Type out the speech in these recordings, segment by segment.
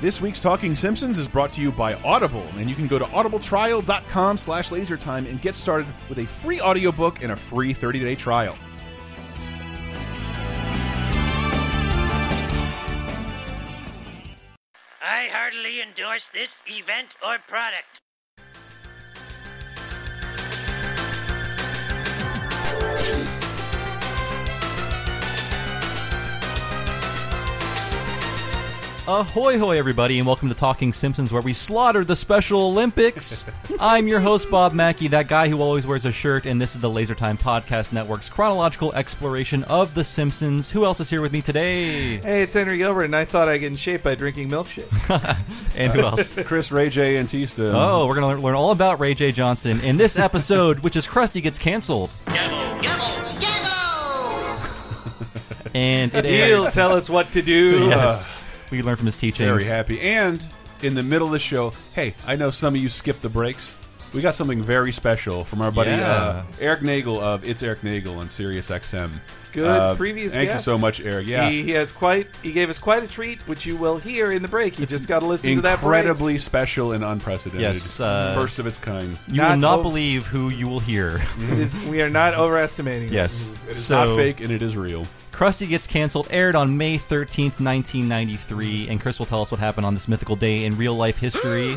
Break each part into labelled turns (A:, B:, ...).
A: This week's Talking Simpsons is brought to you by Audible, and you can go to audibletrial.com slash lasertime and get started with a free audiobook and a free 30-day trial.
B: I heartily endorse this event or product.
C: Ahoy, hoy, everybody, and welcome to Talking Simpsons, where we slaughter the Special Olympics. I'm your host, Bob Mackey, that guy who always wears a shirt, and this is the Laser Time Podcast Network's chronological exploration of The Simpsons. Who else is here with me today?
D: Hey, it's Henry Gilbert, and I thought I get in shape by drinking milkshake.
C: And who else?
A: Chris, Ray J, and Tista.
C: Oh, we're going to learn all about Ray J. Johnson in this episode, which is Krusty Gets Canceled.
B: Gabble, gabble, gabble!
C: And it
D: He'll
C: aired.
D: tell us what to do. Uh,
C: Yes. We learn from his teachings.
A: Very happy. And in the middle of the show, hey, I know some of you skip the breaks. We got something very special from our buddy uh,
C: Yeah.
A: Eric Nagel of It's Eric Nagel on Sirius XM.
D: Good
A: Uh,
D: previous
A: Thank
D: guest.
A: you so much, Eric. Yeah.
D: He, he has quite. He gave us quite a treat, which you will hear in the break. You just got to listen to that. break.
A: Incredibly special and unprecedented.
C: Yes, uh,
A: First of its kind.
C: You
D: Not
C: will not
D: over-
C: believe who you will hear.
D: It is- we are not overestimating. it.
C: Yes.
A: It's
C: so,
A: not fake and it is real.
C: Krusty Gets Cancelled aired on May 13th, 1993, and Chris will tell us what happened on this mythical day in real life history.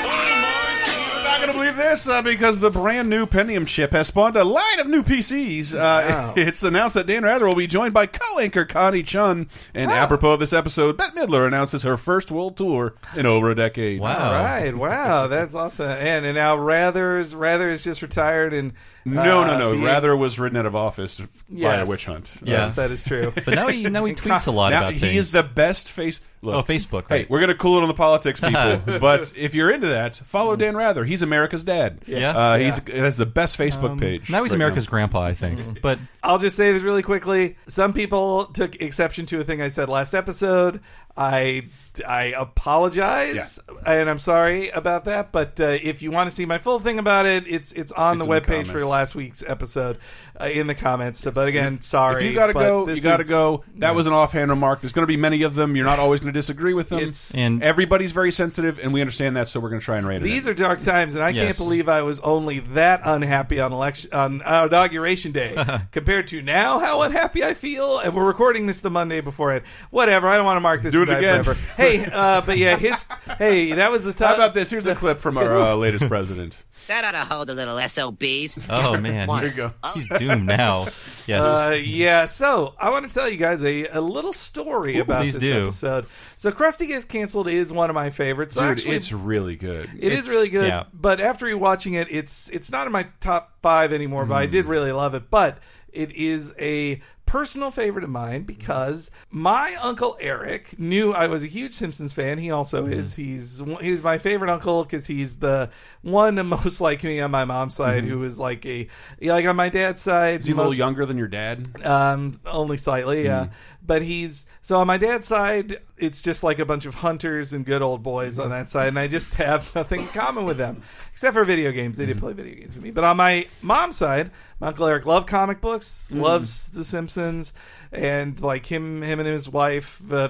A: I'm not going to believe this uh, because the brand new Pentium chip has spawned a line of new PCs. Uh,
D: Wow.
A: It's announced that Dan Rather will be joined by co-anchor Connie Chun, and apropos of this episode, Bette Midler announces her first world tour in over a decade.
C: Wow.
D: All right. Wow. That's awesome. And and now Rather's Rather is just retired and
A: No,
D: uh,
A: no, no.
D: being-
A: Rather was written out of office by a
D: Yes.
A: witch hunt. Uh,
D: Yes,
C: Yeah.
D: that is true.
C: But now he now he tweets a lot
A: Now,
C: about
A: he
C: things.
A: is the best face. Look,
C: Oh, Facebook,
A: Hey,
C: right.
A: we're gonna cool it on the politics, people. but if you're into that, follow Dan Rather. He's America's dad.
C: Yes.
A: uh, he's that's the best Facebook
D: Um,
A: page.
C: now he's
A: right Mm-hmm.
C: America's grandpa, I think. But
D: I'll just say this really quickly. Some people took exception to a thing I said last episode. I I apologize and I'm sorry about that. But uh, if you want to see my full thing about it, it's it's on
A: It's
D: the
A: in the
D: webpage for
A: comments.
D: last week's episode uh, in the comments. So, but again, sorry.
A: If you gotta
D: but
A: go, you
D: this
A: gotta
D: is-
A: go. That was an offhand remark. There's gonna be many of them. You're not always gonna disagree with them.
D: It's-
C: And-
A: everybody's very sensitive, and we understand that. So we're gonna try and rate it.
D: These are dark times, and I can't
C: Yes.
D: believe I was only that unhappy on election on uh, inauguration day compared to now. How unhappy I feel, and we're recording this the Monday before it. Whatever, I don't want to mark this
A: Do
D: as
A: it
D: bad
A: again.
D: forever. Hey, uh, but yeah, his hey, that was the time.
A: How about this? Here's a clip from our uh, latest president.
E: That ought to hold the little SOBs.
C: oh man,
E: One.
C: he's,
A: There you
C: he's doomed now. Yes.
D: Uh, yeah, so I want to tell you guys a, a little story about
C: please
D: this
C: do.
D: episode. So, Krusty Gets Canceled is one of my favorites.
A: Dude,
D: Actually,
A: it's really good.
D: It is
C: It's-
D: really good,
C: yeah.
D: but after rewatching it, it's it's not in my top five anymore. But I did really love it. But it is a personal favorite of mine because my uncle Eric knew I was a huge Simpsons fan. He also is. He's he's my favorite uncle because he's the one most like me on my mom's side, who is like a like on my dad's side.
A: Is he a little
D: most-
A: younger than your dad?
D: um, only slightly, yeah.
C: Hmm.
D: But he's so on my dad's side, it's just like a bunch of hunters and good old boys on that side, and I just have nothing in common with them except for video games. They
C: Hmm.
D: did play video games with me, but on my mom's side, my uncle Eric loved comic books,
C: Hmm.
D: loves The Simpsons, and like him, him and his wife uh,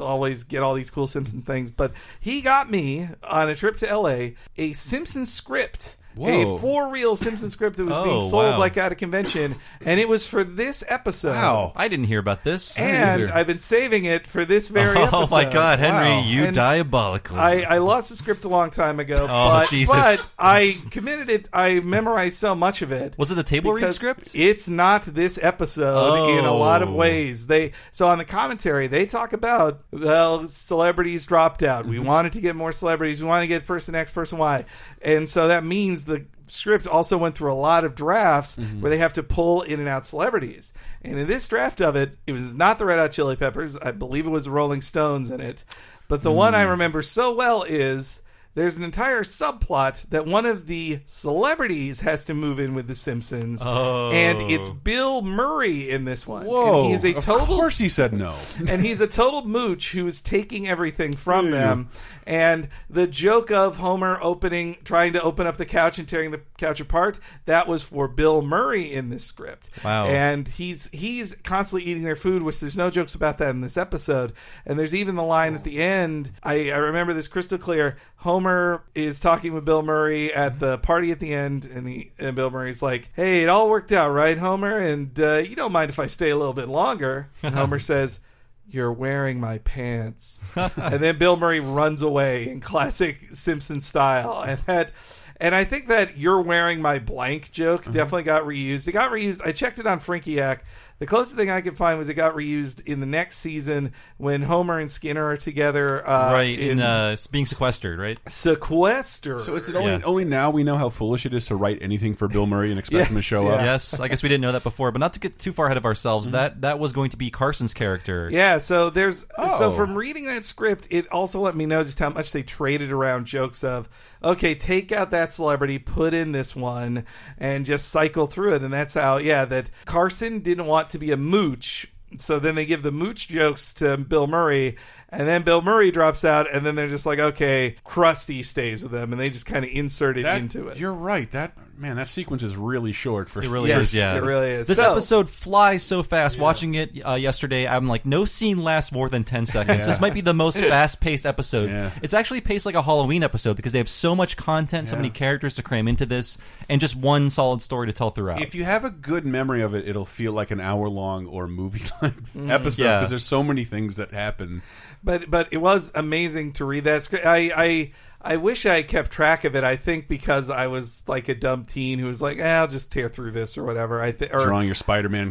D: always get all these cool Simpson things. But he got me on a trip to L.A. a Simpson script.
A: Whoa.
D: A for real Simpson script that was
C: Oh,
D: being sold
C: wow.
D: like at a convention, and it was for this episode.
A: Wow.
C: I didn't hear about this.
D: And
A: either.
D: I've been saving it for this very
C: oh
D: episode.
C: my God, Henry,
A: Wow.
C: you
D: And
C: diabolical!
D: I, I lost the script a long time ago,
C: Oh,
D: but,
C: Jesus.
D: but I committed it. I memorized so much of it.
C: was it the table read
D: because
C: script?
D: It's not this episode in a lot of
C: Oh.
D: ways. They so on the commentary they talk about well celebrities dropped out. We wanted to get more celebrities. We wanted to get person X, person Y, and so that means the script also went through a lot of drafts where they have to pull in and out celebrities. And in this draft of it, it was not the Red Hot Chili Peppers. I believe it was the Rolling Stones in it. But the one I remember so well is there's an entire subplot that one of the celebrities has to move in with the Simpsons,
C: Oh.
D: and it's Bill Murray in this one.
A: Whoa!
D: and he is a
A: Of
D: total
A: course, he said no.
D: and he's a total mooch who is taking everything from them. And the joke of Homer opening, trying to open up the couch and tearing the couch apart, that was for Bill Murray in this script.
C: Wow.
D: And he's he's constantly eating their food, which there's no jokes about that in this episode. And there's even the line at the end. I, I remember this crystal clear. Homer is talking with Bill Murray at the party at the end, and he and Bill Murray's like, "Hey, it all worked out, right, Homer? And uh, you don't mind if I stay a little bit longer?" And Homer says you're wearing my pants. and then Bill Murray runs away in classic Simpson style. And that and I think that you're wearing my blank joke
C: Mm-hmm.
D: definitely got reused. It got reused. I checked it on Frinkiac. The closest thing I could find was it got reused in the next season when Homer and Skinner are together uh,
C: right in, uh, it's being sequestered, right?
D: Sequester.
A: So is it only
C: Yeah.
A: only now we know how foolish it is to write anything for Bill Murray and expect him to
D: Yes,
A: show
D: yeah. Mm-hmm.
A: up?
C: Yes, I guess we didn't know that before, but not to get too far ahead of ourselves. That that was going to be Carson's character.
D: Yeah, so there's
A: Oh.
D: so from reading that script, it also let me know just how much they traded around jokes of okay, take out that celebrity, put in this one, and just cycle through it, and that's how yeah that Carson didn't want to be a mooch. So then they give the mooch jokes to Bill Murray, and then Bill Murray drops out, and then they're just like, okay, Krusty stays with them, and they just kind of insert it
A: That-
D: into it.
A: You're right. That man, that sequence is really short. For
C: It really
D: Yes,
C: is. Yeah,
D: it really is.
C: This
D: So-
C: episode flies so fast. Watching it uh, yesterday, I'm like, no scene lasts more than ten seconds. This might be the most fast-paced episode.
A: Yeah.
C: It's actually paced like a Halloween episode because they have so much content, so many characters to cram into this, and just one solid story to tell throughout.
A: If you have a good memory of it, it'll feel like an hour long or movie length
D: Mm-hmm.
A: episode
C: Yeah.
A: because there's so many things that happen.
D: but but it was amazing to read that script. I I I wish I kept track of it. I think because I was like a dumb teen who was like, eh, I'll just tear through this or whatever. I think or
A: Drawing your Spider-Man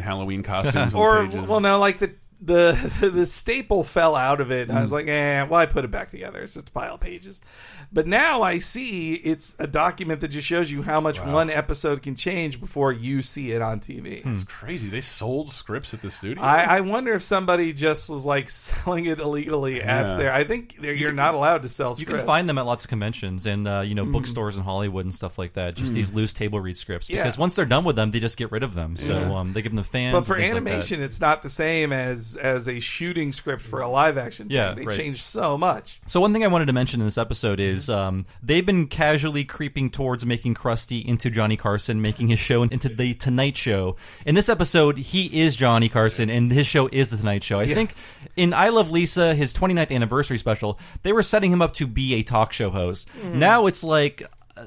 A: Halloween costumes
D: or
A: on the pages.
D: well, no, like the. The, the staple fell out of it. And I was like, eh, well, I put it back together. It's just a pile of pages. But now I see it's a document that just shows you how much one episode can change before you see it on TV.
A: it's crazy. They sold scripts at the studio.
D: I, I wonder if somebody just was like selling it illegally
A: Yeah.
D: at there. I think they're, you're not allowed to sell
C: You can
D: scripts.
C: find them at lots of conventions and uh, you know
D: Hmm.
C: bookstores in Hollywood and stuff like that. Just these loose table read scripts because
D: Yeah.
C: once they're done with them, they just get rid of them. So um, they give them the fans.
D: but for
C: and things like that.
D: animation it's not the same as as a shooting script for a
A: Mm.
D: live action thing.
C: Yeah,
D: they
C: right.
D: change so much
C: So one thing I wanted to mention in this episode is um, they've been casually creeping towards making Krusty into Johnny Carson, making his show into the Tonight Show. In this episode, he is Johnny Carson, and his show is the Tonight Show. I think in I Love Lisa, his 29th anniversary special, they were setting him up to be a talk show host. Now it's like. uh,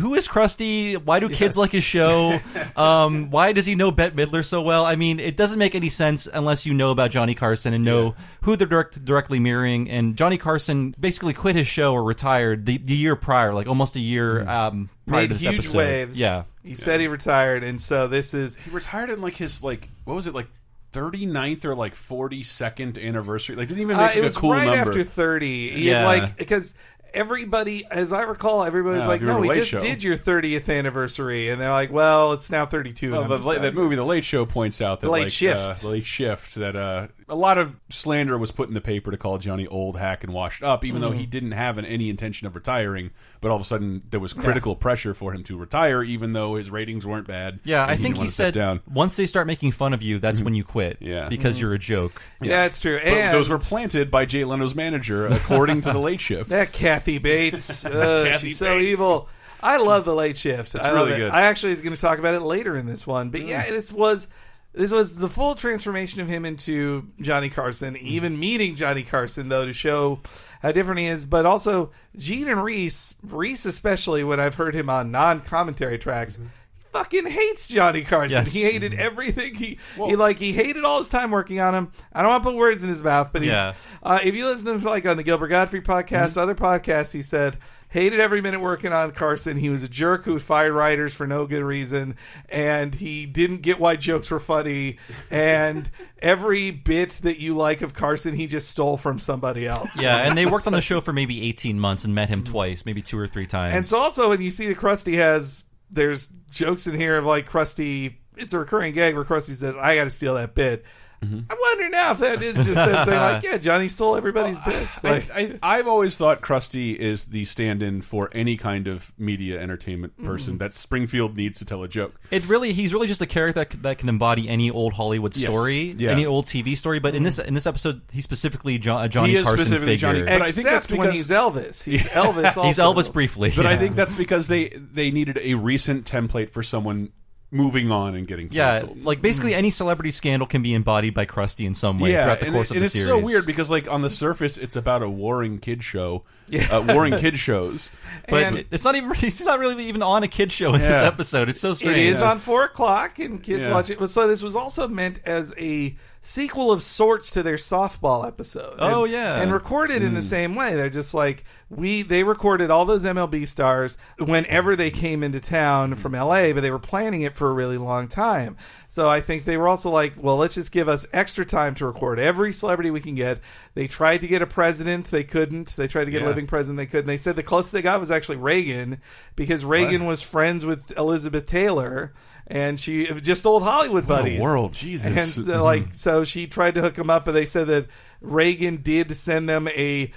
C: Who is Krusty? Why do kids like his show? Um, why does he know Bette Midler so well? I mean, it doesn't make any sense unless you know about Johnny Carson and know who they're direct, directly mirroring. And Johnny Carson basically quit his show or retired the, the year prior, like almost a year um, prior
D: Mm-hmm. made
C: to this
D: huge
C: episode.
D: waves
C: Yeah,
D: he said he retired and so this is
A: he retired in like his like what was it like 39th or like 42nd anniversary. Like didn't even make
D: uh,
A: like,
D: it was
A: a cool
D: right
A: number.
D: after 30 He
C: Yeah.
D: had, like because everybody as i recall everybody was
A: Yeah,
D: like
A: if you were
D: no
A: the
D: we
A: late
D: just
A: show."
D: did your 30th anniversary and they're like well it's now 32
A: Well,
D: and
A: the,
D: I'm just
A: late,
D: like-
A: that movie, The Late Show, points out that
D: The Late
A: like,
D: Shift.
A: uh, the late shift that uh, a lot of slander was put in the paper to call Johnny old, hack, and washed up, even though he
D: Mm.
A: didn't have an, any intention of retiring. But all of a sudden, there was critical pressure for him to retire, even though his ratings weren't bad.
C: yeah.
A: and
C: I
A: didn't
C: think he
A: want to step
C: said
A: down.
C: once they start making fun of you,
D: Mm-hmm.
C: that's when you quit.
A: Yeah.
C: because you're a joke.
D: yeah it's true
A: But
D: and
A: those were planted by Jay Leno's manager, according to The Late Shift.
D: That Kathy Bates, uh,
A: Kathy
D: she's so
A: Bates.
D: evil. I love the late shift. I love
A: really
D: it.
A: good.
D: I actually was going to talk about it later in this one, but yeah, this was this was the full transformation of him into Johnny Carson.
A: Hmm.
D: Even meeting Johnny Carson though to show how different he is, but also Gene and Reese, Reese especially when I've heard him on non-commentary tracks. he
A: Mm-hmm.
D: Fucking hates Johnny Carson.
C: Yes.
D: He hated everything. He, he like he hated all his time working on him. I don't want to put words in his mouth, but he,
C: Yeah.
D: uh, if you listen to him, like on the Gilbert Godfrey podcast, other podcasts, he said hated every minute working on Carson. He was a jerk who fired writers for no good reason, and he didn't get why jokes were funny. And every bit that you like of Carson, he just stole from somebody else.
C: Yeah, and they worked on the show for maybe 18 months and met him twice, maybe two or three times.
D: Mm-hmm. And so also when you see that Krusty has there's jokes in here of like Krusty it's a recurring gag where Krusty says, I gotta steal that bit. I wonder now if that is just them saying like, yeah, Johnny stole everybody's bits. Like,
A: I, I, I've always thought Krusty is the stand-in for any kind of media entertainment person
D: Mm.
A: that Springfield needs to tell a joke.
C: It really, he's really just a character that, c- that can embody any old Hollywood story,
A: Yeah. Mm-hmm.
C: any old TV story. But in this in this episode, he's specifically jo- a Johnny
A: He is
C: Carson
A: specifically
C: figure.
A: Johnny- but I think that's
D: except when
A: because-
D: he's Elvis. He's Elvis. Also.
C: he's Elvis briefly,
A: But I
C: yeah.
A: think that's because they they needed a recent template for someone moving on and getting
C: yeah,
A: canceled.
C: like basically any celebrity scandal can be embodied by Krusty in some way throughout the
A: mm. and
C: course
A: it-
C: of
A: and
C: the
A: it's
C: series.
A: so weird because like on the surface it's about a warring kid show,
D: Yes.
A: uh, warring kid shows.
C: but
D: And-
C: it's not even he's not really even on a kid show in this
A: Yeah.
C: episode. It's so strange.
D: It is on four o'clock, and kids
A: Yeah.
D: watch it. So this was also meant as a sequel of sorts to their softball episode.
C: Oh,
D: And-
C: yeah.
D: and recorded in the
A: Hmm.
D: same way. They're just like we. They recorded all those MLB stars whenever they came into town from LA, but they were planning it for a really long time. So I think they were also like, well, let's just give us extra time to record every celebrity we can get. They tried to get a president, they couldn't. They tried to get a
A: Yeah.
D: living president, they couldn't. They said the closest they got was actually Reagan because Reagan was friends with Elizabeth Taylor. And she it was just old Hollywood buddies.
A: world, Jesus.
D: And uh,
C: Mm-hmm.
D: like so, she tried to hook him up, but they said that Reagan did send them a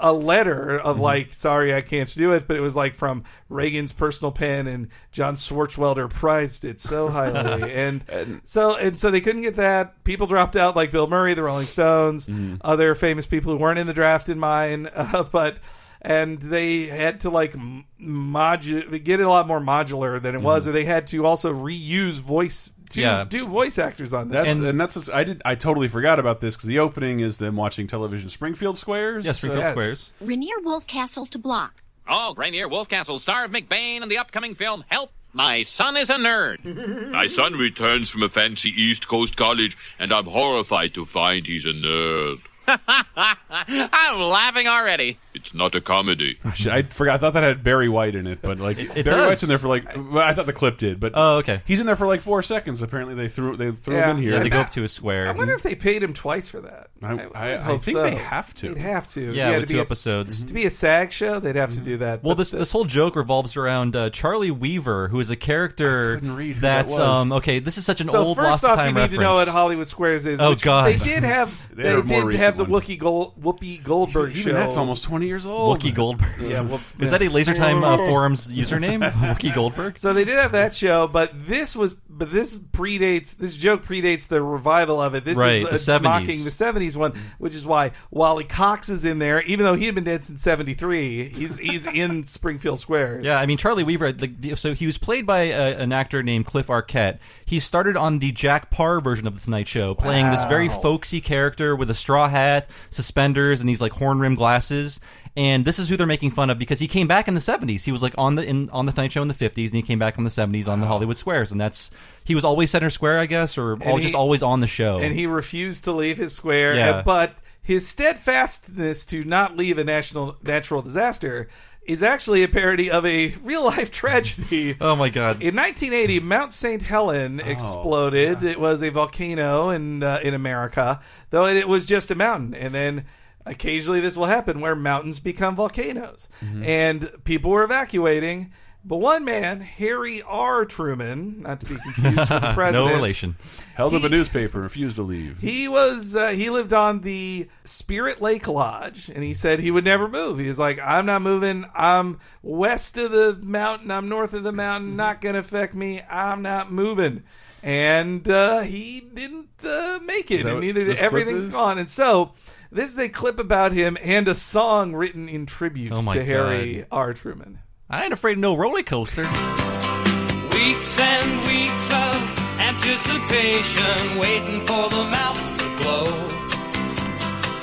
D: a letter
C: Mm-hmm.
D: of like, "Sorry, I can't do it," but it was like from Reagan's personal pen, and John Swartzwelder prized it so highly, and, so and so they couldn't get that. People dropped out, like Bill Murray, the Rolling Stones,
C: Mm-hmm.
D: other famous people who weren't in the draft in mine, uh, but and they had to like m- modu- get it a lot more modular than it was, or they had to also reuse voice. To
C: Mm-hmm. Yeah.
D: do voice actors on this.
A: That's,
C: And-
A: and, that's what's, I did. I totally forgot about this because the opening is them watching television. Springfield Squares.
C: Yes, Springfield
D: Yes.
C: Squares.
F: Rainier Wolfcastle to block.
G: Oh, Rainier Wolfcastle, star of McBain and the upcoming film Help! My son is a nerd.
H: My son returns from a fancy East Coast college, and I'm horrified to find he's a nerd.
G: I'm laughing already.
H: It's not a comedy.
A: Uh, shit, I forgot. I thought that had Barry White in it, but like
C: it
A: Barry
C: does.
A: White's in there for like. Well, I thought the clip did, but
C: Oh, okay.
A: he's in there for like four seconds. Apparently, they threw they threw
D: Yeah.
A: him in here.
C: Yeah,
D: Yeah,
C: they go up to a square.
D: I wonder if they paid him twice for that.
A: I-
D: would
A: I- I
D: hope
A: think they have to.
D: They'd have to.
C: Yeah,
D: to
C: with
D: be
C: two
D: a-
C: episodes. Mm-hmm.
D: to be a SAG show, they'd have to do that.
C: Well,
D: But
C: this this whole joke revolves around uh, Charlie Weaver, who is a character
A: couldn't read who that
C: that's
A: was.
C: um okay. This is such an
D: so
C: old
D: first
C: lost
D: off,
C: time
D: you need
C: reference.
D: to know what Hollywood Squares is.
C: Oh,
D: which
C: God.
D: they did have.
A: They
D: They,
A: had a more
D: did have
A: recent
D: the
A: one.
D: Whoopi, Gold, Whoopi Goldberg
A: Even
D: show.
A: that's almost twenty years old.
C: Wookie Goldberg.
D: Yeah, well,
C: Is that a Laser Time uh, forums username? Wookie Goldberg.
D: So they did have that show, but this was, but this predates this joke predates the revival of it. This
C: Right,
D: is
C: the Mm-hmm. 70s.
D: mocking the '70s one, which is why Wally Cox is in there, even though he had been dead since '73. He's he's in Springfield Square.
C: Yeah, I mean Charlie Weaver. The, the, so he was played by a, an actor named Cliff Arquette. He started on the Jack Parr version of the Tonight Show, playing this very folksy character with a straw hat, suspenders, and these like horn rimmed glasses. And this is who they're making fun of because he came back in the '70s. He was like on the in, on the Tonight Show in the '50s, and he came back in the '70s on the Hollywood Squares, and that's he was always center square, I guess, or all,
D: he-
C: just always on the show.
D: and he refused to leave his square.
C: Yeah.
D: and- But his steadfastness to not leave a national natural disaster is actually a parody of a real life tragedy.
C: oh my god!
D: In 1980, Mount St. Helen exploded. It was a volcano in uh, in America, though it, was just a mountain. And then occasionally this will happen where mountains become volcanoes,
C: Mm-hmm.
D: and people were evacuating. But one man, Harry R. Truman, not to be confused with the president,
C: no relation.
A: Held up a
D: He-
A: newspaper, refused to leave.
D: he was uh, he lived on the Spirit Lake Lodge, and he said he would never move. He was like, "I'm not moving. I'm west of the mountain. I'm north of the
A: Mm-hmm.
D: mountain. Not going to affect me. I'm not moving." And uh, he didn't uh, make it,
A: that
D: and
A: what
D: neither did
A: this clip
D: everything's
A: is?
D: gone. And so this is a clip about him and a song written in tribute
C: Oh my
D: to Harry R. Truman.
C: I ain't afraid of no roller coaster.
I: Weeks and weeks of anticipation, waiting for the mountain to glow.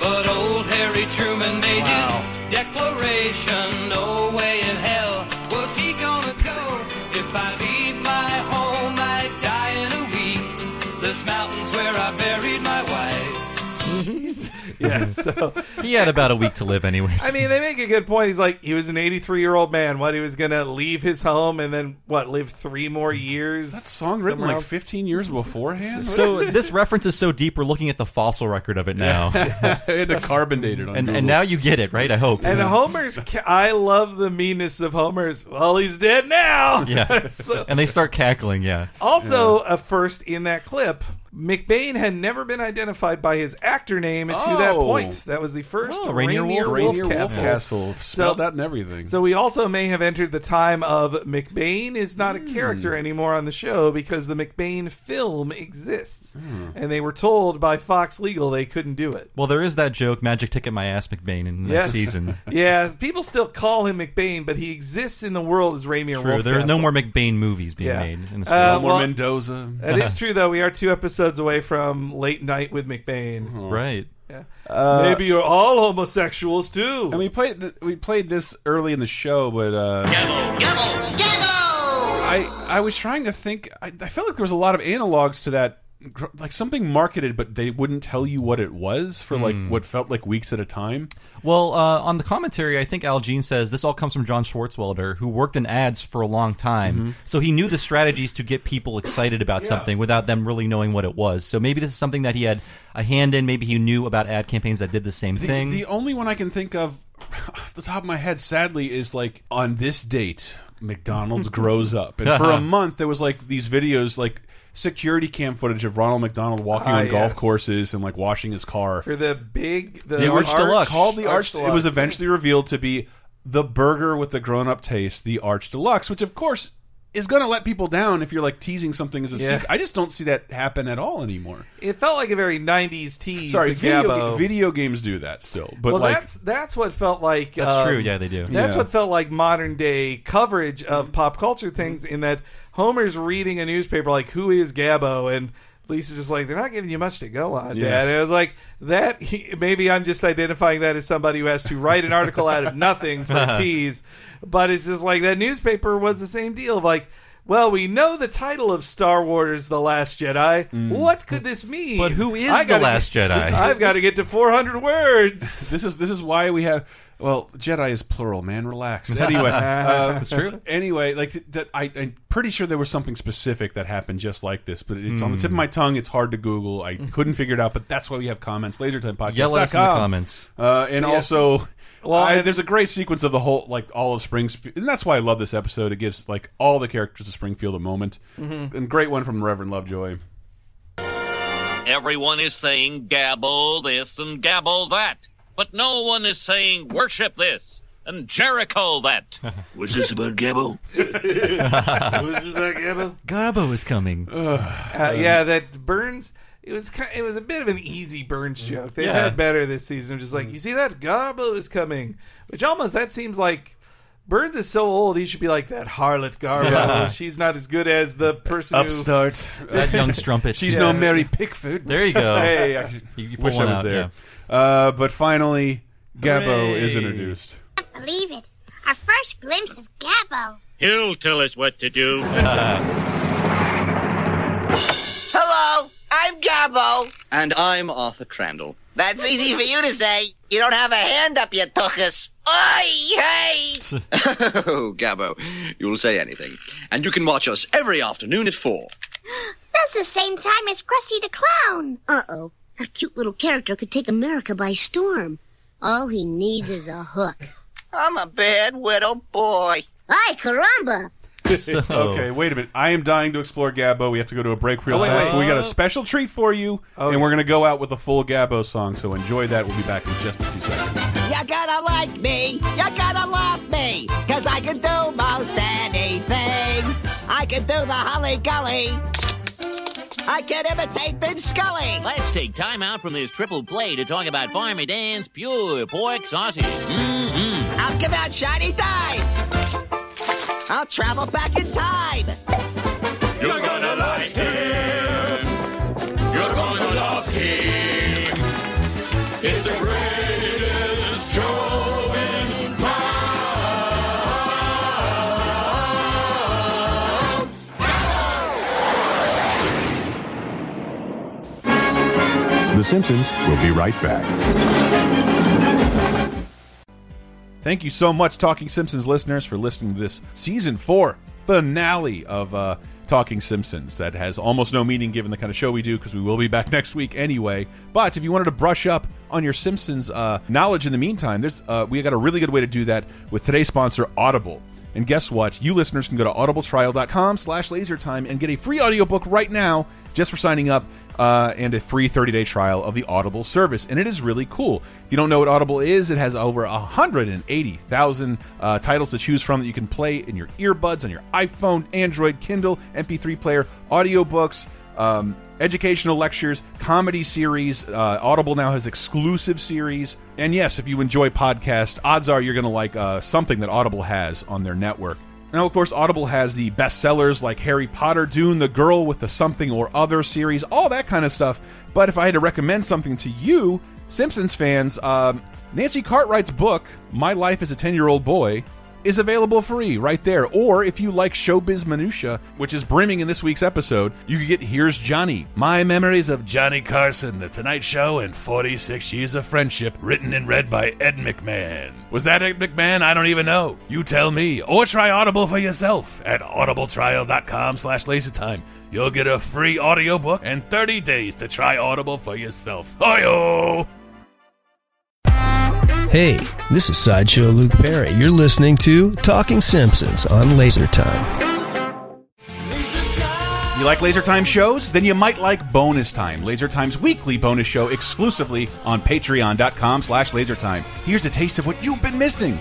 I: But old Harry Truman made his declaration. No way in hell was he gonna go. If I leave my home, I die in a week. This mountain's where I buried my wife.
D: Yeah, so
C: He had about a week to live, anyways.
D: I mean, they make a good point. He's like, he was an 83 year old man. What, he was going to leave his home and then, what, live three more years?
A: That song written
D: somewhere
A: like
D: else?
A: 15 years beforehand.
C: So this reference is so deep, we're looking at the fossil record of it now,
A: it had carbon dated on
C: and
A: Google.
C: and now you get it, right? I hope.
D: And Homer's, ca- I love the meanness of Homer's. Well, he's dead now.
C: yeah,
D: So-
C: and they start cackling. Yeah,
D: also, a first in that clip, McBain had never been identified by his actor name to that
A: Oh.
D: point. That was the first
C: Oh, Rainier
D: Rainier,
C: Wolf.
A: Rainier
D: Wolfcastle.
A: Wolfcastle spelled out and everything.
D: So we also may have entered the time of McBain is not a character anymore on the show because the McBain film exists, and they were told by Fox Legal they couldn't do it.
C: Well, there is that joke, Magic Ticket My Ass McBain, in
D: Yes.
C: that season.
D: Yeah, people still call him McBain, but he exists in the world as Rainier
C: True.
D: Wolfcastle.
C: There are no more McBain movies being
D: Yeah.
C: made in this
D: Uh,
C: world.
A: Elmer
D: well-
A: Mendoza.
D: That is true, though. We are two episodes away from Late Night with McBain.
C: right.
D: Maybe you're all homosexuals too.
A: And we played we played this early in the show, but uh, I I was trying to think. I, I felt like there was a lot of analogs to that, gr- like something marketed, but they wouldn't tell you what it was for like what felt like weeks at a time.
C: Well, uh, on the commentary, I think Al Jean says this all comes from John Schwartzwelder, who worked in ads for a long time. So he knew the strategies to get people excited about something without them really knowing what it was. So maybe this is something that he had a hand in. Maybe he knew about ad campaigns that did the same
A: The,
C: thing.
A: the only one I can think of off the top of my head, sadly, is like on this date, McDonald's grows up, and
D: Uh-huh.
A: for a month there was like these videos like. Security cam footage of Ronald McDonald walking
D: Ah,
A: on golf
D: yes.
A: courses and like washing his car.
D: for the big the,
C: The Arch Deluxe.
A: called the Arch. It was
D: Deluxe.
A: eventually revealed to be the burger with the grown-up taste, the Arch Deluxe, which of course is going to let people down if you're like teasing something as a
D: Yeah.
A: secret. I just don't see that happen at all anymore.
D: It felt like a very '90s tease.
A: Sorry,
D: the
A: video,
D: Gabbo.
A: video games do that still, but
D: well,
A: like
D: that's that's what felt like.
C: That's
D: um,
C: true. Yeah, they do.
D: That's
A: Yeah.
D: what felt like modern day coverage of pop culture things. In that Homer's reading a newspaper like, "Who is Gabbo?" and Lisa's just like, "They're not giving you much to go on,
A: Yeah.
D: Dad." And I was like, "That maybe I'm just identifying that as somebody who has to write an article out of nothing for
C: Uh-huh.
D: a tease." But it's just like that newspaper was the same deal, like. Well, we know the title of Star Wars: The Last Jedi.
A: Mm.
D: What could this mean?
C: But who is
D: I
C: the
D: gotta
C: Last
D: get-
C: Jedi?
D: I've got to get to 400 words.
A: this is this is why we have. Well, Jedi is plural, man. Relax. Anyway, uh,
C: That's true.
A: Anyway, like th- that, I, I'm pretty sure there was something specific that happened just like this, but it's on the tip
C: Hmm.
A: of my tongue. It's hard to Google. I couldn't figure it out, but that's why we have comments. LasertimePodcast.
C: Yell at us in the comments.
A: Uh, and also,
D: Well,
A: I-
D: and-
A: there's a great sequence of the whole like all of Spring, and that's why I love this episode. It gives like all the characters of Springfield a moment,
C: Mm-hmm.
A: and great one from Reverend Lovejoy.
G: Everyone is saying gabble this and gabble that, but no one is saying worship this and Jericho that.
I: Was this about Gabbo?
D: Was this about Gabbo?
C: Gabo is coming.
D: Uh, yeah, that Burns. It was kind it was a bit of an easy Burns joke. They
C: Mm. Yeah. Mm.
D: had better this season. Just like you see that Garbo is coming, which almost that seems like Burns is so old. He should be like that harlot Garbo.
C: Yeah.
D: She's not as good as the person who.
A: Upstart.
C: that young strumpet.
A: She's
D: Yeah.
A: no Mary Pickford.
C: There you go.
A: hey, I
C: You- you put
A: wish I
C: one
A: was
C: out,
A: there. Uh, but finally, Gabbo is introduced.
F: Believe it. Our first glimpse of Gabbo.
G: He'll tell us what to do.
E: Hello, I'm Gabbo.
J: And I'm Arthur Crandall.
E: That's easy for you to say. You don't have a hand up your tuchus. Oi, hey!
J: Oh, Gabbo, you'll say anything. And you can watch us every afternoon at four.
F: That's the same time as Krusty the Clown. Uh oh. That cute little character could take America by storm. All he needs is a hook.
E: I'm a bad widow boy.
F: Ay, caramba!
C: So,
A: Okay, wait a minute. I am dying to explore Gabbo. We have to go to a break real
D: Oh, wait,
A: fast.
D: wait.
A: but We got a special treat for you, and we're going to go out with a full Gabbo song. So enjoy that. We'll be back in just a few seconds.
E: You gotta like me, you gotta love me, cause I can do most anything. I can do the holly gully. I can imitate Vin Scully.
G: Let's take time out from this triple play to talk about Parmesan's pure pork sausage. Mm-mm.
E: I'll give out shiny dimes. I'll travel back in time.
I: You're gonna like him. You're gonna love him. It's the greatest show in
K: The Simpsons will be right back.
A: Thank you so much, Talking Simpsons listeners, for listening to this season four finale of uh, Talking Simpsons. That has almost no meaning given the kind of show we do, because we will be back next week anyway. But if you wanted to brush up on your Simpsons uh, knowledge in the meantime, there's uh, we got a really good way to do that with today's sponsor, Audible. And guess what? You listeners can go to audibletrial.com slash lasertime and get a free audiobook right now just for signing up uh, and a free 30-day trial of the Audible service. And it is really cool. If you don't know what Audible is, it has over 180,000 uh, titles to choose from that you can play in your earbuds, on your iPhone, Android, Kindle, MP3 player, audiobooks, um, educational lectures, comedy series. Uh, Audible now has exclusive series. And yes, if you enjoy podcasts, odds are you're going to like uh, something that Audible has on their network. Now, of course, Audible has the bestsellers like Harry Potter, Dune, The Girl with the Something or Other series, all that kind of stuff. But if I had to recommend something to you, Simpsons fans, um, Nancy Cartwright's book, My Life as a 10 Year Old Boy, is available free right there. Or if you like showbiz minutia, which is brimming in this week's episode, you can get Here's Johnny, My Memories of Johnny Carson, The Tonight Show, and 46 Years of Friendship, written and read by Ed McMahon. Was that Ed McMahon? I don't even know. You tell me. Or try Audible for yourself at audibletrial.com slash lasertime. You'll get a free audiobook and 30 days to try Audible for yourself. Hi-yo!
L: Hey, this is Sideshow Luke Perry. You're listening to Talking Simpsons on Laser Time.
A: You like Laser Time shows? Then you might like Bonus Time, Laser Time's weekly bonus show exclusively on patreon.com slash lasertime. Here's a taste of what you've been missing.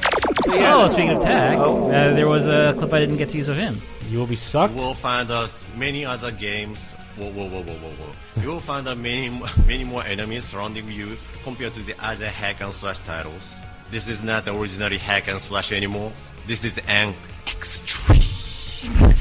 M: Oh, speaking of tag, uh, there was a clip I didn't get to use of him. You will be sucked.
N: will find us many other games. Whoa, whoa, whoa, whoa, whoa, whoa. You will find uh, many, many more enemies surrounding you compared to the other hack and slash titles. This is not the originary hack and slash anymore. This is an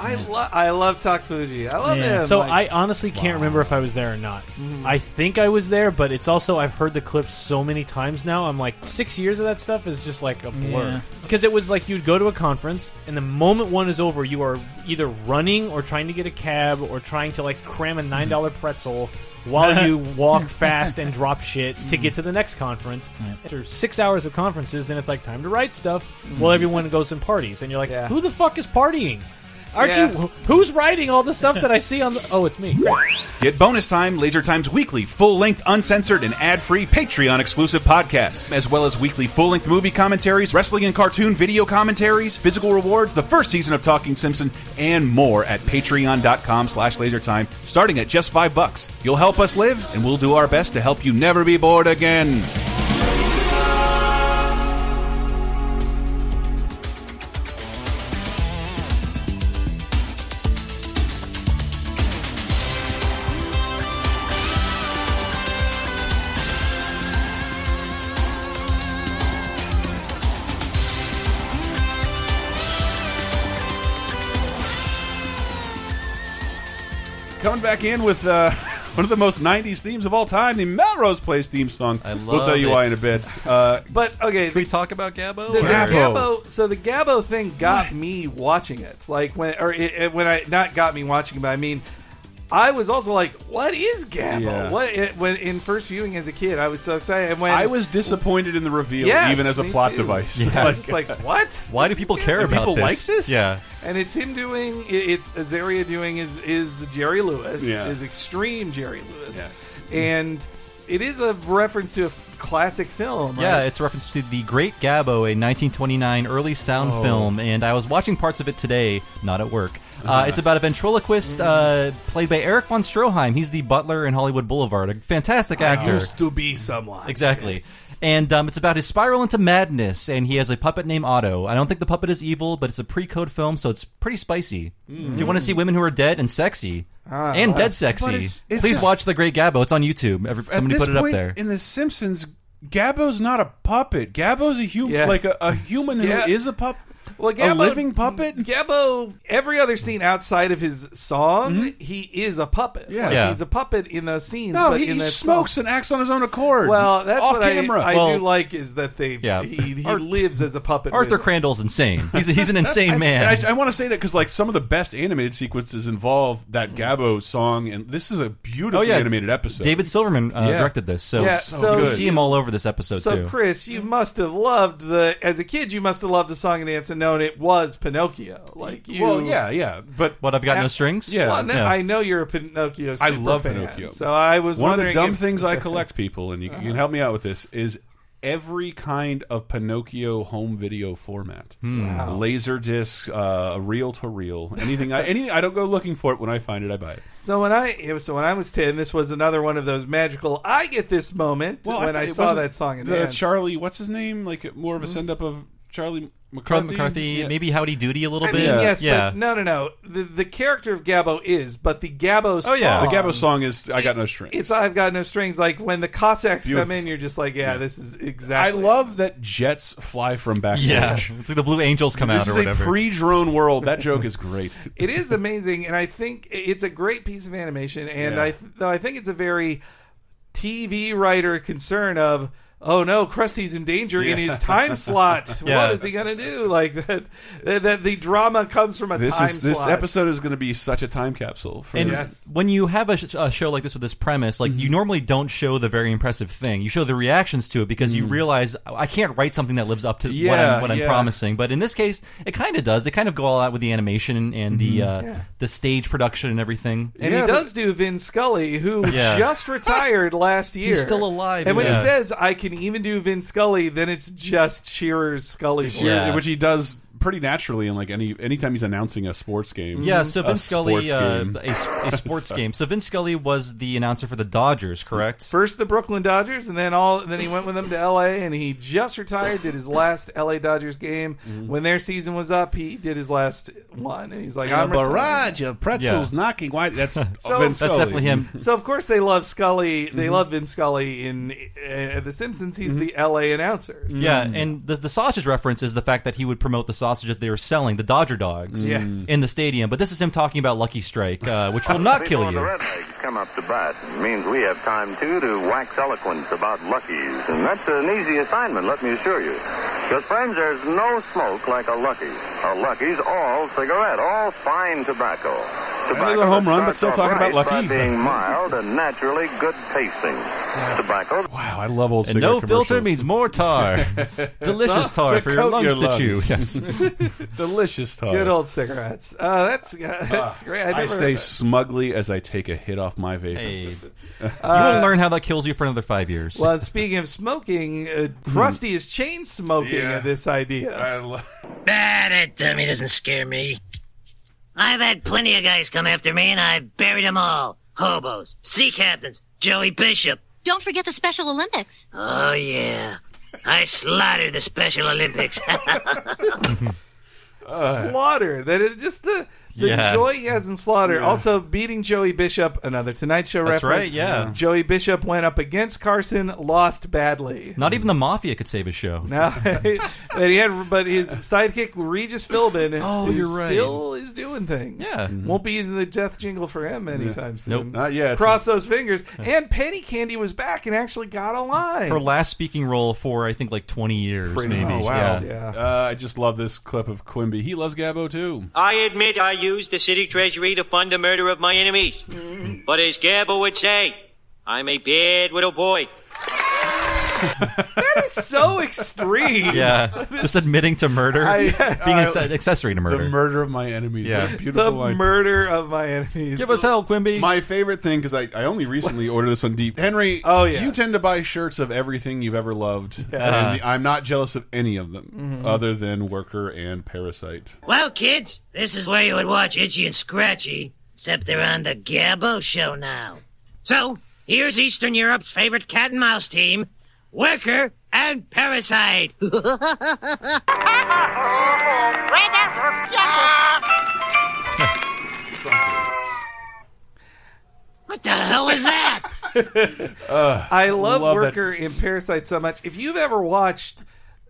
D: I love I love Takfuji. I love
M: Yeah.
D: him.
O: So
D: Like, Mm-hmm.
O: I honestly can't remember if I was there or not. I think I was there, but it's also I've heard the clip so many times now. I'm like six years of that stuff is just like a
M: Yeah.
O: blur because it was like you'd go to a conference and the moment one is over, you are either running or trying to get a cab or trying to like cram a nine dollar pretzel while you walk fast and drop shit to get to the next conference. After six hours of conferences, then it's like time to write stuff. Well, everyone goes and parties, and you're like, who the fuck is partying? Aren't
M: Yeah.
O: you? wh- Who's writing all the stuff that I see on the? Oh, it's me. Great.
A: Get bonus time, Laser Time's weekly, full length, uncensored, and ad free Patreon exclusive podcasts, as well as weekly full length movie commentaries, wrestling and cartoon video commentaries, physical rewards, the first season of Talking Simpson, and more at patreon.com slash lasertime, starting at just five bucks. You'll help us live, and we'll do our best to help you never be bored again. Coming back in with uh, one of the most 90s themes of all time, the Melrose Place theme song. I love We'll tell you
C: it.
A: why in a bit. Uh,
D: But okay,
C: we talk about Gabbo?
D: The, the
A: Gabbo.
D: Gabbo. So the Gabbo thing got me watching it. Like when, or it, it- when I not got me watching, but I mean, I was also like, "What is Gabbo?"
A: Yeah.
D: What it, when in first viewing as a kid, I was so excited. And when
A: I was disappointed in the reveal,
D: Yes,
A: even as a
D: me
A: plot
D: too.
A: device.
D: I was just like, "What?
C: Why do people care
D: Gabbo.
C: about
D: People like
C: this?
D: this?
C: Yeah.
D: And it's him doing. it- It's Azaria doing is is Jerry Lewis
C: Yeah.
D: is extreme Jerry Lewis, and it is a reference to a f- classic film.
C: Yeah,
D: right?
C: it's a reference to The Great Gabbo, a 1929 early sound
D: Oh.
C: film, and I was watching parts of it today, not at work. Uh,
D: Uh-huh.
C: it's about a ventriloquist
A: Mm-hmm.
C: uh, played by Eric von Stroheim. He's the butler in Hollywood Boulevard, a fantastic actor.
D: I used to be someone.
C: Exactly. And um, it's about his spiral into madness, and he has a puppet named Otto. I don't think the puppet is evil, but it's a pre code film, so it's pretty spicy. If you want to see women who are dead and sexy,
A: Mm-hmm. Ah.
C: and
A: But
C: dead sexy,
A: it's- it's
C: please
A: just-
C: watch The Great Gabbo. It's on YouTube. Every, somebody
A: At this
C: put it
A: point
C: up there.
A: In The Simpsons, Gabbo's not a puppet. Gabbo's a human,
D: Yes.
A: like a, a human
D: Yeah.
A: who is a puppet.
D: Well,
A: a
D: Gabbo-
A: living puppet.
D: Gabbo, every other scene outside of his song, he is a puppet.
A: Mm-hmm. Yeah.
D: Like,
A: Yeah.
D: he's a puppet in those scenes.
A: No,
D: but
A: he,
D: in
A: he
D: that
A: smokes
D: song-
A: and acts on his own accord.
D: Well, that's
A: off
D: what I-
A: camera.
D: I,
C: Well-
D: do like is that they
C: Yeah.
D: he, he
C: Ar-
D: lives as a puppet.
C: Arthur
D: really.
C: Crandall's insane. He's, a, he's an insane man.
A: And I, I want to say that because like some of the best animated sequences involve that Gabbo song, and this is a beautiful
D: Oh,
A: animated episode.
C: David Silverman uh,
A: Yeah.
C: directed this, so,
A: Yeah, so-
C: you can see him all over this episode
D: So,
C: too.
D: Chris, you must have loved the as a kid. You must have loved the song and dance and known it was Pinocchio. Like you,
A: Well, yeah, yeah, but
C: what I've got no strings.
A: Yeah,
D: Well, no,
A: Yeah.
D: I know you're a Pinocchio. Super
A: I love
D: fan,
A: Pinocchio.
D: So I was
A: one of
D: wondering
A: the dumb
D: if-
A: Uh-huh. things I collect, people, and you, you can help me out with this is every kind of Pinocchio home video format.
C: Hmm. Wow.
A: Laser disc, uh, reel to reel, anything. I, anything. I don't go looking for it. When I find it, I buy it.
D: So when I it was, so when I was ten, this was another one of those magical I get this moment when I,
A: it
D: saw
A: wasn't Mm-hmm.
D: that song. And
A: the
D: dance.
A: Charlie, what's his name? Like more of a send up of Charlie
C: Charlie
A: McCarthy.
C: McCarthy,
A: Yeah.
C: maybe Howdy Doody a little
D: I
C: bit.
D: mean, yes,
C: yeah.
D: but no, no, no. The the character of Gabbo is, but the Gabbo.
A: Oh yeah,
D: song,
A: the Gabbo song is "I Got No Strings."
D: It's I've got no strings. Like when the Cossacks
A: Beautiful.
D: come in, you're just like, yeah, this is
A: I
D: exactly.
A: love that jets fly from backstage.
C: Yeah. It's like the Blue Angels come
A: this
C: out or
A: is
C: whatever.
A: a pre-drone world. That joke is great.
D: it is amazing, and I think it's a great piece of animation. And
A: Yeah.
D: I though I think it's a very TV writer concern of. Oh no, Krusty's in danger in
A: Yeah.
D: his time slot.
A: Yeah.
D: What is he gonna do? Like that, that, that the drama comes from a
A: This
D: time
A: is this
D: slot.
A: episode is going to be such a time capsule. For
C: And when you have a, sh- a show like this with this premise, like
A: Mm-hmm.
C: you normally don't show the very impressive thing. You show the reactions to it because you realize "Oh, I can't write something that lives up to what
A: Mm. Yeah,
C: I'm, what I'm
A: yeah.
C: promising. But in this case, it kind of does. They kind of go all out with the animation and, and the
D: Mhm.
A: Mm-hmm.
C: uh,
D: Yeah.
C: the stage production and everything.
D: And he does do Vin Scully, who
C: Yeah.
D: just retired last year.
C: He's still alive,
D: And when
C: yeah.
D: he says, I can even do Vin Scully, then it's just Shearer's Scully voice.
A: Yeah. Uh, which he does pretty naturally in like any anytime he's announcing a sports game.
C: Yeah, so
A: A
C: Vince Scully,
A: sports
C: uh,
A: game.
C: a, s- a sports
A: Sorry.
C: game. So Vince Scully was the announcer for the Dodgers, correct?
D: First the Brooklyn Dodgers, and then all. Then he went with them to L.A. and he just retired. Did his last L.A. Dodgers game when their season was up. He did his last one, and he's like,
A: And a
D: "I'm retiring."
A: barrage of pretzels knocking white. That's Vin Scully. Mm-hmm.
D: So of course they love Scully. They love Vin Scully in uh, The Simpsons. He's the L.A. announcer. So-
C: Yeah, and the, the sausage reference is the fact that he would promote the sausages they were selling, the Dodger dogs,
P: Yes.
C: in the stadium. But this is him talking about Lucky Strike, uh, which will not
P: People
C: kill
P: in The
C: you.
P: rednecks come up to bat. It means we have time too to wax eloquent about luckies, and that's an easy assignment. Let me assure you, because friends, there's no smoke like a lucky. A lucky's all cigarette, all fine tobacco. Tobacco
A: Another home
P: that
A: run, but
P: starts
A: still
P: off
A: talking about
P: right
A: Lucky.
P: by being mild and naturally good tasting. Tobacco.
A: Wow, I love old
C: And no
A: cigarette
C: filter
A: commercials.
C: means more tar. Delicious
A: To
C: tar for your
A: coat
C: lungs to chew. Yes.
A: lungs. delicious tar.
D: Good old cigarettes. Uh, that's that's great. I, never
A: Ah, I say
D: heard
A: smugly as I take a hit off my vape.
C: you
A: Uh,
C: want to learn how that kills you for another five years.
D: that. Well, and speaking of smoking, uh, Krusty is chain smoking at this idea.
B: Bad, that dummy doesn't scare me. I've had plenty of guys come after me, and I buried them all. Hobos, sea captains, Joey Bishop.
Q: Don't forget the Special Olympics.
B: Oh, yeah. I slaughtered the Special Olympics.
C: Uh,
D: Slaughter. That is just the the
B: Yeah.
D: joy he has in Slaughter.
B: Yeah.
D: Also beating Joey Bishop, another Tonight Show
C: That's
D: reference.
C: right, yeah.
D: Joey Bishop went up against Carson, lost badly.
C: Not even the mafia could save his show.
D: No, but he had, but his sidekick Regis Philbin, is,
C: Oh,
D: who
C: you're right.
D: still is doing things.
C: Yeah. Mhm.
D: won't be using the death jingle for him anytime soon.
C: Nope. Not yet.
D: Cross those fingers. And Penny Candy was back and actually got a line.
C: Her last speaking role for I think like twenty years, maybe.
A: Oh, wow.
C: Yeah.
A: Uh, I just love this clip of Quimby. He loves Gabbo too.
R: I admit I used the city treasury to fund the murder of my enemies. But as Gabba would say, I'm a bad little boy.
D: that is so extreme.
C: Yeah. just admitting to murder,
D: I-
C: being
D: I-
C: an accessory to murder.
A: The murder of my enemies.
C: Yeah.
A: What a
D: the
A: beautiful line.
D: murder of my enemies.
A: Give us
C: hell, Quimby.
A: My favorite thing because I, I only recently ordered this on Deep. Henry,
D: Oh, yes.
A: you tend to buy shirts of everything you've ever loved.
B: Yeah.
A: And the- I'm not jealous of any of them,
B: Mhm.
A: other than Worker and Parasite.
B: well, kids, this is where you would watch Itchy and Scratchy, except they're on the Gabbo show now. So, here's Eastern Europe's favorite cat and mouse team, Worker and Parasite. What the hell was that?
D: I
B: love
D: love,
B: that-
D: Worker in Parasite so much. If you've ever watched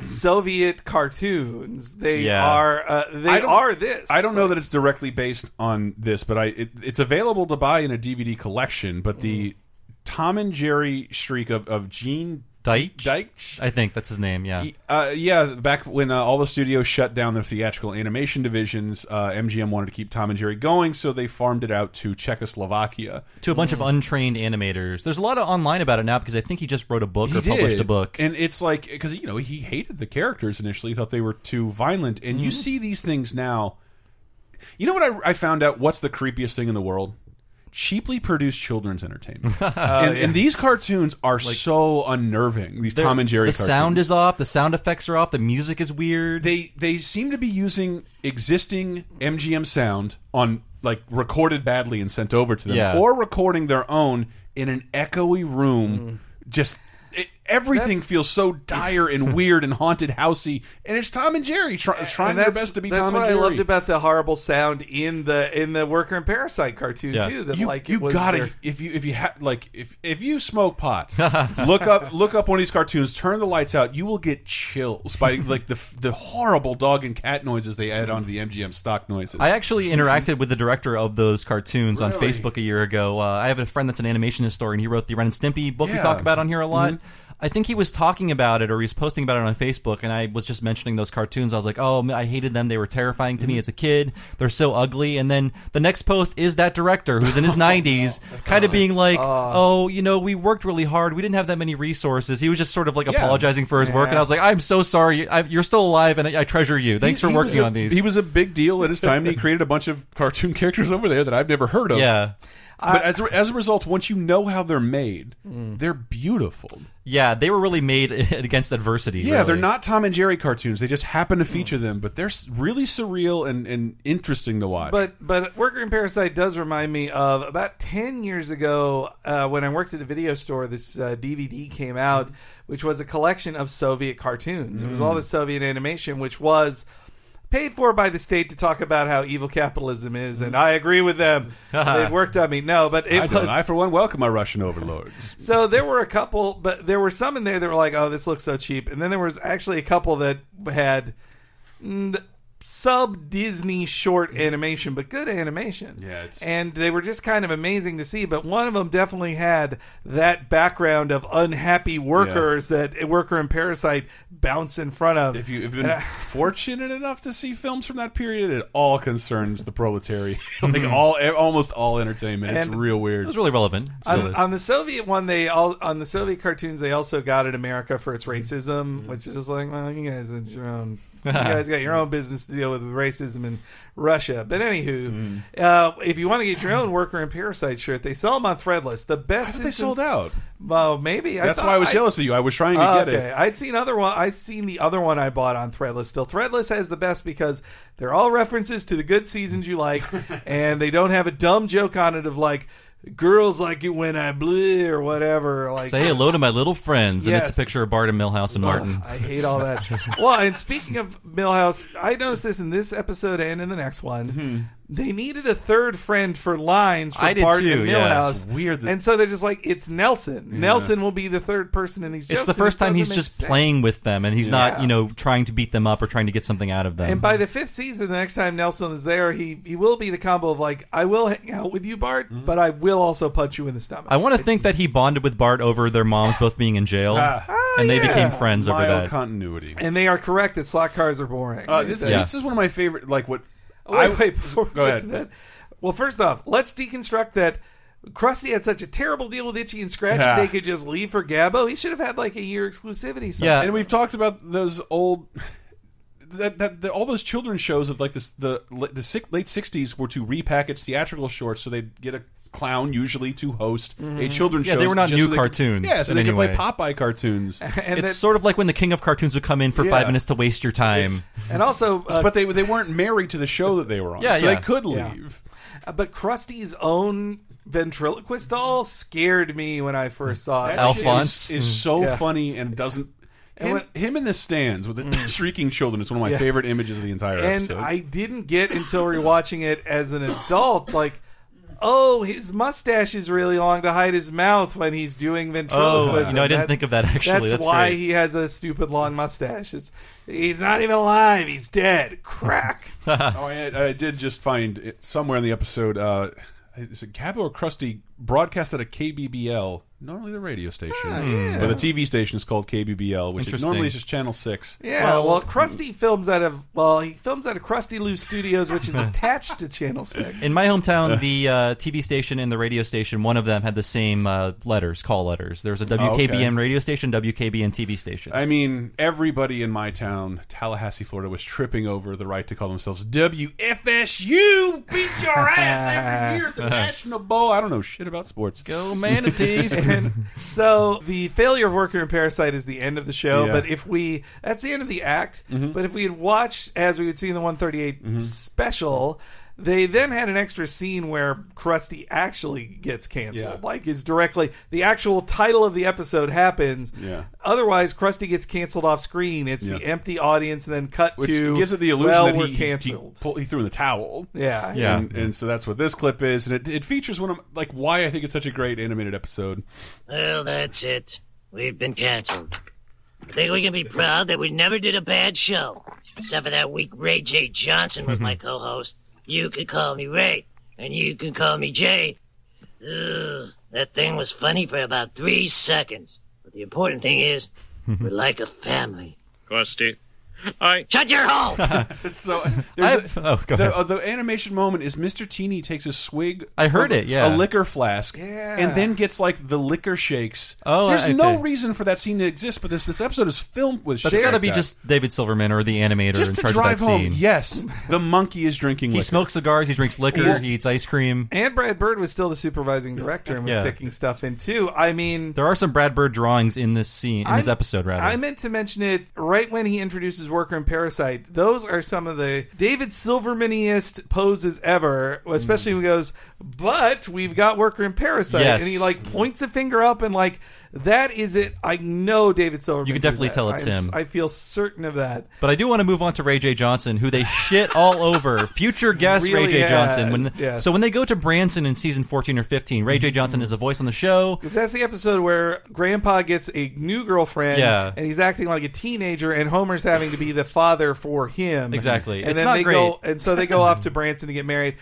D: Soviet cartoons, they
A: Yeah.
D: are uh,
A: I
D: they
A: don't-
D: are this.
A: I don't know that it's directly based on this, but I it, it's available to buy in a DVD collection. But the Tom and Jerry streak of, of Gene
C: Deitch,
A: Deitch,
C: I think that's his name. Yeah.
A: uh, yeah, back when uh, all the studios shut down their theatrical animation divisions, uh, MGM wanted to keep Tom and Jerry going, so they farmed it out to Czechoslovakia.
C: to a bunch
A: Mm.
C: of untrained animators. There's a lot of online about it now because I think he just wrote a book or published a book.
A: and it's like because you know he hated the characters initially, thought they were too violent, and
C: Mm-hmm.
A: you see these things now. You know what I, I found out? What's the creepiest thing in the world? cheaply produced children's entertainment.
C: Oh,
A: and,
C: yeah.
A: and these cartoons are so unnerving. These Tom and Jerry
C: The
A: cartoons.
C: sound is off. The sound effects are off. The music is weird.
A: They they seem to be using existing MGM sound on like recorded badly and sent over to them,
C: Yeah.
A: or recording their own in an echoey room.
D: Mm.
A: Just it, everything feels so dire and weird and haunted housey, and it's Tom and Jerry try, trying
D: And
A: their
D: that's-
A: best to be
D: That's
A: Tom
D: what
A: and Jerry.
D: I loved about the horrible sound in the in the Worker and Parasite cartoon
A: Yeah.
D: too. That
A: you,
D: like it
A: you
D: was
A: gotta
D: their-
A: if you if you ha- like if if you smoke pot, look up look up one of these cartoons, turn the lights out, you will get chills by like the the horrible dog and cat noises they add onto the MGM stock noises.
C: I actually interacted with the director of those cartoons on
A: Really?
C: Facebook a year ago. Uh, I have a friend that's an animation historian. He wrote the Ren and Stimpy book we
A: Yeah.
C: talk about on here a lot.
A: Mhm.
C: I think he was talking about it or he was posting about it on Facebook, and I was just mentioning those cartoons. I was like, oh, man, I hated them. They were terrifying to
A: Mm-hmm.
C: me as a kid. They're so ugly. And then the next post is that director who's in his 90s, kind of being like, oh, you know, we worked really hard. We didn't have that many resources. He was just sort of like
A: Yeah.
C: apologizing for his work. And
A: Yeah.
C: I was like, I'm so sorry. I, you're still alive, and I, I treasure you. Thanks
A: He-
C: for
A: he was
C: working
A: a-
C: on these.
A: He was a big deal at his time, and he created a bunch of cartoon characters over there that I've never heard of.
C: Yeah.
A: but as a, as a result, once you know how they're made,
D: Mm.
A: they're beautiful.
C: Yeah, they were really made against adversity.
A: Yeah, they're
C: really.
A: not Tom and Jerry cartoons. They just happen to feature them, but they're s- really surreal and, and interesting to watch.
D: But but Worker and Parasite does remind me of about ten years ago uh, when I worked at a video store. This uh, DVD came out, which was a collection of Soviet cartoons. It was
O: Mm.
D: all the Soviet animation, which was paid for by the state to talk about how evil capitalism is, and I agree with them. They've worked on me. No, but it
A: Mm. I,
D: was.
A: don't. I, for one, welcome my Russian overlords.
D: So there were a couple, but there were some in there that were like, "Oh, this looks so cheap," and then there was actually a couple that had mm, sub Disney short animation, but good animation.
A: Yeah, it's-
D: and they were just kind of amazing to see. But one of them definitely had that background of unhappy workers that worker and parasite bounce in front of.
A: If you- if
D: And
A: you've been
D: I-
A: fortunate enough to see films from that period, it all concerns the proletariat. like all, e, almost all entertainment. It's
D: Mm-hmm. And-
A: real weird. It was
C: really relevant.
D: on, on the Soviet one, they all on the Soviet cartoons, they also got at America for its racism,
A: Mm-hmm.
D: which is just like, well, you guys are your own, you guys got your own business to deal with racism in Russia. But
A: Mm-hmm.
D: anywho, uh, if you want to get your own worker and parasite shirt, they sell them on Threadless. The best
A: they sold out.
D: Well, maybe
A: That's
D: I thought
A: why I was
D: I-
A: jealous of you. I was trying to
D: Oh,
A: get
D: okay.
A: it.
D: I'd seen other one. I seen the other one I bought on Threadless. Still, Threadless has the best because they're all references to the good seasons you like, and they don't have a dumb joke on it of like girls like you when I blew or whatever. Like
C: Say hello to my little friends, and it's
D: Yes.
C: a picture of Bart and Milhouse and Martin.
D: I hate all that. well, and speaking of Millhouse, I noticed this in this episode and in the next one. They needed a third friend for lines for
C: Hmm. I did
D: Bart
C: too,
D: and
C: yeah.
D: Millhouse.
C: It's weird that-
D: and so they're just like, it's Nelson. Nelson will be the third person in these. jokes,
C: It's the
D: and it
C: first time he's
D: doesn't make
C: just
D: sense.
C: playing with them, and he's not,
D: Yeah.
C: you know, trying to beat them up or trying to get something out of them.
D: And by the fifth season, the next time Nelson is there, he he will be the combo of like, I will hang out with you, Bart,
A: Mm-hmm.
D: but I will also punch you in the stomach.
C: I want to think that he bonded with Bart over their moms both being in jail,
D: Ah.
C: and they
D: yeah.
C: became friends over
A: Mild
C: that.
A: continuity.
D: And they are correct that slot cars are boring.
A: Uh, this,
C: Yeah.
A: this is one of my favorite. Like what?
D: Oh, wait,
A: I-
D: wait, before we
A: Go
D: get
A: ahead.
D: to that. Well, first off, let's deconstruct that Krusty had such a terrible deal with Itchy and Scratchy
A: Yeah.
D: they could just leave for Gabbo. He should have had like a year exclusivity. something.
A: and we've talked about those old. That, that the, all those children's shows of like this the the sick, late sixties were to repackage theatrical shorts, so they'd get a clown usually to host a
D: Mm-hmm.
C: Mhm.
A: children's
C: Yeah,
A: show.
C: they were not
A: just
C: new
A: so could-
C: cartoons
A: yeah, so
C: in
A: they
C: any
A: could
C: way.
A: play Popeye cartoons.
D: and
C: it's
D: that-
C: sort of like when the King of Cartoons would come in for
A: Yeah.
C: five minutes to waste your time.
D: and also, uh,
A: but they they weren't married to the show that they were on,
C: Yeah,
A: so
C: yeah.
A: they could
D: Yeah.
A: leave.
D: Uh, but Krusty's own ventriloquist doll scared me when I first saw it.
A: That shit is,
C: Mm.
A: is so funny and doesn't.
D: And
A: Him,
D: when-
A: him in the stands with the shrieking children is one of my
D: Yes.
A: favorite images of the entire
D: and
A: episode.
D: I didn't get until rewatching it as an adult, like, oh, his mustache is really long to hide his mouth when he's doing ventriloquism.
C: Oh, no, I didn't
D: That-
C: think of that, actually. That's
D: why
C: great.
D: he has a stupid long mustache. It's he's not even alive. He's dead. Crack.
A: oh, I, I did just find it somewhere in the episode. Uh, is it Gabby or Krusty broadcast at a KBBL, normally the radio station,
D: Ah, yeah.
A: but the TV station is called KBBL, which is
D: Interesting.
A: normally is just Channel Six.
D: Yeah, well, Krusty films out of well, he films out of Krusty Lou Studios, which is attached to Channel Six.
C: In my hometown, the uh, TV station and the radio station, one of them had the same uh, letters, call letters. There was a WKBM radio station, WKBN TV station.
A: I mean, everybody in my town, Tallahassee, Florida, was tripping over the right to call themselves W. FSU beat your ass every year at the National Bowl. I don't know shit about sports.
C: Go
D: And so the failure of Worker and Parasite is the end of the show.
A: Yeah. Mm-hmm.
D: But if we, that's the end of the act. But if we had watched as we would see in the 138 special, they then had an extra scene where Krusty actually gets canceled.
A: Yeah.
D: Like is directly the actual title of the episode happens.
A: Yeah.
D: Otherwise, Krusty gets canceled off screen. It's the
A: Yeah.
D: empty audience, and then cut
A: Which
D: to
A: gives it the illusion
D: well,
A: that
D: we're
A: he,
D: canceled.
A: He, pull, he threw in the towel.
D: Yeah.
A: yeah. And, and so that's what this clip is, and it, it features one of like why I think it's such a great animated episode.
B: Well, that's it. We've been canceled. I think we can be proud that we never did a bad show. Except for that week Ray J. Johnson was my co host. You could call me Ray, and you can call me Jay. Ugh, that thing was funny for about three seconds. But the important thing is, we're like a family.
G: Krusty. I
B: Shut your hole!
A: so
B: I
A: there's
B: have-
A: a-
B: oh, go
A: the,
B: ahead.
A: uh, the animation moment is Mr. Teeny takes a swig.
C: I heard
A: of
C: it,
A: a
C: yeah.
A: liquor flask,
D: Yeah.
A: and then gets like the liquor shakes.
C: Oh,
A: there's
C: okay.
A: no reason for that scene to exist, but this this episode is filmed with.
C: That's
A: shit
C: got to
A: like
C: be
A: that.
C: just David Silverman or the animator
A: Just
C: in
A: to
C: charge
A: drive
C: of that
A: home,
C: scene.
A: yes, the monkey is drinking.
C: He
A: liquor.
C: smokes cigars, he drinks liquor,
D: Yeah.
C: he eats ice cream.
D: And Brad Bird was still the supervising director and was
C: Yeah.
D: sticking stuff in too. I mean,
C: There are some Brad Bird drawings in this scene, in this
D: I'm-
C: episode, rather.
D: I meant to mention it right when he introduces Worker and Parasite. Those are some of the David Silvermaniest poses ever, especially when he goes, But we've got Worker and Parasite.
C: Yes.
D: And he like points a finger up and like, That is it. I know David Silverman.
C: You can
D: did
C: definitely
D: that.
C: tell it's
D: I'm s-
C: him.
D: I feel certain of that.
C: But I do want to move on to Ray J. Johnson, who they shit all over. Future guest Ray
D: Really
C: J.
D: has,
C: Johnson. When,
D: yes.
C: So when they go to Branson in season 14 or 15, Ray J. Johnson is a voice on the show.
D: Because that's the episode where Grandpa gets a new girlfriend,
C: Yeah.
D: and he's acting like a teenager, and Homer's having to be the father for him.
C: Exactly.
D: and
C: It's
D: then
C: not
D: they
C: great.
D: go, and so they go off to Branson to get married.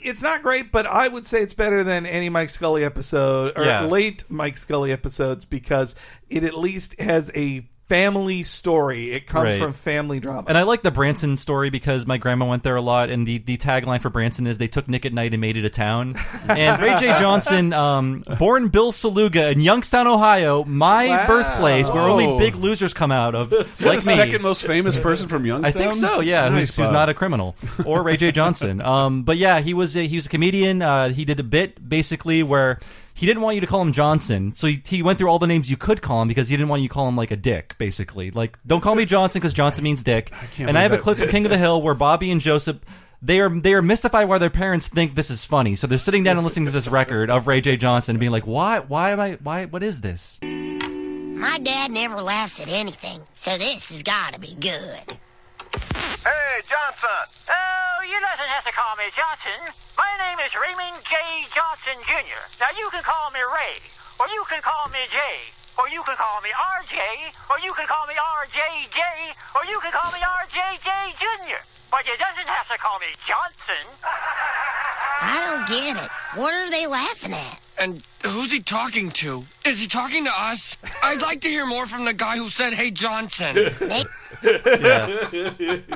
D: It's not great, but I would say it's better than any Mike Scully episode or
C: Yeah.
D: late Mike Scully episodes because it at least has a family story. It comes
C: Right.
D: from family drama.
C: And I like the Branson story because my grandma went there a lot, and the, the tagline for Branson is they took Nick at night and made it a town. And Ray J. Johnson, um, born Bill Saluga in Youngstown, Ohio, my
A: Wow.
C: birthplace, where
A: Whoa.
C: only big losers come out of,
A: You're
C: like
A: the
C: me.
A: second most famous person from
C: I
A: Youngstown.
C: think so. Yeah,
A: Nice,
C: who's, who's
A: Bob.
C: not a criminal or Ray J Johnson. Um, but yeah, he was a, he was a comedian. Uh, he did a bit basically where he didn't want you to call him Johnson, so he, he went through all the names you could call him because he didn't want you to call him like a dick. Basically, like don't call me Johnson because Johnson means dick.
A: can't
C: And I have a
A: believe
C: clip
A: that.
C: from King of the Hill where Bobby and Joseph. They are they are mystified why their parents think this is funny. So they're sitting down and listening to this record of Ray J Johnson and being like, "Why? Why am I? Why? What is this?"
S: My dad never laughs at anything, so this has got to be good.
T: Hey, Johnson!
U: Oh, you doesn't have to call me Johnson. My name is Raymond J. Johnson Jr. Now you can call me Ray, or you can call me Jay, or you can call me RJ, or you can call me RJJ, or you can call me RJJ Jr. But you doesn't have to call me Johnson.
S: I don't get it. What are they laughing at?
V: And who's he talking to? Is he talking to us? I'd like to hear more from the guy who said, "Hey, Johnson."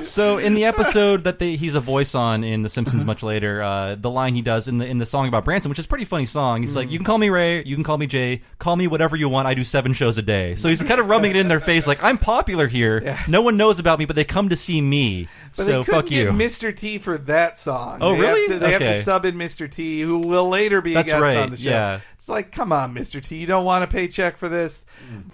C: so in the episode that they, he's a voice on in The
D: Mm-hmm.
C: Simpsons much later, uh, the line he does in the in the song about Branson, which is a pretty funny song. He's
D: Mm.
C: like, "You can call me Ray, you can call me Jay, call me whatever you want. I do seven shows a day." So he's kind of rubbing it in their face, like, "I'm popular here. No one knows about me, but they come to see me.
D: But
C: so
D: they couldn't
C: fuck
D: get
C: you."
D: Mr. T for that song.
C: Oh,
D: They
C: really?
D: Have to, they have
C: Okay.
D: to sub in Mr. T, who will later be
C: That's
D: a guest on
C: right,
D: the show.
C: yeah.
D: It's like, come on, Mr. T, you don't want a paycheck for this.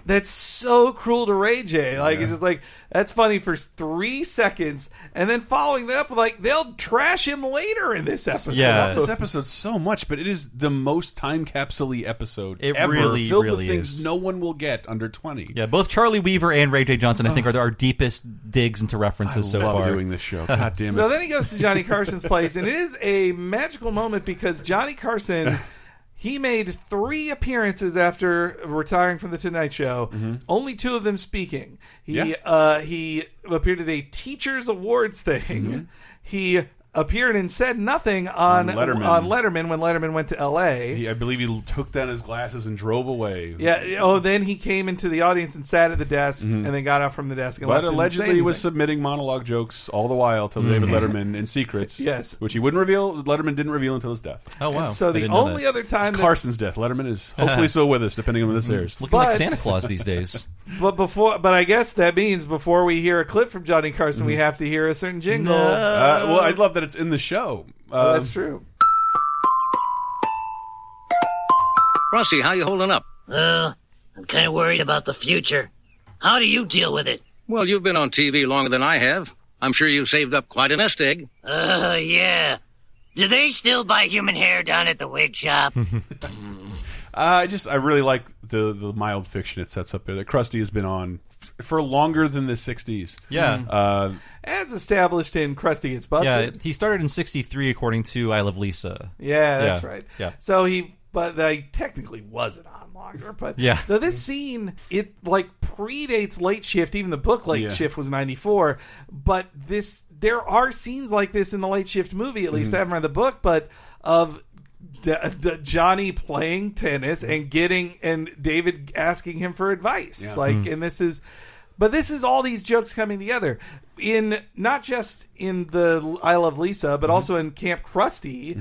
D: That's so cruel to Ray J. Like
C: Yeah.
D: it's just like that's funny for three seconds, and then following that up with like they'll trash him later in this episode.
A: Yeah, this episode so much, but it is the most time capsule episode.
C: It
A: ever,
C: really,
A: filled
C: really
A: with things
C: is.
A: no one will get under twenty.
C: Yeah, both Charlie Weaver and Ray J Johnson, I think, are our deepest digs into references so
A: love
C: far.
A: doing this show. God damn
D: So then he goes to Johnny Carson's place, and it is a magical moment because Johnny Carson. He made three appearances after retiring from the Tonight Show. Only two of them speaking. He
A: Mm-hmm. Yeah.
D: uh, he appeared at a teachers awards thing. He appeared and said nothing on
A: Mm-hmm. On Letterman.
D: on Letterman when Letterman went to L.A.
A: He, I believe he took down his glasses and drove away.
D: Yeah. Oh, then he came into the audience and sat at the desk, and then got out from the desk. And
A: Mm-hmm. But
D: left and
A: allegedly
D: didn't
A: he
D: say
A: was submitting monologue jokes all the while to David
C: Mm.
A: Letterman in secrets.
D: Yes.
A: Which he wouldn't reveal. Letterman didn't reveal until his death.
D: Oh, wow. And so I the didn't know only that. other time
A: It's
D: that-
A: Carson's death. Letterman is hopefully still with us, depending on when this airs.
D: Looking like But- Santa Claus
C: these days.
D: anything. But before, but I guess that means before we hear a clip from Johnny Carson, we have to hear a certain jingle.
A: Uh, well, I love that it's in the show.
D: Oh,
A: Uh,
D: that's true.
B: Rossi, how you holding up? Uh, I'm kind of worried about the future. How do you deal with it?
H: Well, you've been on TV longer than I have. I'm sure you've saved up quite a nest egg.
B: Uh, yeah. Do they still buy human hair down at the wig shop?
A: I just I really like the the mild fiction it sets up. It Krusty has been on f- for longer than the '60s.
C: Yeah.
D: Mm-hmm.
A: Uh,
D: As established in Krusty Gets
C: Yeah,
D: Busted.
C: he started in '63, according to I Love Lisa.
D: Yeah, that's right.
C: Yeah,
D: So he, but they technically wasn't on longer. But
C: Yeah.
D: though this scene it like predates Late Shift. Even the book Late
C: Yeah.
D: Shift was ninety four. But this, there are scenes like this in the Late Shift movie. At least
C: Mhm.
D: I haven't read the book, but of. D- D- Johnny playing tennis and getting and David asking him for advice,
C: Yeah.
D: like,
C: Mhm.
D: and this is, but this is all these jokes coming together in not just in the I Love Lisa,
C: Mm-hmm.
D: but also in Camp Krusty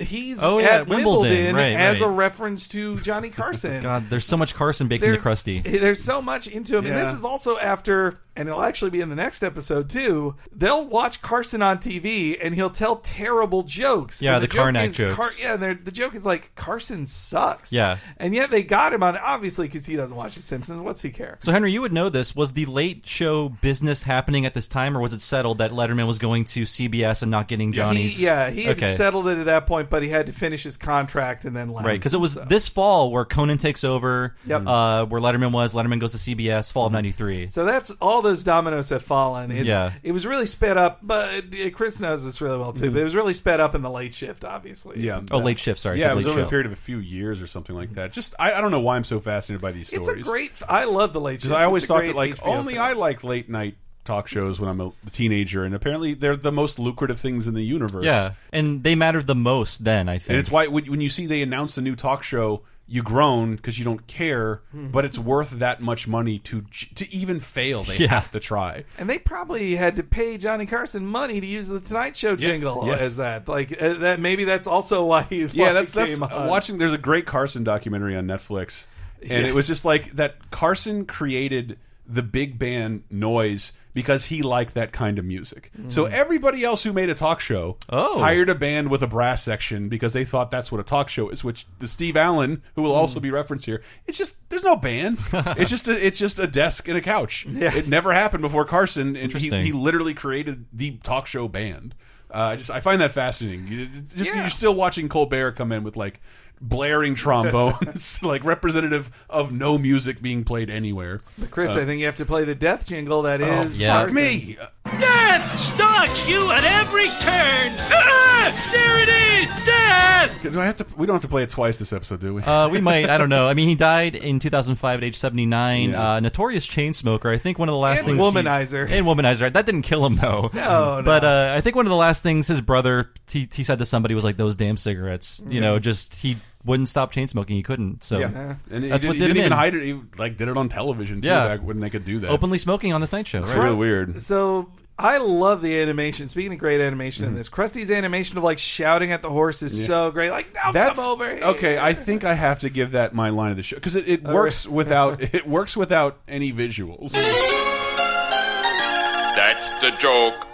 D: he's
C: Oh, yeah,
D: at
C: Wimbledon,
D: Wimbledon,
C: right,
D: as
C: right.
D: a reference to Johnny Carson.
C: God, there's so much Carson baked into Krusty.
D: There's so much into him. And this
C: Yeah.
D: is also after, and it'll actually be in the next episode too. They'll watch Carson on TV and he'll tell terrible jokes.
C: Yeah,
D: And
C: the Karnak
D: is Car-
C: jokes.
D: yeah, and they're- the joke is like, Carson sucks.
C: Yeah.
D: And yet they got him on, obviously, because he doesn't watch The Simpsons. What's he care?
C: So Henry, you would know this. Was the late show business happening at this time, or was it settled that Letterman was going to CBS and not getting Johnny's?
D: He, yeah, he had
C: okay.
D: settled it at that point, but he had to finish his contract and then left.
C: Right, because it was this fall where Conan takes over,
D: Yep. Mm-hmm.
C: uh, where Letterman was. Letterman goes to CBS, fall of '93.
D: So that's all those dominoes have fallen. It's,
C: Yeah.
D: It was really sped up, but uh, Chris knows this really well too. But it was really sped up in the late shift, obviously.
A: yeah.
C: Oh, late shift. Sorry, I
A: Yeah,
C: said
A: it was
C: late
A: over a
C: show.
A: period of a few years or something like that. Just I, I don't know why I'm so fascinated by these
D: It's
A: stories.
D: a great. I love the late
A: Because
D: shift.
A: I always
D: It's a
A: thought
D: great
A: that like
D: HBO
A: only
D: film.
A: I like late night talk shows when I'm a teenager, and apparently they're the most lucrative things in the universe.
C: Yeah, and they mattered the most then. I
A: and
C: think.
A: it's why when when you see they announce a new talk show, you groan because you don't care,
D: Hmm.
A: but it's worth that much money to j- to even fail. They
C: Yeah.
A: have to try.
D: And they probably had to pay Johnny Carson money to use the Tonight Show jingle
A: yes.
D: as that. Like uh, that. Maybe that's also why he. why
A: Yeah, that's
D: he
A: that's
D: came on.
A: watching. There's a great Carson documentary on Netflix, and
D: Yeah.
A: it was just like that. Carson created the big band noise because he liked that kind of music. So
C: Mm.
A: everybody else who made a talk show
C: Oh.
A: hired a band with a brass section because they thought that's what a talk show is. Which the Steve Allen, who will
D: Mm.
A: also be referenced here, it's just there's no band. it's just a, it's just a desk and a couch.
D: Yes.
A: It never happened before Carson, and he,
C: Interesting.
A: he literally created the talk show band. Uh, I just I find that fascinating. You- it's Just you're still watching Colbert come in with like blaring trombones, like representative of no music being played anywhere.
D: Chris, I think you have to play the death jingle. That
A: Uh, Oh,
D: is.
A: yeah.
D: Carson.
A: Me. Uh,
I: Death stalks you at every turn. Ah, there it is, death.
A: Do I have to? We don't have to play it twice this episode, do we?
C: Uh, we might. I don't know. I mean, he died in 2005 at age 79.
A: Yeah.
C: Uh, notorious chain smoker. I think one of the last
D: And
C: things. he-
D: womanizer.
C: and womanizer. That didn't kill him though.
D: No, no.
C: But uh, I think one of the last things his brother he, he said to somebody was like, "Those damn cigarettes." You know, just he wouldn't stop chain smoking. He couldn't. So
A: yeah, and he,
C: that's
A: did,
C: what
A: he
C: did
A: didn't even
C: him in.
A: hide it. He like did it on television too,
C: Yeah.
A: back when they could do that.
C: Openly smoking on the night show.
A: It's
C: right?
A: really weird.
D: So I love the animation. Speaking of great animation in this, Krusty's animation of like shouting at the horse is
A: Mm-hmm. Yeah.
D: so great. Like, now
A: That's
D: come over. here."
A: okay. I think I have to give that my line of the show because it, it
D: Oh,
A: works
D: really?
A: without it works without any visuals.
J: That's the joke.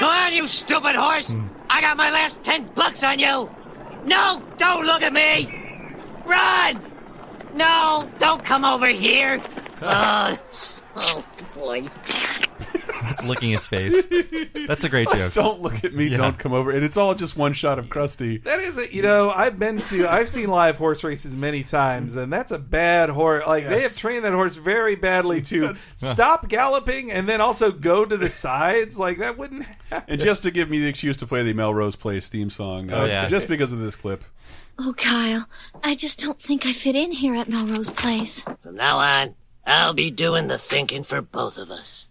B: Go on, you stupid horse! I got my last ten bucks on you! No, don't look at me! Run! No, don't come over here! Uh, oh boy.
C: Just licking his face. That's a great joke.
A: don't look at me. Don't come over. And it's all just one shot of Krusty.
D: That is it. You know, I've been to, I've seen live horse races many times, and that's a bad horse. Like they
A: Yes. uh.
D: have trained that horse very badly to stop galloping and then also go to the sides. Like that wouldn't. Happen.
A: And just to give me the excuse to play the Melrose Place theme song, uh,
C: Oh, yeah.
A: just because of this clip.
Q: Oh, Kyle, I just don't think I fit in here at Melrose Place.
B: From now on, I'll be doing the thinking for both of us.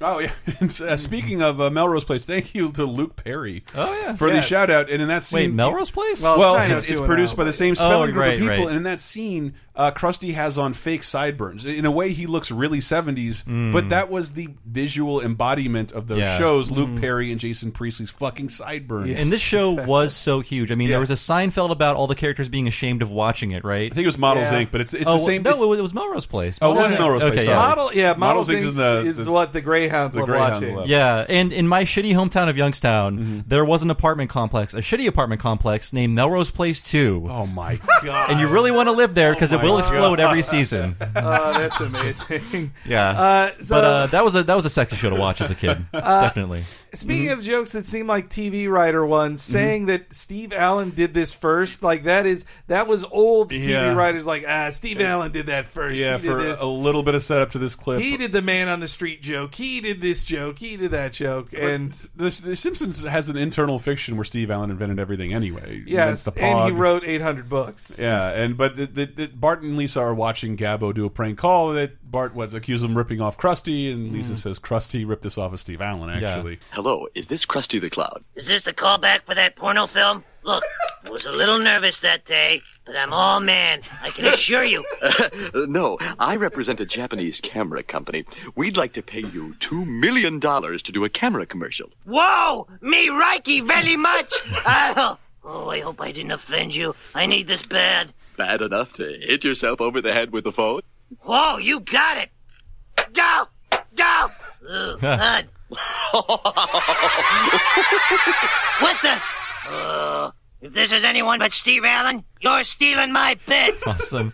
A: Oh yeah. Uh, Speaking of uh, Melrose Place, thank you to Luke Perry.
C: Oh, yeah.
A: for the
C: Yes.
A: shout out. And in that
C: Wait,
A: scene,
C: Melrose Place?
A: Well,
C: Well,
A: it's,
C: it's
A: it's
C: 90210,
A: produced by the same
C: but-
A: spelling
C: Oh,
A: group
C: right,
A: of people.
C: right.
A: And in that scene, uh, Krusty has on fake sideburns. In a way, he looks really seventies.
C: Mm.
A: But that was the visual embodiment of those
C: Yeah.
A: shows. Luke
C: Mm.
A: Perry and Jason Priestley's fucking sideburns.
C: And this show was so huge. I mean, there was a Seinfeld about all the characters being ashamed of watching it, right? I
A: think it was Models, Yeah. Inc., but it's- it's
C: oh,
A: the same-
C: No, it was Melrose Place.
A: Oh, it was Melrose Place,
C: Okay,
A: sorry.
C: yeah.
D: Model, yeah, models,
A: Models
D: is,
A: is the-
D: is
A: the-
D: what the Greyhounds
A: the
D: love
A: Greyhounds
D: watching.
A: love.
C: Yeah, and in my shitty hometown of Youngstown, there was an apartment complex, a shitty apartment complex named Melrose Place Two.
A: Oh my
D: God.
C: And you really want to live there because
D: Oh
C: it will
D: my
C: explode
D: God.
C: every season.
D: Oh, that's amazing.
C: Yeah,
D: Uh, so-
C: but uh, that was a that was a sexy show to watch as a kid,
D: Uh,
C: definitely.
D: Speaking
A: Mm-hmm.
D: of jokes that seem like TV writer ones, saying that Steve Allen did this first, like that is that was old TV
A: Yeah.
D: writers like ah Steve Allen did that first.
A: yeah,
D: he did
A: for
D: this.
A: a little bit of setup to this clip.
D: he did the man on the street joke. He did this joke. He did that joke. And
A: the, the Simpsons has an internal fiction where Steve Allen invented everything anyway.
D: yes,
A: Invents the
D: and
A: pog.
D: he wrote 800 books.
A: Yeah, and but the, the, the Bart and Lisa are watching Gabbo do a prank call that Bart what accused him of ripping off Krusty, and Lisa
B: Mm.
A: says Krusty ripped this off of Steve Allen. Actually,
F: hello, is this Krusty the Clown?
B: Is this the callback for that porno film? Look, I was a little nervous that day, but I'm all man. I can assure you.
F: Uh, no, I represent a Japanese camera company. We'd like to pay you two million dollars to do a camera commercial.
B: Whoa! Me Reiki very much! Oh, oh, I hope I didn't offend you. I need this bad.
F: Bad enough to hit yourself over the head with the phone?
B: Whoa, you got it! Go! Go! Ugh, God. what the? Ugh. if this is anyone but Steve Allen, you're stealing my bit!
C: Awesome.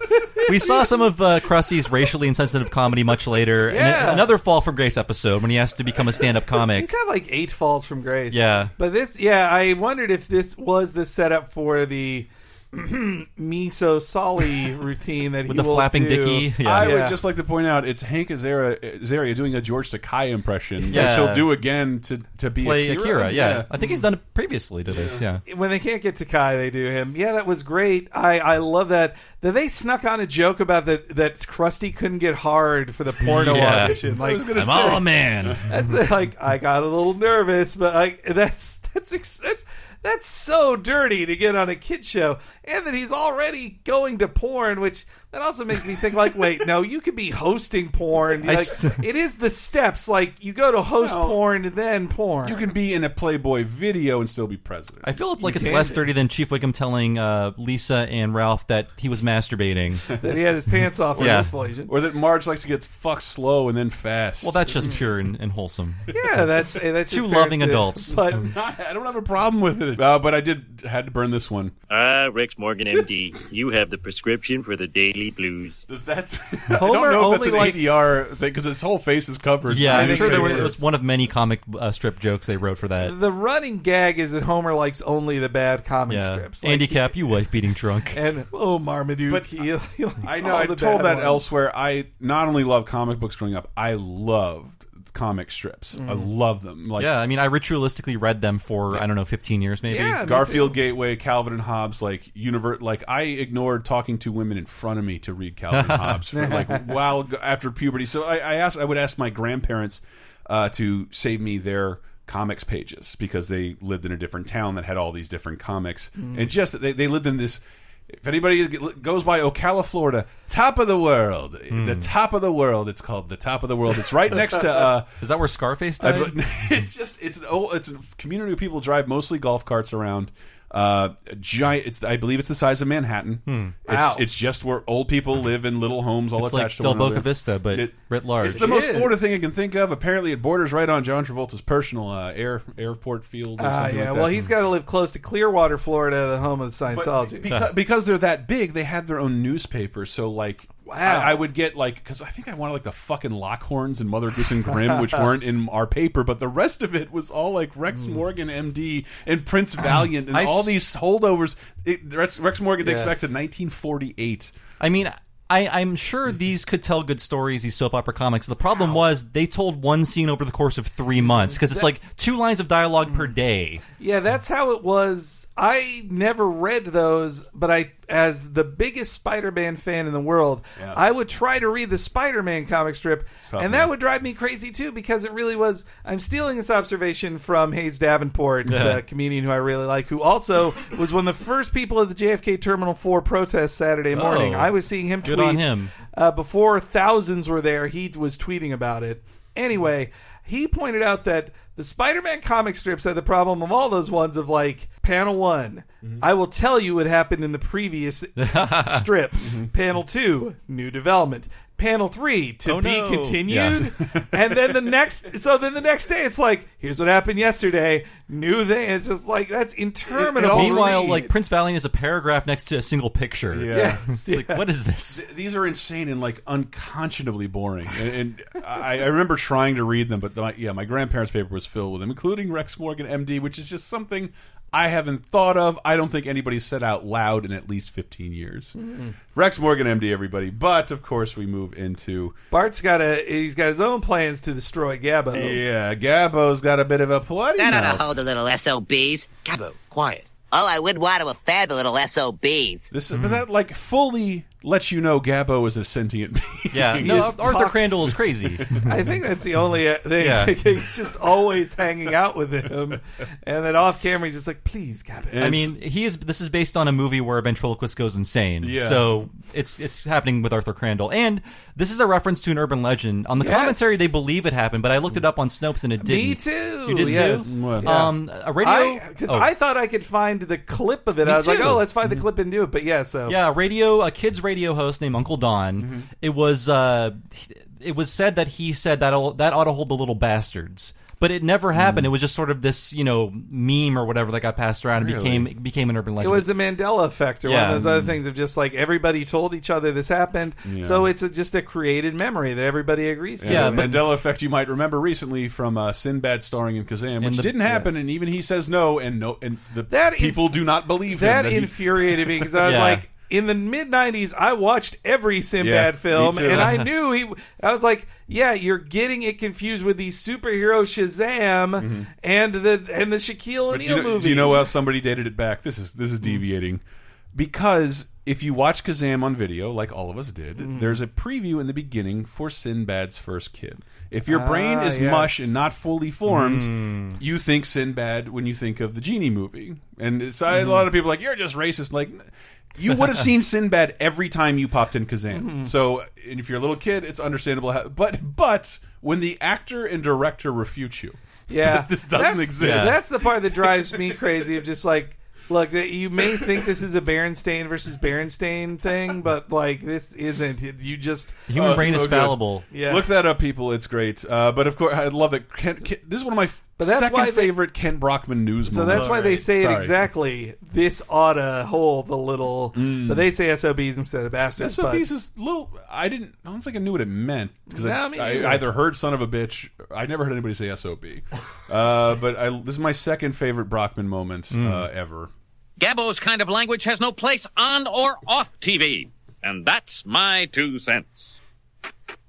C: We saw some of uh, Krusty's racially insensitive comedy much later. and
D: Yeah.
C: another Fall from Grace episode when he has to become a stand-up comic.
D: He's had like eight falls from grace.
C: Yeah.
D: But this, yeah, I wondered if this was the setup for the miso soli routine that he will do.
A: I would just like to point out it's Hank Azaria, Azaria doing a George Takei impression,
C: Yeah.
A: which he'll do again to to be
C: Play
A: Akira.
C: Akira, yeah. I think he's done it previously to this, yeah.
D: when they can't get to Kai, they do him. Yeah, that was great. I, I love that. That they snuck on a joke about that that Krusty couldn't get hard for the porno
C: Yeah.
D: audition.
C: That's what I
D: Like
C: was gonna I'm say. all a man.
D: That's like I got a little nervous, but I, that's that's ex- that's that's so dirty to get on a kid show, and that he's already going to porn, which that also makes me think like, wait, no, you could be hosting porn.
A: I
D: Like,
A: st-
D: it is the steps. Like you go to host porn and then porn.
A: You can be in a Playboy video and still be president.
C: I feel like
A: You
C: it's
A: can
C: less
A: be.
C: dirty than Chief Wiggum telling uh, Lisa and Ralph that he was masturbating.
D: that he had his pants off on
C: Yeah.
D: this Voyage.
A: Or that Marge likes to get fucked slow and then fast.
C: Well, that's just pure and, and wholesome.
D: Yeah, that's eh, that's
C: Two
D: his parents
C: loving
D: did.
C: adults. Mm.
D: But
A: I don't have a problem with it. Uh, but I did had to burn this one.
J: Ah, Rex Morgan, MD, you have the prescription for the daily blues.
A: Does that?
D: Homer
A: I don't know if
D: only
A: that's an
D: likes-
A: ADR thing because his whole face is covered.
C: Yeah,
A: It
C: I'm
A: is
C: sure there was,
A: very
C: it was one of many comic uh, strip jokes they wrote for that.
D: the running gag is that Homer likes only the bad comic
C: Yeah.
D: strips. Like,
C: Andy Cap, you wife beating drunk.
D: and oh Marmaduke,
A: But
D: he, he likes
A: I know.
D: all
A: I
D: the
A: told
D: bad
A: that
D: ones.
A: elsewhere. I not only loved comic books growing up, I loved comic strips. I
C: Mm.
A: love them. Like
C: yeah, I mean, I ritualistically read them for, I don't know, 15 years maybe.
A: Garfield Gateway, Calvin and Hobbes, like universe. Like I ignored talking to women in front of me to read Calvin and Hobbes for like while g- after puberty. So I, I asked, I would ask my grandparents uh, to save me their comics pages because they lived in a different town that had all these different comics,
C: Mm.
A: and just that they they lived in this. If anybody goes by Ocala, Florida, top of the world, the top of the world. It's called the top of the world. It's right next to. Uh,
C: Is that where Scarface
A: I
C: died?
A: bel- it's just it's an old it's a community where people drive mostly golf carts around. Uh, a giant. It's I believe it's the size of Manhattan.
C: Hmm.
A: It's,
C: Wow.
A: it's just where old people live in little homes all
C: It's like
A: attached to
C: Del
A: one another.
C: Boca Vista, but writ large.
A: It's the most
C: It is.
A: Florida thing I can think of. Apparently, it borders right on John Travolta's personal uh, air airport field. Or
D: Ah,
A: something
D: yeah.
A: like that. Hmm.
D: well, he's got to live close to Clearwater, Florida, the home of Scientology.
A: because, because they're that big, they had their own newspaper. So like, wow, I, I would get like because I think I wanted like the fucking Lockhorns and Mother Goose and Grimm, which weren't in our paper, but the rest of it was all like Rex Morgan, M.D. and Prince Valiant and
C: Hmm. I
A: all
C: s-
A: these holdovers. It, Rex, Rex Morgan dates
C: Yes.
A: back to 1948.
C: I mean, I, I'm sure these could tell good stories, these soap opera comics. The problem was they told one scene over the course of three months because it's like two lines of dialogue per day.
D: Yeah, that's how it was. I never read those, but I as the biggest Spider-Man fan in the world, I would try to read the Spider-Man comic strip,
A: Tough,
D: and that would drive me crazy too because it really was. I'm stealing this observation from Hayes Davenport,
A: Yeah.
D: the comedian who I really like, who also was one of the first people at the JFK Terminal Four protest Saturday morning.
C: Oh.
D: I was seeing him
C: Good
D: tweet
C: on him.
D: uh, before thousands were there, he was tweeting about it. Anyway, he pointed out that the Spider-Man comic strips had the problem of all those ones of like panel one,
C: Mm-hmm.
D: I will tell you what happened in the previous strip.
C: Mm-hmm.
D: Panel two, new development. Panel three, to
C: Oh,
D: be
C: no.
D: continued. and then the next, so then the next day, it's like, here's what happened yesterday. New thing. It's just like that's interminable.
C: Meanwhile,
D: read.
C: like Prince Valiant is a paragraph next to a single picture.
A: It's
C: like, what is this?
A: These are insane and like unconscionably boring. And, and I, I remember trying to read them, but my, yeah, my grandparents' paper was filled with them, including Rex Morgan, MD, which is just something I haven't thought of. I don't think anybody's said out loud in at least fifteen years.
D: Mm.
A: Rex Morgan, MD, everybody. But of course, we move into
D: Bart's got a he's got his own plans to destroy Gabbo.
A: Yeah, Gabbo's got a bit of a plot.
S: No, no, no, hold the little SOBs. Gabo, quiet. Oh, I would want to offend the little SOBs.
A: This, but that like fully lets you know Gabbo is a sentient being.
C: Yeah, no,
A: It's
C: Arthur
A: talk-
C: Crandall is crazy.
D: I think that's the only uh, thing.
A: Yeah.
D: He's just always hanging out with him, and then off camera he's just like, "Please, Gabbo."
C: I mean, he is. This is based on a movie where a ventriloquist goes insane.
D: Yeah.
C: So it's it's happening with Arthur Crandall, and this is a reference to an urban legend. On the
D: Yes.
C: commentary, they believe it happened, but I looked it up on Snopes and it didn't.
D: me too.
C: You did
D: yes.
C: too. Um, a radio
D: because
C: oh.
D: I thought I could find the clip of it.
C: Me
D: I was like,
C: too.
D: "Oh, let's find the clip and do it." But yeah, so
C: Yeah, a radio, a kids radio host named Uncle Don.
D: Mm-hmm.
C: It was uh, it was said that he said that that ought to hold the little bastards, but it never
D: Mm.
C: happened. It was just sort of this you know meme or whatever that got passed around and
D: Really?
C: became it became an urban
D: It
C: legend.
D: was the Mandela effect, or one
C: Yeah.
D: of those other things of just like everybody told each other this happened,
A: Yeah.
D: so it's a, just a created memory that everybody agrees to.
A: Yeah,
D: And
A: the Mandela effect you might remember recently from uh, Sinbad starring in Kazam, which
D: the-
A: didn't happen, and even he says no, and no, and the people do not believe him
D: that
A: he-
D: infuriated me because I was
A: Yeah.
D: like, in the mid '90s, I watched every
A: Yeah,
D: Sinbad
A: me
D: film,
A: too.
D: and I knew he. I was like, yeah, you're getting it confused with the superhero Shazam and the and the Shaquille
A: Mm-hmm.
D: O'Neal
A: But you know,
D: movie.
A: Do you know how somebody dated it back? This is this is deviating because if you watch Kazam on video, like all of us did,
D: Mm.
A: there's a preview in the beginning for Sinbad's first kid. If your brain
D: Ah,
A: is
D: yes. Mm.
A: mush and not fully formed, you think Sinbad when you think of the genie movie, and it's, I- a
D: Mhm.
A: lot of people are like you're just racist. Like you would have seen Sinbad every time you popped in Kazam.
D: Mhm.
A: So and if you're a little kid, it's understandable. How, but but when the actor and director refute you,
D: Yeah,
A: this doesn't
D: That's-
A: exist.
D: That's the part that drives me crazy. Of just like, look, that you may think this is a Berenstain versus Berenstain thing, but like this isn't. You just
C: The human brain is
A: so good.
C: fallible.
D: uh, Oh, Yeah.
A: Look that up, people. It's great. Uh, but of course, I love that. Ken, Ken, this is one of my
D: But that's
A: second
D: why they-
A: favorite Ken Brockman news.
D: So that's why they say it exactly. This oughta hold the little,
A: Mm.
D: but they say SOBs instead of bastards. but-
A: SOBs is little. I didn't. I don't think I knew what it meant because
D: No, me
A: I,
D: neither.
A: I either heard "son of a bitch." I never heard anybody say "sob." uh, but I, this is my second favorite Brockman moment
C: Hmm.
A: uh, ever.
G: Gabbo's kind of language has no place on or off TV. And that's my two cents.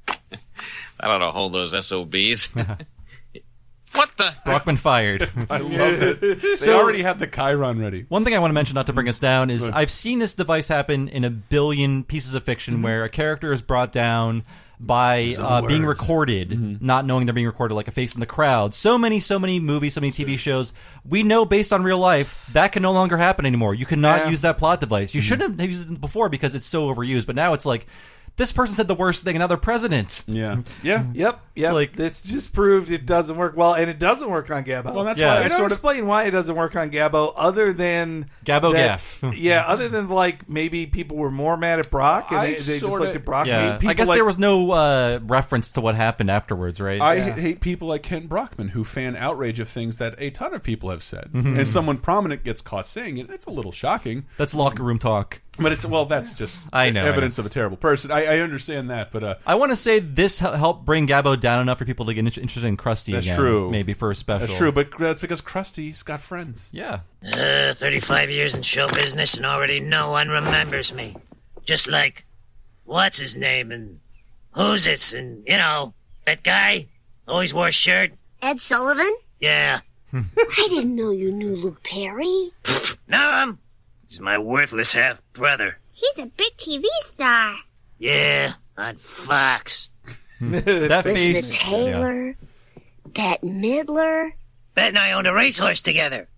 G: I don't know, hold those SOBs. what the?
C: Brockman fired.
A: I loved it. They
C: So-
A: already had the Chiron ready.
C: One thing I want to mention, not to bring us down, is
A: Good.
C: I've seen this device happen in a billion pieces of
D: Mm-hmm.
C: fiction where a character is brought down by
A: Some
C: uh, being
A: words.
C: recorded,
D: Mm-hmm.
C: not knowing they're being recorded, like a face in the crowd. So many, so many movies, so many TV shows. We know based on real life that can no longer happen anymore. You cannot
D: Yeah. Mm-hmm.
C: use that plot device. You shouldn't have used it before because it's so overused. But now it's like this person said the worst thing, another president.
A: Yeah, yeah,
D: Yep, yep. like this just proved it doesn't work well, and it doesn't work on Gabbo.
A: Well, that's
C: Yeah. why I
D: I don't
C: sort of-
D: explain why it doesn't work on Gabbo, other than that-
C: Gabbo Gaff.
D: yeah, other than like maybe people were more mad at Brock, and
A: I
D: they, they just
A: sorta-
D: looked at Brock.
C: Yeah.
D: People
C: I guess
D: like-
C: there was no uh, reference to what happened afterwards, right?
A: I hate people like Ken Brockman who fan outrage of things that a ton of people have said,
C: Mhm.
A: and someone prominent gets caught saying it. It's a little shocking.
C: That's locker room talk.
A: But it's well, that's just
C: I know, I
A: evidence of a terrible person. I, I understand that, but uh,
C: I want to say this hel- helped bring Gabbo down enough for people to get in- interested in Krusty
A: That's
C: again.
A: true.
C: Maybe for a special.
A: that's true. But that's because Krusty's got friends.
C: Yeah,
B: Uh, 35 years in show business and already no one remembers me. Just like, what's his name and who's it's and, you know, that guy always wore a shirt.
S: Ed Sullivan?
B: Yeah.
S: I didn't know you knew Luke Perry.
B: Know him? He's my worthless half brother.
E: He's a big TV star.
B: Yeah, on Fox.
C: that
E: Listen
B: face.
E: to Taylor, that Midler.
B: Bet and I owned a racehorse together.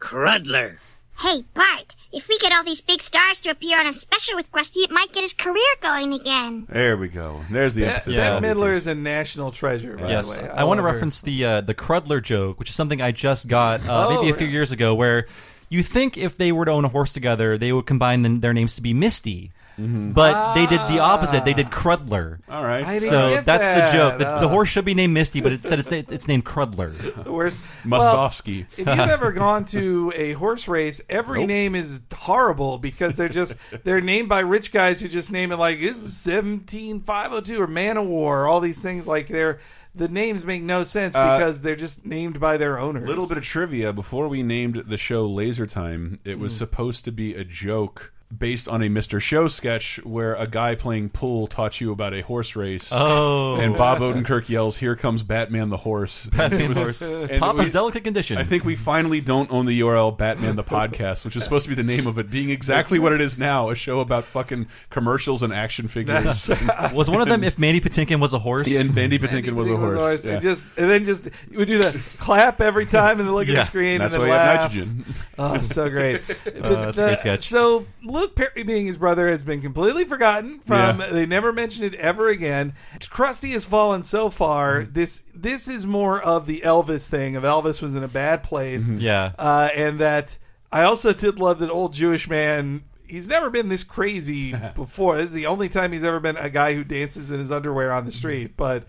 B: Crudler.
E: Hey, Bart, if we get all these big stars to appear on a special with Krusty, it might get his career going again.
A: There we go. There's the
D: That,
A: impetus.
D: that Midler is a national treasure. By
C: yes,
D: the way.
C: I, want to
A: Oh.
D: love her.
C: reference the uh, the Crudler joke, which is something I just got uh,
D: Oh,
C: maybe a few years ago, where you think if they were to own a horse together, they would combine the, their names to be Misty, but they did the opposite. They did Crudler.
A: Mm-hmm. Ah. All right,
D: I didn't
C: so
D: get
C: that's
D: that.
C: the joke. The, the
D: Oh.
C: horse should be named Misty, but it said it's, na- it's named Crudler.
D: The worst.
A: Mostovsky.
D: Well, if you've ever gone to a horse race, every
A: Nope.
D: name is horrible because they're just they're named by rich guys who just name it like this is seventeen five oh two or Man of War, or all these things like they're the names make no sense
A: Uh,
D: because they're just named by their owners.
A: little bit of trivia before we named the show Laser Time, it was
D: Mm.
A: supposed to be a joke based on a Mr. Show sketch where a guy playing pool taught you about a horse race.
C: Oh.
A: And Bob Odenkirk yells, Here comes Batman the horse.
C: Batman
A: It was-
C: horse.
A: and
C: Papa's
A: we-
C: delicate condition.
A: I think we finally don't own the URL Batman the podcast, which is supposed to be the name of it, being exactly what it is now, a show about fucking commercials and action figures.
C: was one of them if Mandy Patinkin was a horse?
A: Yeah, and Mandy Patinkin was a
D: It was
A: horse.
D: always-
A: yeah.
D: and just and then just we do the clap every time and then look at
A: Yeah,
D: the screen
A: that's
D: and
A: why
D: then
A: we have
D: laugh.
A: nitrogen.
D: Oh, so great! But
C: that's a great sketch.
D: So Luke Perry being his brother has been completely forgotten from.
C: Yeah.
D: They never mention it ever again. Krusty has fallen so far.
C: Mm-hmm.
D: This this is more of the Elvis thing. Of Elvis was in a bad place.
C: Mhm. Yeah.
D: uh, and that I also did love that old Jewish man. He's never been this crazy before. This is the only time he's ever been a guy who dances in his underwear on the street. But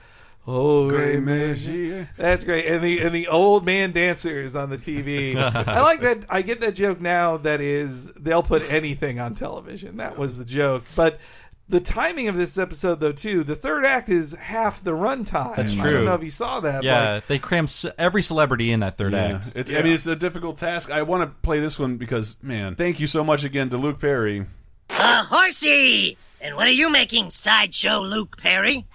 D: oh,
A: Great
D: that's great. And the and the old man dancers on the TV. I like that. I get that joke now. That is, they'll put anything on television. That was the joke. But the timing of this episode, though, too. The third act is half the runtime.
C: That's
D: I
C: true.
D: don't know if you saw that.
C: yeah,
D: like,
C: they crammed s- every celebrity in that third
A: Yeah.
C: act.
A: It's, I mean, it's a difficult task. I want to play this one because, man, thank you so much again to Luke Perry.
B: A horsey! And what are you making, sideshow Luke Perry?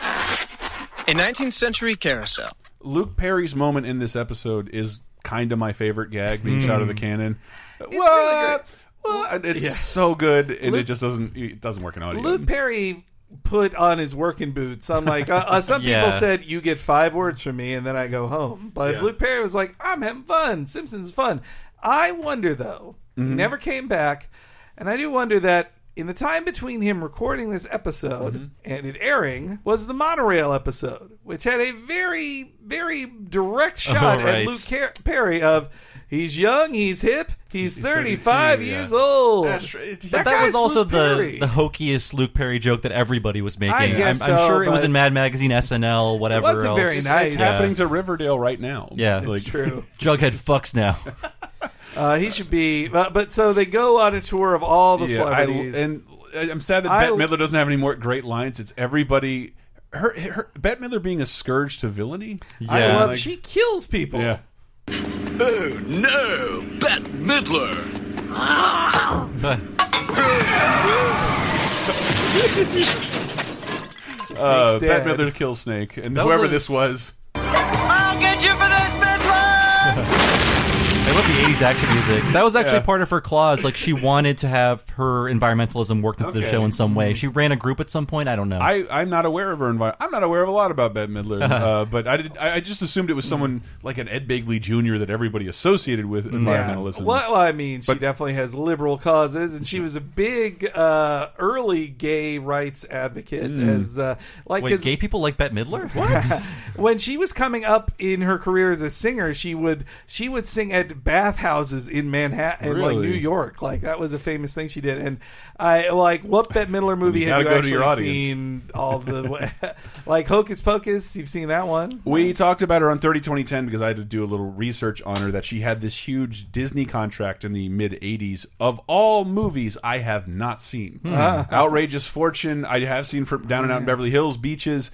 K: A 19th century carousel.
A: Luke Perry's moment in this episode is kind of my favorite gag being
K: Hmm.
A: shot out of the cannon.
D: it's really great.
A: What? It's
D: Yeah.
A: so good, and it
D: Luke-
A: just doesn't it doesn't work in audio.
D: Luke Perry put on his working boots. I'm like, uh, uh, some
A: Yeah.
D: people said you get five words from me and then I go home, but
A: Yeah.
D: Luke Perry was like, I'm having fun. Simpsons is fun. I wonder though, he
A: Mhm.
D: never came back, and I do wonder that in the time between him recording this episode and it airing was the monorail episode, which had a very, very direct shot
C: Oh,
D: at
C: right.
D: Luke Car- Perry of. He's young, he's hip, he's, 35
A: 32, yeah.
D: years old.
A: That's right.
D: That
C: But that
D: guy's
C: was also
D: Luke Perry.
C: the, the hokiest Luke Perry joke that everybody was making.
D: I
A: guess
C: am I'm
A: so,
C: sure it was
A: but-
C: in Mad Magazine, SNL, whatever else.
A: It's
C: Yeah.
A: happening to Riverdale right now.
C: Yeah,
A: Like-
C: Jughead fucks now.
D: Uh, he should be. But, but so they go on a tour of all the
A: Yeah, I,
D: celebrities.
A: and I'm sad that
D: I-
A: Bette Midler doesn't have any more great lines. It's everybody. Her, her Bette Midler being a scourge to villainy.
D: I love.
A: Like-
D: she kills people.
A: Yeah.
F: Oh no, Bat Midler!
A: Uh,
D: Snake's
A: Bette
D: dead.
A: Midler kills Snake, and
C: That was
A: whoever
C: a-
A: this was.
T: I'll get you for this, Midler!
C: I love the 80s action music. That was actually
A: Yeah.
C: part of her clause. Like, she wanted to have her environmentalism worked into the
A: Okay. Hmm.
C: show in some way. She ran a group at some point. I don't know.
A: I, I'm not aware of her environment. I'm not aware of a lot about Bette Midler, uh, but I, did, I I just assumed it was someone like an Ed Begley Jr. that everybody associated with environmentalism.
D: Yeah. Well, I mean, she definitely has liberal causes, and she was a big uh, early gay rights advocate.
C: Mm.
D: As uh, like
C: Wait,
D: as-
C: gay people like Bette Midler?
D: when she was coming up in her career as a singer, she would she would sing at bathhouses in Manhattan, in, like
A: Really?
D: New York. Like that was a famous thing she did. And I like what Bette Midler movie
A: You
D: have
A: gotta
D: you
A: go to
D: actually
A: your
D: seen?
A: audience.
D: All the like Hocus Pocus, you've seen that one.
A: We talked about her on 30 2010 because I had to do a little research on her that she had this huge Disney contract in the mid 80s of all movies I have not seen.
D: Ah.
A: Outrageous Fortune, I have seen from Down and Out in Beverly Hills, Beaches.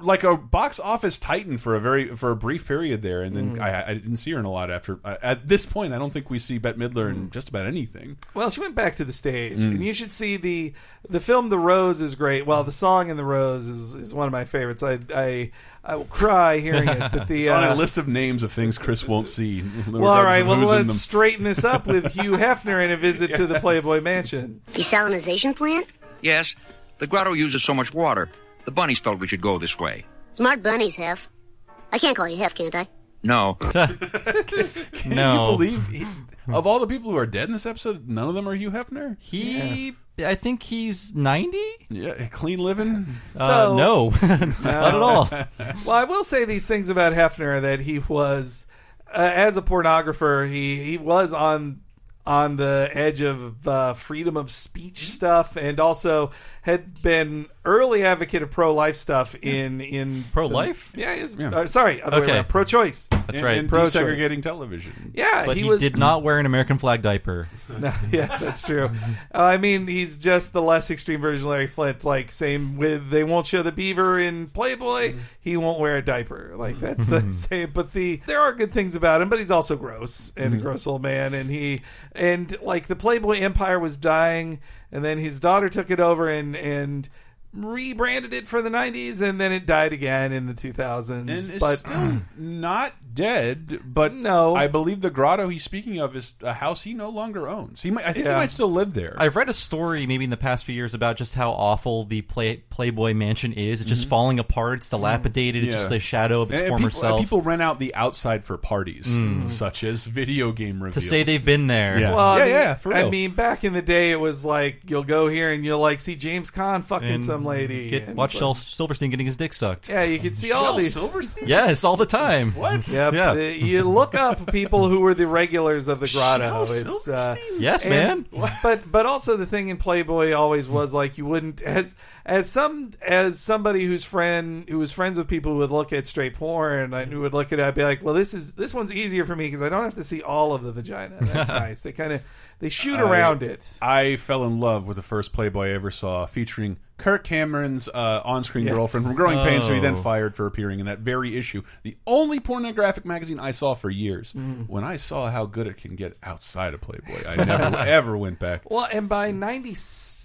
A: like a box office titan for a very for a brief period there, and then
D: Mm.
A: I, I didn't see her in a lot after. I, at this point, I don't think we see Bette Midler in just about anything.
D: Well, she went back to the stage,
A: Mm.
D: and you should see the the film "The Rose" is great. Well, the song in "The Rose" is, is one of my favorites. I I, I will cry hearing it. But the
A: it's on
D: uh,
A: a list of names of things Chris won't see.
D: well, all right. Well, let's straighten this up with Hugh Hefner in a visit to the
L: Yes.
D: Playboy Mansion.
L: Desalinization plant?
K: Yes, the grotto uses so much water. The bunnies felt we should go this way.
L: Smart bunnies, Hef. I can't call you Hef, can't I?
K: No.
A: Can
C: No.
A: you believe he- of all the people who are dead in this episode, none of them are Hugh Hefner.
C: He, I think he's ninety.
A: Yeah, clean living.
C: Uh, no, not at all.
D: well, I will say these things about Hefner that he was, uh, as a pornographer, he he was on on the edge of uh, freedom of speech stuff, and also had been early advocate of pro life stuff in in pro
C: Pro-life?
D: Yeah, he was,
C: Yeah.
D: uh, sorry, other
C: Okay.
D: way around, pro choice.
C: That's right.
A: And
D: Pro-choice.
A: desegregating television.
D: Yeah,
C: but he,
D: he was-
C: did not wear an American flag diaper.
D: No, yes, that's true. Uh, I mean, he's just the less extreme version of Larry Flint. Like, same with they won't show the beaver in Playboy.
A: Mm-hmm.
D: He won't wear a diaper. Like, that's the same. But the there are good things about him, but he's also gross and a
A: Mm-hmm.
C: Mhm.
D: gross old man. And he and like the Playboy empire was dying, and then his daughter took it over and and rebranded it for the 90s and then it died again in the 2000s
A: And it's
D: but
A: still not dead, but
D: no,
A: I believe the grotto he's speaking of is a house he no longer owns. He might, I think he might still live there.
C: I've read a story maybe in the past few years about just how awful the Play, Playboy Mansion is. It's just
A: Mhm.
C: falling apart. It's dilapidated. It's
A: Yeah.
C: just the shadow of its
A: And- and
C: former
A: people,
C: self.
A: and people rent out the outside for parties,
C: Mm.
A: such as video game
C: to
A: reveals.
C: say they've been there.
A: Yeah,
D: Well,
A: yeah,
D: I mean,
A: yeah, for real.
D: I mean, back in the day, it was like you'll go here and you'll like see James Caan fucking
C: And
D: some lady.
C: Get,
D: and-
C: watch Shel Silverstein getting his dick sucked.
D: Yeah, you could see all
C: Shel
D: these.
A: Oh, Silverstein?
C: Yes, all the time.
A: What?
D: Yep.
C: Yeah.
D: the- you look up people who were the regulars of the grotto.
C: Shel
D: It's, uh,
C: Yes,
D: and- But but also the thing in Playboy always was like you wouldn't as as some as somebody whose friend who was friends with people who would look at straight porn and who would look at it, I'd be like, well, this is this one's easier for me because I don't have to see all of the vagina. That's nice. They kind of they shoot around
A: I-
D: it.
A: I fell in love with the first Playboy I ever saw, featuring Kirk Cameron's uh, on-screen
D: Yes.
A: girlfriend from Growing Pains, who he then
D: Oh.
A: fired for appearing in that very issue. The only pornographic magazine I saw for years.
D: Mm.
A: When I saw how good it can get outside of Playboy, I never ever went back.
D: Well, and by ninety,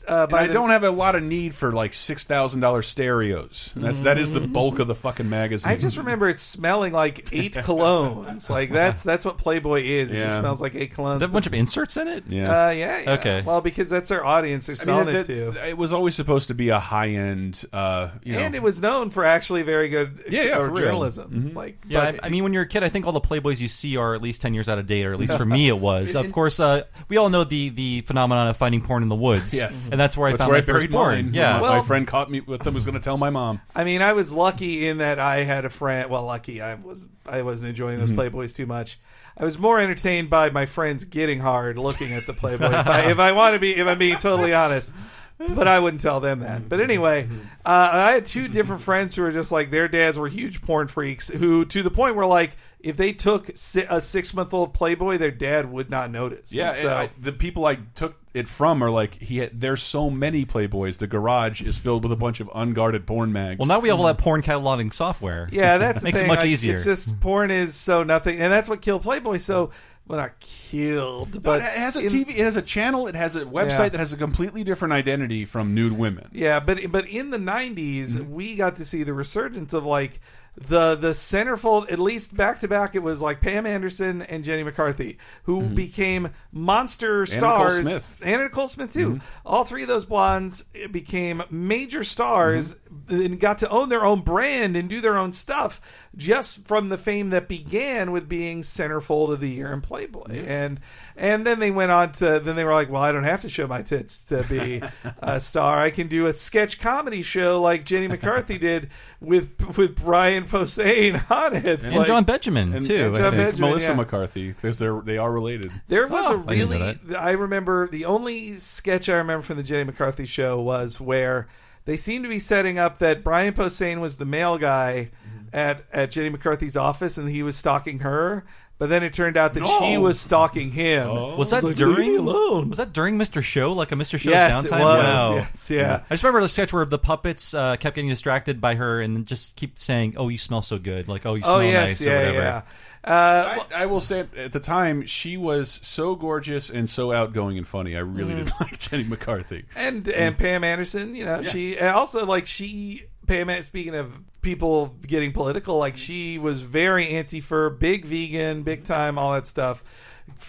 D: uh,
A: And
D: by
A: I
D: the-
A: don't have a lot of need for like six thousand dollars stereos. And that's that is the bulk of the fucking magazine.
D: I just remember it smelling like eight colognes. Like that's that's what Playboy is. It just
A: Yeah.
D: smells like eight colognes.
A: They have a bunch of
C: inserts in it.
A: Yeah.
D: Uh, yeah, yeah.
A: Okay.
D: Well, because that's their audience they're
A: I mean,
D: selling
A: that-
D: it to.
A: that- it was always supposed to be a high end. Uh, you
D: and
A: know,
D: it was known for actually very good
A: Yeah, yeah,
D: or
A: for real.
D: journalism.
A: Mhm.
D: Like
C: Yeah, I, I mean, when you're a kid, I think all the Playboys you see are at least ten years out of date, or at least for me it was.
D: And-
C: Of course, uh, we all know the the phenomenon of finding porn in the woods.
A: Yes.
C: and that's where I
A: That's
C: found
A: where
C: my first
A: buried
C: porn.
A: mine.
C: Yeah,
A: my, my friend caught me with them. Was going to tell my mom.
D: I mean, I was lucky in that I had a friend. Well, lucky I was. I wasn't enjoying those
A: Mhm.
D: Playboys too much. I was more entertained by my friends getting hard, looking at the Playboy. if, I, if I want to be, if I'm being totally honest, but I wouldn't tell them that. But anyway, uh, I had two different friends who were just like their dads were huge porn freaks, who to the point where like if they took si- a six month old Playboy, their dad would not notice.
A: Yeah,
D: And so.
A: and I- the people I took it from are like he. Had, there's so many Playboys. The garage is filled with a bunch of unguarded porn mags.
C: Well, now we have all that porn cataloging software.
D: Mm. Yeah, that's the
C: makes
D: thing.
C: it much
D: I-
C: easier.
D: It's just porn is so nothing, and that's what killed Playboy. So, well, not killed,
A: But
D: but
A: it has a
D: in-
A: TV. It has a channel. It has a website
D: Yeah.
A: that has a completely different identity from nude women.
D: Yeah, but but in the '90s,
C: Mm-hmm.
D: we got to see the resurgence of like the the centerfold. At least back to back, it was like Pam Anderson and Jenny McCarthy, who
C: Mm-hmm.
D: became monster
A: Nicole
D: stars.
A: Smith.
D: and Nicole Smith too.
C: Mm-hmm.
D: All three of those blondes became major stars
C: Mm-hmm.
D: and got to own their own brand and do their own stuff just from the fame that began with being centerfold of the year in Playboy. And and then they went on to then they were like, well, I don't have to show my tits to be a star. I can do a sketch comedy show like Jenny McCarthy did with with Brian Posehn on it.
C: and
D: Like-
C: John Benjamin
A: And,
C: too.
A: and
C: I
A: John
C: think.
A: Benjamen, Melissa McCarthy, because they're they are related.
D: There was a
C: Oh, I didn't
D: really.
C: know
D: I remember the only sketch I remember from the Jenny McCarthy show was where they seemed to be setting up that Brian Posehn was the male guy,
C: Mm-hmm.
D: at at Jenny McCarthy's office, and he was stalking her. But then it turned out that
C: No. Oh.
D: she was stalking him.
C: Was that
D: I like, "Leave me
C: during?
D: alone."
C: Was that during Mr. Show? Like a Mr. Show's
D: Yes, it
C: downtime?
D: was.
C: Wow.
D: Yes, yeah.
C: I just remember the sketch where the puppets uh, kept getting distracted by her and then just keep saying, "Oh, you smell so good." Like, "Oh, you smell
D: oh yes,
C: nice,"
D: yeah,
C: or whatever.
D: yeah. Uh,
A: I, I will stand. At the time, she was so gorgeous and so outgoing and funny. I really didn't like Jenny McCarthy.
D: and and Pam Anderson, you know,
A: Mm. Yeah.
D: she and also like she Pam. An- Speaking of people getting political, like
A: Mm.
D: she was very anti fur, big vegan,
A: Mm-hmm.
D: big time, all that stuff.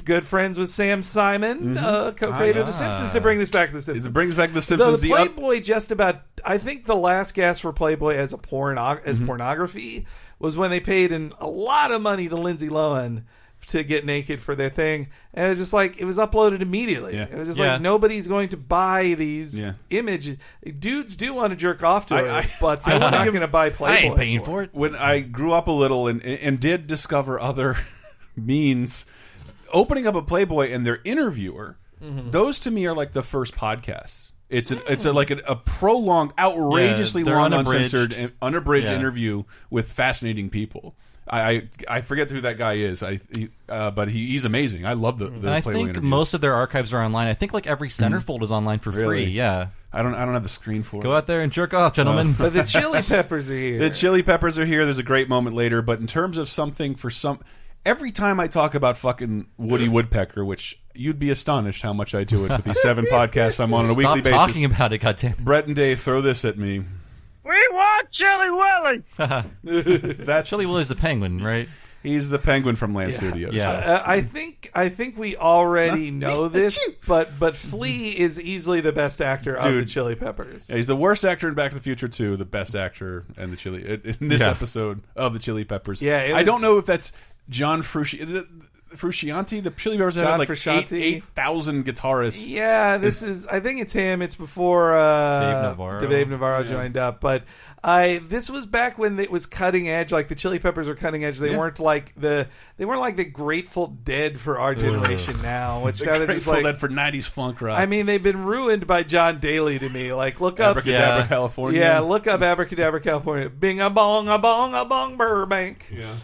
D: Good friends with Sam Simon, uh, co-creator of The
A: Ah.
D: Simpsons, to bring this back to The Simpsons.
A: It brings back The Simpsons.
D: Though
A: The,
D: the
A: oth-
D: Playboy just about, I think the last gasp for Playboy as a porn as
A: Mm-hmm.
D: pornography was when they paid an, a lot of money to Lindsay Lohan to get naked for their thing, and it was just like it was uploaded immediately.
A: Yeah.
D: It was just
A: Yeah.
D: like nobody's going to buy these
A: Yeah.
D: image. Dudes do want to jerk off to it,
A: I- I-
D: but they're
A: wanna
D: not
A: give-
D: going to buy Playboy.
A: it. When I grew up a little and and did discover other means, opening up a Playboy and their interviewer,
C: Mm-hmm.
D: Mhm.
A: those to me are like the first podcasts. It's a, it's a, like a, a prolonged, outrageously
C: Mm. Yeah, they're
A: long,
C: unabridged.
A: uncensored, and unabridged
C: Yeah.
A: interview with fascinating people. I, I I forget who that guy is. I he, uh, but he, he's amazing. I love the. the
C: I
A: Playboy
C: think
A: interviews.
C: most of their archives are online. I think like every
D: Mm.
C: centerfold is online for
A: Really?
C: free. Yeah.
A: I don't. I don't have the screen for
C: Go out there and jerk off, gentlemen.
A: Uh, But the Chili
D: Peppers are here.
A: The chili peppers are here. There's a great moment later, but in terms of something for some, every time I talk about fucking Woody Woodpecker, which you'd be astonished how much I do it with these seven podcasts I'm on on a
C: Stop
A: weekly basis.
C: talking about it, goddamn.
A: Brett and Dave throw this at me.
T: We want Chili Willy.
A: That's
C: Chili Willy's the penguin, right?
A: He's the penguin from Land Studios.
C: Yeah.
D: Uh, I think I think we already know this, but but Flea is easily the best actor of the
A: Dude.
D: Chili Peppers.
A: Yeah, he's the worst actor in Back to the Future 2, the best actor in the Chili in this
D: Yeah.
A: episode of the Chili Peppers.
D: Yeah, it
A: I
D: was-
A: don't know if that's John Frusci the- the- Frusciante. The Chili Peppers
D: John
A: have like eight-
D: Frusciante.
A: 8,000 guitarists.
D: Yeah, this is. I think it's him. It's before uh,
A: Dave Navarro.
D: Dave Navarro
A: Yeah.
D: joined up, but I this was back when it was cutting edge. Like the Chili Peppers were cutting edge. They
A: Yeah.
D: weren't like the they weren't like the Grateful Dead for our generation now, which
A: The
D: now they're just
A: Grateful
D: like.
A: Dead for 90s funk rock.
D: I mean, they've been ruined by John Daly to me. Like, look up
A: Abracadabra, Yeah. California.
D: Yeah, look up Abracadabra, California. Bing a bong a bong a bong Burbank. Yeah.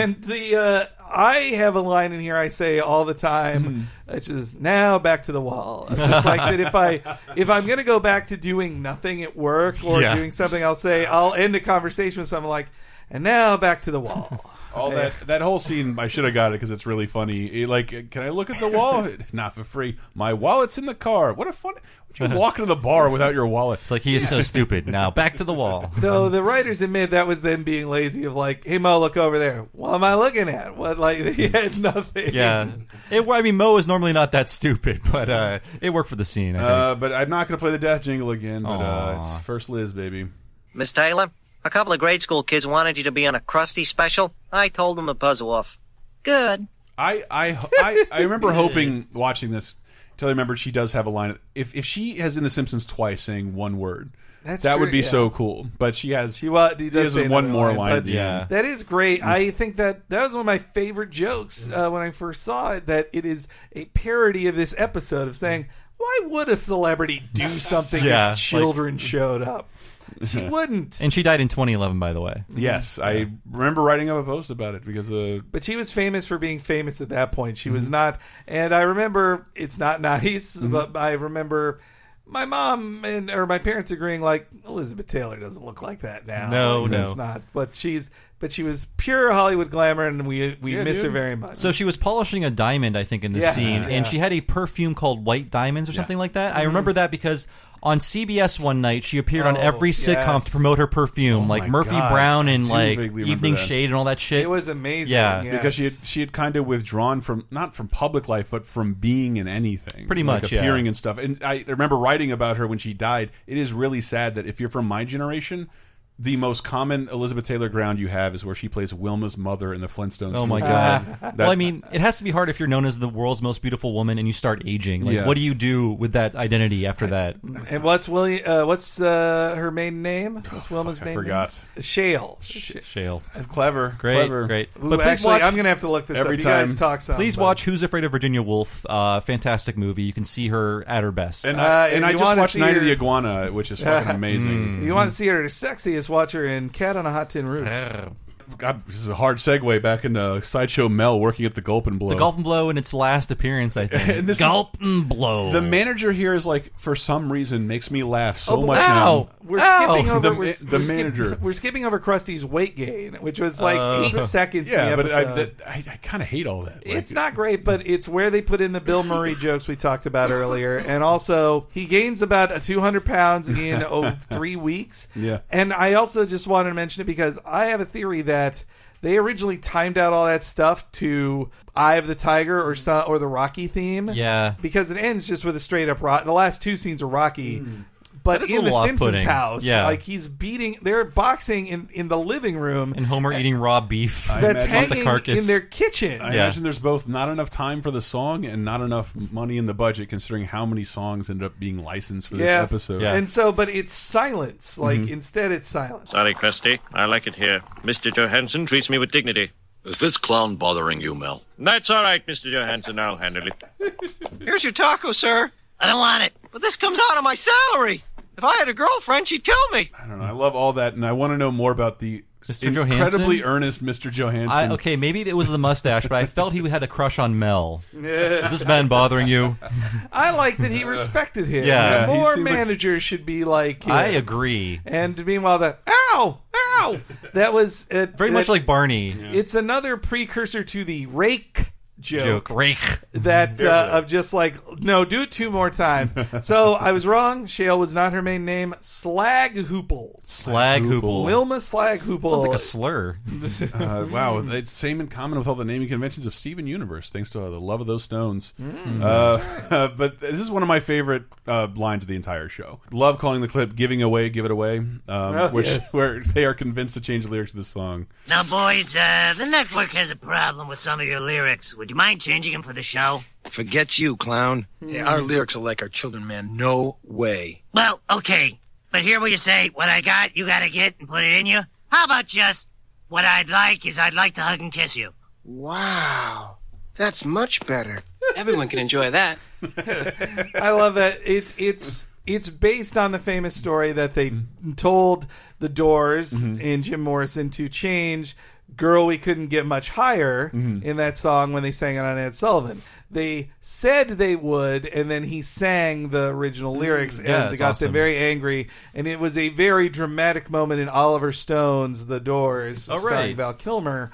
D: And the uh, I have a line in here I say all the time, which is now back to the wall. It's like that if I if I'm gonna go back to doing nothing at work or
A: Yeah.
D: doing something, I'll say I'll end a conversation with someone like, and now back to the wall.
A: All that that whole scene, I should have got it because it's really funny. It, Like, can I look at the wallet? Not for free. My wallet's in the car. What a fun! Would you walk into the bar without your wallet? It's
C: like he is so stupid. Now back to the wall.
D: Though the writers admit that was them being lazy of like, hey Mo, look over there. What am I looking at? What like they had nothing.
C: Yeah. It, I mean, Mo is normally not that stupid, but uh, it worked for the scene. I think.
A: Uh, but I'm not going to play the death jingle again. But uh,
C: Aw.
A: it's first Liz, baby.
R: Miss Taylor, a couple of grade school kids wanted you to be on a crusty special. I told them to buzz off.
M: Good.
A: I I I, I remember hoping watching this. Till I remembered she does have a line. If if she has in The Simpsons twice saying one word,
D: That's
A: that
D: true,
A: would be
D: yeah.
A: so cool. But she has she,
D: wa- he does
A: has
D: say
A: one
D: another
A: more
D: line,
A: line. Mm. at
D: but
A: the end.
D: That is great. I think that that was one of my favorite jokes
A: Mm.
D: uh, when I first saw it. That it is a parody of this episode of saying, "Why would a celebrity do something
C: Yeah,
D: if children
A: mm.
D: showed up?" She wouldn't.
C: And she died in 2011, by the way.
A: Yes, I remember writing up a post about it because uh,
D: But she was famous for being famous at that point. She
C: Mm-hmm.
D: was not, and I remember it's not nice, but I remember my mom and or my parents agreeing like Elizabeth Taylor doesn't look like that now.
C: No,
D: Like,
C: no.
D: that's not. But she's but she was pure Hollywood glamour, and we we miss her very much.
C: So she was polishing a diamond, I think, in the
D: Yes,
C: scene,
D: yeah.
C: and she had a perfume called White Diamonds or something like that. I remember that because on CBS one night she appeared on
D: Oh,
C: every sitcom
D: yes.
C: to promote her perfume, like Murphy
A: God.
C: Brown
A: I
C: and
A: do
C: like
A: vaguely remember
C: Evening
A: that.
C: Shade and all that shit.
D: It was amazing.
C: Yeah,
A: because she had she had kind of withdrawn from not from public life, but from being in anything,
C: Pretty
A: Like
C: much, yeah.
A: appearing and stuff. And I remember writing about her when she died. It is really sad that if you're from my generation. The most common Elizabeth Taylor ground you have is where she plays Wilma's mother in the Flintstones.
C: Oh my
A: movie.
C: god!
A: That-
C: well, I mean, it has to be hard if you're known as the world's most beautiful woman and you start aging. Like,
A: Yeah.
C: what do you do with that identity after that?
D: and what's William? Uh, what's uh, her maiden name? What's Wilma's
C: Oh, fuck, I
D: maiden
C: forgot.
D: name? Shale.
C: Shale,
A: clever,
C: great,
A: clever.
C: great.
D: Ooh,
C: please
D: actually, I'm gonna have to look this Every up. You guys time. talk some,
C: please
D: but-
C: watch Who's Afraid of Virginia Woolf. Uh, fantastic movie. You can see her at her best.
A: And
D: Uh,
A: I, and
D: if
A: I
D: you
A: just
D: wanna
A: watched
D: see Hmm.
A: Night of
D: her-
A: the Iguana, which is fucking amazing.
D: If you want to see her sexiest, watch her in Cat on a Hot Tin Roof.
A: God, this is a hard segue back into sideshow Mel working at the Gulp and Blow.
C: The Golf and Blow in its last appearance, I think.
A: And this is-
C: Gulp and Blow.
A: The manager here is like, for some reason, makes me laugh so
D: Oh,
A: much
D: ow.
A: now.
D: We're skipping over
A: Oh, the,
D: we're,
A: the
D: we're skip-
A: manager.
D: we're skipping over Krusty's weight gain, which was like
A: Uh,
D: eight seconds.
A: Yeah,
D: in the
A: but I,
D: episode.
A: that, I, I kind of hate all that.
D: it's not great, but it's where they put in the Bill Murray jokes we talked about earlier, and also he gains about a 200 pounds in oh, three weeks.
A: Yeah.
D: And I also just wanted to mention it because I have a theory that they originally timed out all that stuff to Eye of the Tiger or so- or the Rocky theme.
C: Yeah.
D: Because it ends just with a straight up rock. The last two scenes are Rocky. But
C: Hmm. That is a
D: in the
C: little
D: Simpsons
C: off-putting.
D: house,
C: Yeah.
D: like he's beating, they're boxing in, in the living room.
C: And Homer eating raw beef.
D: That's
C: off the
D: hanging
C: carcass.
D: in their kitchen.
A: I
C: Yeah.
A: imagine there's both not enough time for the song and not enough money in the budget, considering how many songs ended up being licensed for this episode.
D: And so, but it's silence. Like
C: Mm-hmm.
A: Mhm.
D: instead, it's silence.
J: Sorry, Krusty. I like it here. Mr. Johansson treats me with dignity.
M: Is this clown bothering you, Mel?
J: That's all right, Mr. Johansson. I'll handle it.
T: Here's your taco, sir.
R: I don't want it.
T: But this comes out of my salary. If I had a girlfriend, she'd kill me.
A: I don't know. I love all that, and I want to know more about the incredibly
C: Johansson?
A: earnest Mr. Johansson.
C: I, okay, maybe it was the mustache, but I felt he had a crush on Mel.
D: Yeah.
C: Is this man bothering you?
D: I like that he respected him.
C: Yeah. Yeah, he
D: more
C: seemed like-
D: managers should be like. him.
C: I agree.
D: And meanwhile, the ow, ow, that was uh,
C: Very much
D: that-
C: like Barney.
D: It's another precursor to the rake joke.
C: Joke. Rake.
D: That
C: There
D: uh, of just like no, do it two more times. so I was wrong. Shale was not her main name. Slag Hoople.
C: Slag Hoople.
D: Wilma Slag Hoople.
C: Sounds like a slur.
A: uh, wow, it's same in common with all the naming conventions of Steven Universe, thanks to uh, the love of those stones.
M: Mm.
A: Uh, but this is one of my favorite uh, lines of the entire show. Love calling the clip "Giving Away, Give It Away," um,
R: Oh,
A: which
R: yes.
A: where they are convinced to change the lyrics of this song.
B: Now, boys, uh, the network has a problem with some of your lyrics. Would you mind changing them for the show?
M: Forget you, clown.
B: Yeah, our
M: lyrics are like our children, man. No way.
B: Well, okay. But here where you say, what I got, you gotta get and put it in you. How about just, what I'd like is I'd like to hug and kiss you.
T: Wow. That's much better. Everyone can enjoy that.
D: I love it. It's it's it's based on the famous story that they told the Doors
C: Mm-hmm.
D: and Jim Morrison to change "Girl, We Couldn't Get Much Higher"
C: Mm-hmm.
N: Mhm.
D: in that song when they sang it on Ed Sullivan. They said they would, and then he sang the original lyrics, and
C: Mm-hmm. Yeah,
D: they
C: that's
D: got
C: awesome.
D: them very angry. And it was a very dramatic moment in Oliver Stone's "The Doors,"
C: Oh,
D: starring
C: right.
D: Val Kilmer,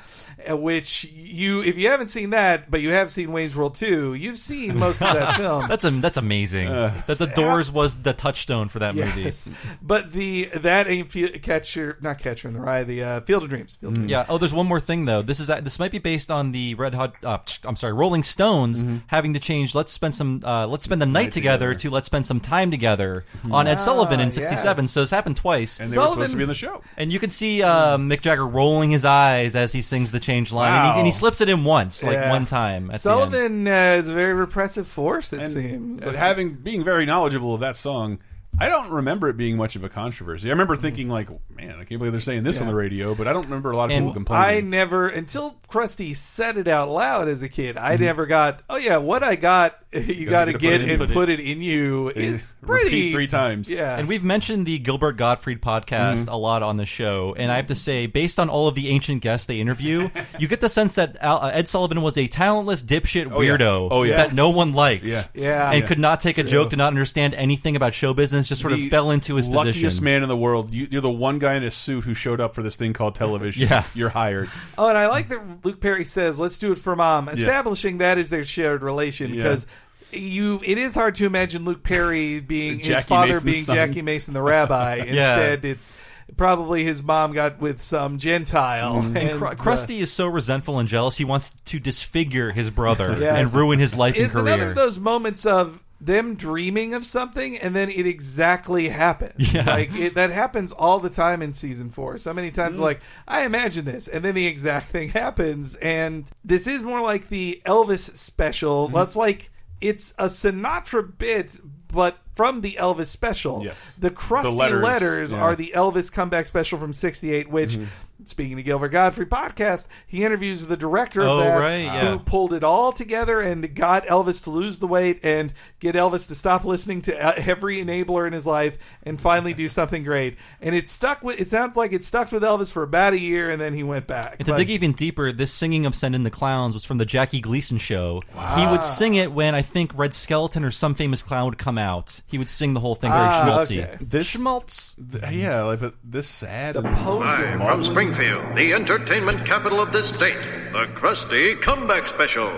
D: uh, which you, if you haven't seen that, but you have seen Wayne's World 2, you've seen most of that film.
C: That's a, that's amazing.
A: Uh,
C: that the Doors was the touchstone for that
D: Yes.
C: movie.
D: But the that ain't fe- catcher, not catcher in the rye. The uh, Field of Dreams. Field of Dreams.
C: Yeah. Oh, there's one more thing though. This is uh, this might be based on the Red Hot. Uh, I'm sorry, Rolling Stones having to change. Let's spend some. Uh, let's spend the night, together, to let's spend some time together on Ed Sullivan in '67. So this happened twice.
A: And they were supposed to be in the show.
C: And you can see uh, Mick Jagger rolling his eyes as he sings the change line, and,
D: Wow.
C: he, and he slips it in once, like
D: Yeah.
C: one time. At The end.
D: Sullivan uh, is a very repressive force. It
A: And-
D: seems.
A: But having being very knowledgeable of that song, I don't remember it being much of a controversy. I remember thinking like, man, I can't believe they're saying this on
D: Yeah.
A: the radio, but I don't remember a lot of people
D: I
A: complaining.
D: never, until Krusty said it out loud as a kid, I
A: Mhm.
D: never got. Oh yeah, what I got, you got to
C: Mm-hmm. gotta put
D: get
C: it in,
D: and
C: put it-
D: put it in you. It's pretty Yeah,
C: And we've mentioned the Gilbert Gottfried podcast
A: Mm-hmm.
D: Mhm.
C: a lot on the show. And I have to say, based on all of the ancient guests they interview, you get the sense that Al, uh, Ed Sullivan was a talentless dipshit
A: Oh, yeah.
C: weirdo
A: Oh, yeah.
C: that no one liked.
A: Yeah.
D: Yeah.
C: And
A: Yeah.
C: could not take a
A: True.
C: joke, did not understand anything about show business, just sort
A: The
C: of fell into his
A: luckiest
C: position.
A: man in the world. You, you're the one guy in a suit who showed up for this thing called television.
C: Yeah.
A: you're hired.
D: Oh, and I like that Luke Perry says, "Let's do it for mom," establishing that is their shared relation
A: Yeah.
D: because you. It is hard to imagine Luke Perry being his
A: Jackie
D: father
A: Mason's
D: being
A: son.
D: Jackie Mason, the rabbi.
C: Yeah.
D: Instead, it's probably his mom got with some Gentile.
A: Mm-hmm.
C: And Cru-
A: uh,
C: Krusty is so resentful and jealous, he wants to disfigure his brother
D: Yes.
C: and ruin his life
D: it's
C: and career.
D: another of those moments of them dreaming of something and then it exactly happens
C: Yeah.
D: like it, that happens all the time in season four so many times
C: Mm.
D: like i imagine this and then the exact thing happens and this is more like the elvis
C: Mm-hmm.
D: special well it's like it's a sinatra bit but from the elvis special yes the crusty
A: letters,
D: letters,
A: yeah.
C: Mm-hmm.
D: are the elvis comeback special from 68 which Speaking to Gilbert Godfrey podcast, he interviews the director of
C: Oh,
D: that,
C: right, yeah.
D: who pulled it all together and got Elvis to lose the weight and get Elvis to stop listening to uh, every enabler in his life and finally do something great. And it stuck with. It sounds like it stuck with Elvis for about a year, and then he went back.
C: And to
D: But-
C: dig even deeper, this singing of "Send in the Clowns" was from the Jackie Gleason show. He would sing it when I think Red Skeleton or some famous clown would come out. He would sing the whole thing very schmaltzy.
A: This schmaltz, th- yeah, like but this sad. The
M: Live from Springfield, the entertainment capital of this state, the Krusty Comeback Special.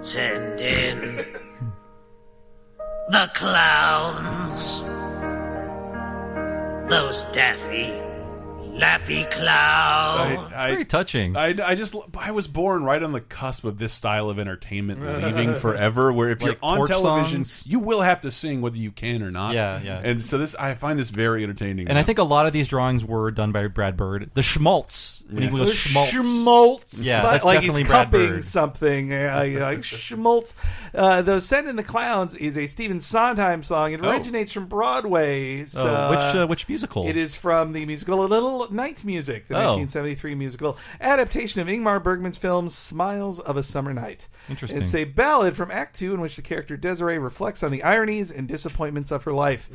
B: Send in the clowns. Those daffy, laffy clowns.
A: it's very
C: touching.
A: I, I just I was born right on the cusp of this style of entertainment leaving forever. Where if
C: Like
A: you're on
C: twerk
A: television,
C: songs?
A: you will have to sing whether you can or not.
C: Yeah, yeah.
A: And so this, I find this very entertaining.
C: And I think a lot of these drawings were done by Brad Bird. The schmaltz. When he
A: Yeah.
C: goes
A: The
C: schmaltz.
D: Schmaltz.
C: Yeah,
D: But,
C: that's
D: like
C: definitely
D: he's
C: Brad
D: cupping
C: Bird.
D: something. Yeah, yeah, like Schmaltz. Uh, though "Send in the Clowns" is a Stephen Sondheim song. It
C: Oh.
D: originates from Broadway. So,
C: which, uh, which musical?
D: It is from the musical "A Little Night Music," the
C: Oh.
D: 1973 musical adaptation of Ingmar Bergman's film "Smiles of a Summer Night."
C: Interesting.
D: It's a ballad from Act Two in which the character Desiree reflects on the ironies and disappointments of her life.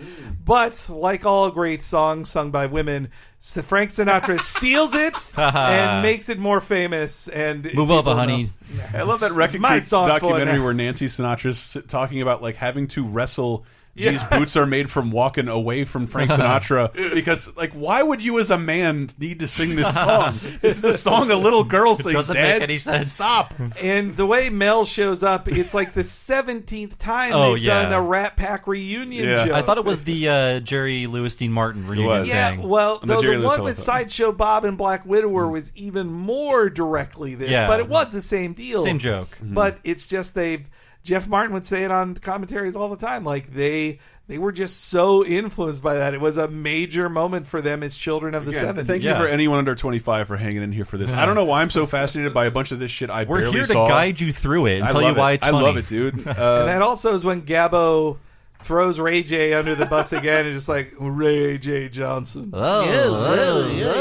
D: But like all great songs sung by women, S- Frank Sinatra steals it and makes it more famous. And
A: Move
D: people
A: over, honey.
D: know-
A: I love that
D: It's
A: Wrecking
D: my
A: Creek
D: song for
A: documentary
D: now.
A: where Nancy Sinatra's si- talking about like having to wrestle.
D: Yeah.
A: These boots are made from walking away from Frank Sinatra because, like, why would you as a man need to sing this song? This is a song a little girl sings. Dad. Stop.
D: And the way Mel shows up, it's like the seventeenth time
C: Oh,
D: they've
C: yeah.
D: done a Rat Pack reunion. Joke.
C: I thought it was the uh, Jerry Lewis Dean Martin reunion
A: was.
D: Yeah,
C: thing.
D: well, though the one with Sideshow Bob and Black Widower was even more directly this,
C: Yeah.
D: but it was the same deal.
C: Same joke. Mhm.
D: But it's just they Jeff Martin would say it on commentaries all the time. Like they they were just so influenced by that. It was a major moment for them as children of the
A: Again,
D: seventies.
A: thank you for anyone under 25 for hanging in here for this. I don't know why I'm so fascinated by a bunch of this shit I
C: We're
A: barely
C: here to
A: saw.
C: guide you through it and
A: I
C: tell you
A: love
C: why
A: it.
C: it's
A: I
C: funny.
A: love it, dude.
D: and
A: Uh,
D: that also is when Gabbo throws Ray J under the bus again and just like Ray J Johnson.
C: Oh,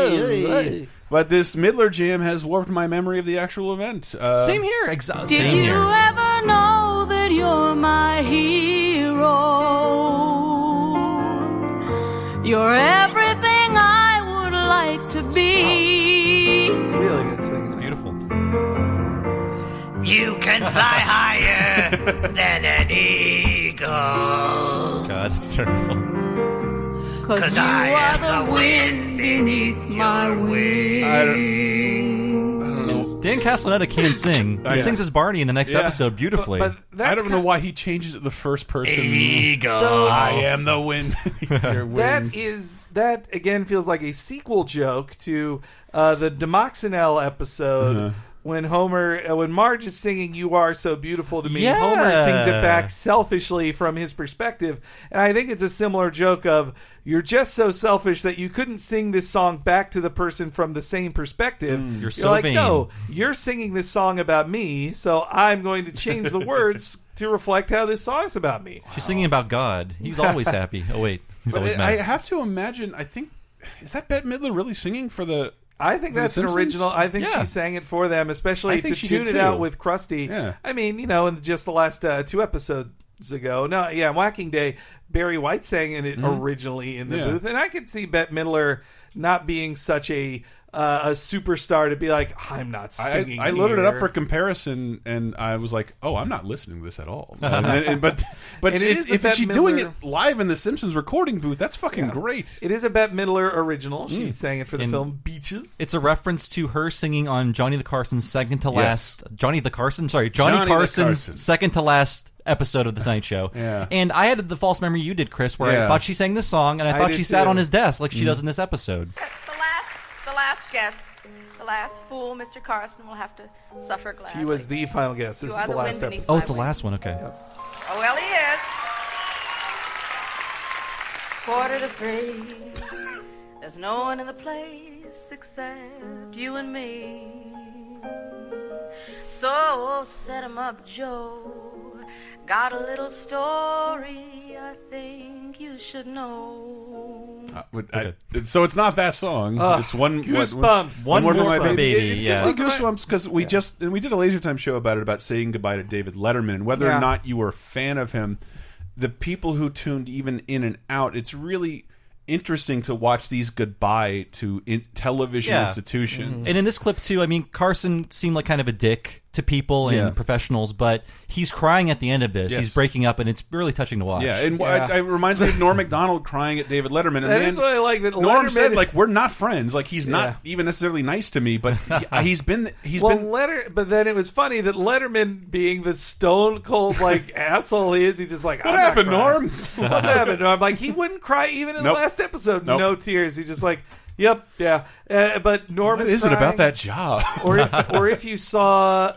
A: but this Midler jam has warped my memory of the actual event. Uh,
C: Same here. Exactly.
N: Did you ever know that you're my hero? You're everything I would like to be.
D: Really good singing. It's
C: beautiful.
B: You can fly higher than an eagle.
C: God, it's terrible.
N: Cause, you
B: I
N: are
B: am
N: the wind beneath my wings.
C: Dan Castellaneta can sing. He
A: Oh, Yeah.
C: sings as Barney in the next
A: Yeah.
C: episode beautifully.
A: But, I don't know why he changes it to the first person.
C: Eagle.
D: So-
A: I am the wind. Your
D: That
A: wings.
D: is that again feels like a sequel joke to uh, the Demoxenel episode
A: Uh-huh.
D: when Homer uh, when Marge is singing "You Are So Beautiful to Me."
C: Yeah.
D: Homer sings it back selfishly from his perspective, and I think it's a similar joke of "You're just so selfish that you couldn't sing this song back to the person from the same perspective."
C: Mm, You're so
D: like,
C: vain.
D: no, you're singing this song about me, so I'm going to change the words to reflect how this song is about me.
C: She's singing about God. He's always happy. Oh wait, he's
A: But
C: always
A: I,
C: mad.
A: I have to imagine. I think is that Bette Midler really singing for the?
D: I think that's an original. I think she sang it for them,
A: I
D: especially to
A: think she did
D: tune it
A: too.
D: out with Krusty. I mean, you know, in just the last uh, two episodes ago. No, yeah, Whacking Day, Barry White sang in it
A: Mhm.
D: originally in the
A: Yeah.
D: booth, and I could see Bette Midler not being such a uh, a superstar to be like, I'm not
A: I,
D: singing.
A: I loaded it up
D: here."
A: for comparison, and I was like, "Oh, I'm not listening to this at all." And then- but but
D: And it
A: if-
D: is a
A: if
D: Bette
A: she's doing it
D: Midler-
A: live in the Simpsons recording booth, that's fucking
D: Yeah.
A: great.
D: It is a Bette Midler original. She
A: Mm.
D: sang it for the
C: And-
D: film Beaches.
C: It's a reference to her singing on Johnny the Carson's second to
D: Yes.
C: last Johnny the Carson, sorry, Johnny,
A: Johnny the
C: Carson's
A: Carson.
C: second to last episode of the Tonight Show.
A: Yeah.
C: And I had the false memory you did, Chris, where I
A: Yeah.
C: thought she sang this song, and I
A: I
C: thought
A: did
C: she sat
A: too.
C: on his desk like she
A: Mhm.
C: does in this episode.
P: The last guest, the last fool, Mr. Carson, will have to suffer
D: She
P: gladly.
D: was the final guest. This
P: You
D: is
P: are
D: the
P: the
D: last
P: wind beneath
D: episode.
C: Oh, it's the last one. Okay.
P: Oh, well, he is. Quarter to three. There's no one in the place except you and me. So set him up, Joe. Got a little story I think you should know.
A: I would- I- so it's not that song.
D: Ugh,
A: it's one
D: goosebumps.
A: One, one, more for my
D: Goosebumps.
A: baby.
D: It- it
A: It's
D: gives me
A: like goosebumps because we just and we did a laser time show about it about saying goodbye to David Letterman and whether
D: Yeah.
A: or not you were a fan of him. The people who tuned even in and out. It's really interesting to watch these goodbye to in television institutions.
C: And in this clip too, I mean, Carson seemed like kind of a dick to people and
A: Yeah.
C: professionals, but he's crying at the end of this.
A: Yes.
C: He's breaking up, and it's really touching to watch.
A: Yeah, and wh- I- it reminds me of Norm Macdonald crying at David Letterman. And
D: That
A: then
D: is what I like, that
A: Norm
D: Letterman-
A: said, like, we're not friends. Like, he's not even necessarily nice to me, but he, has been he's
D: well,
A: been
D: Letter, but then it was funny that Letterman, being the stone cold like asshole he is, he's just like,
A: What
D: "I'm not
A: happened,
D: crying."
A: Norm?
D: what happened, Norm? Like he wouldn't cry even in
A: Nope.
D: the last episode.
A: Nope.
D: No tears. He just like, yep, yeah. Uh, but Norm
A: What
D: is
A: is it
D: crying.
A: about that job?
D: or if, or if you saw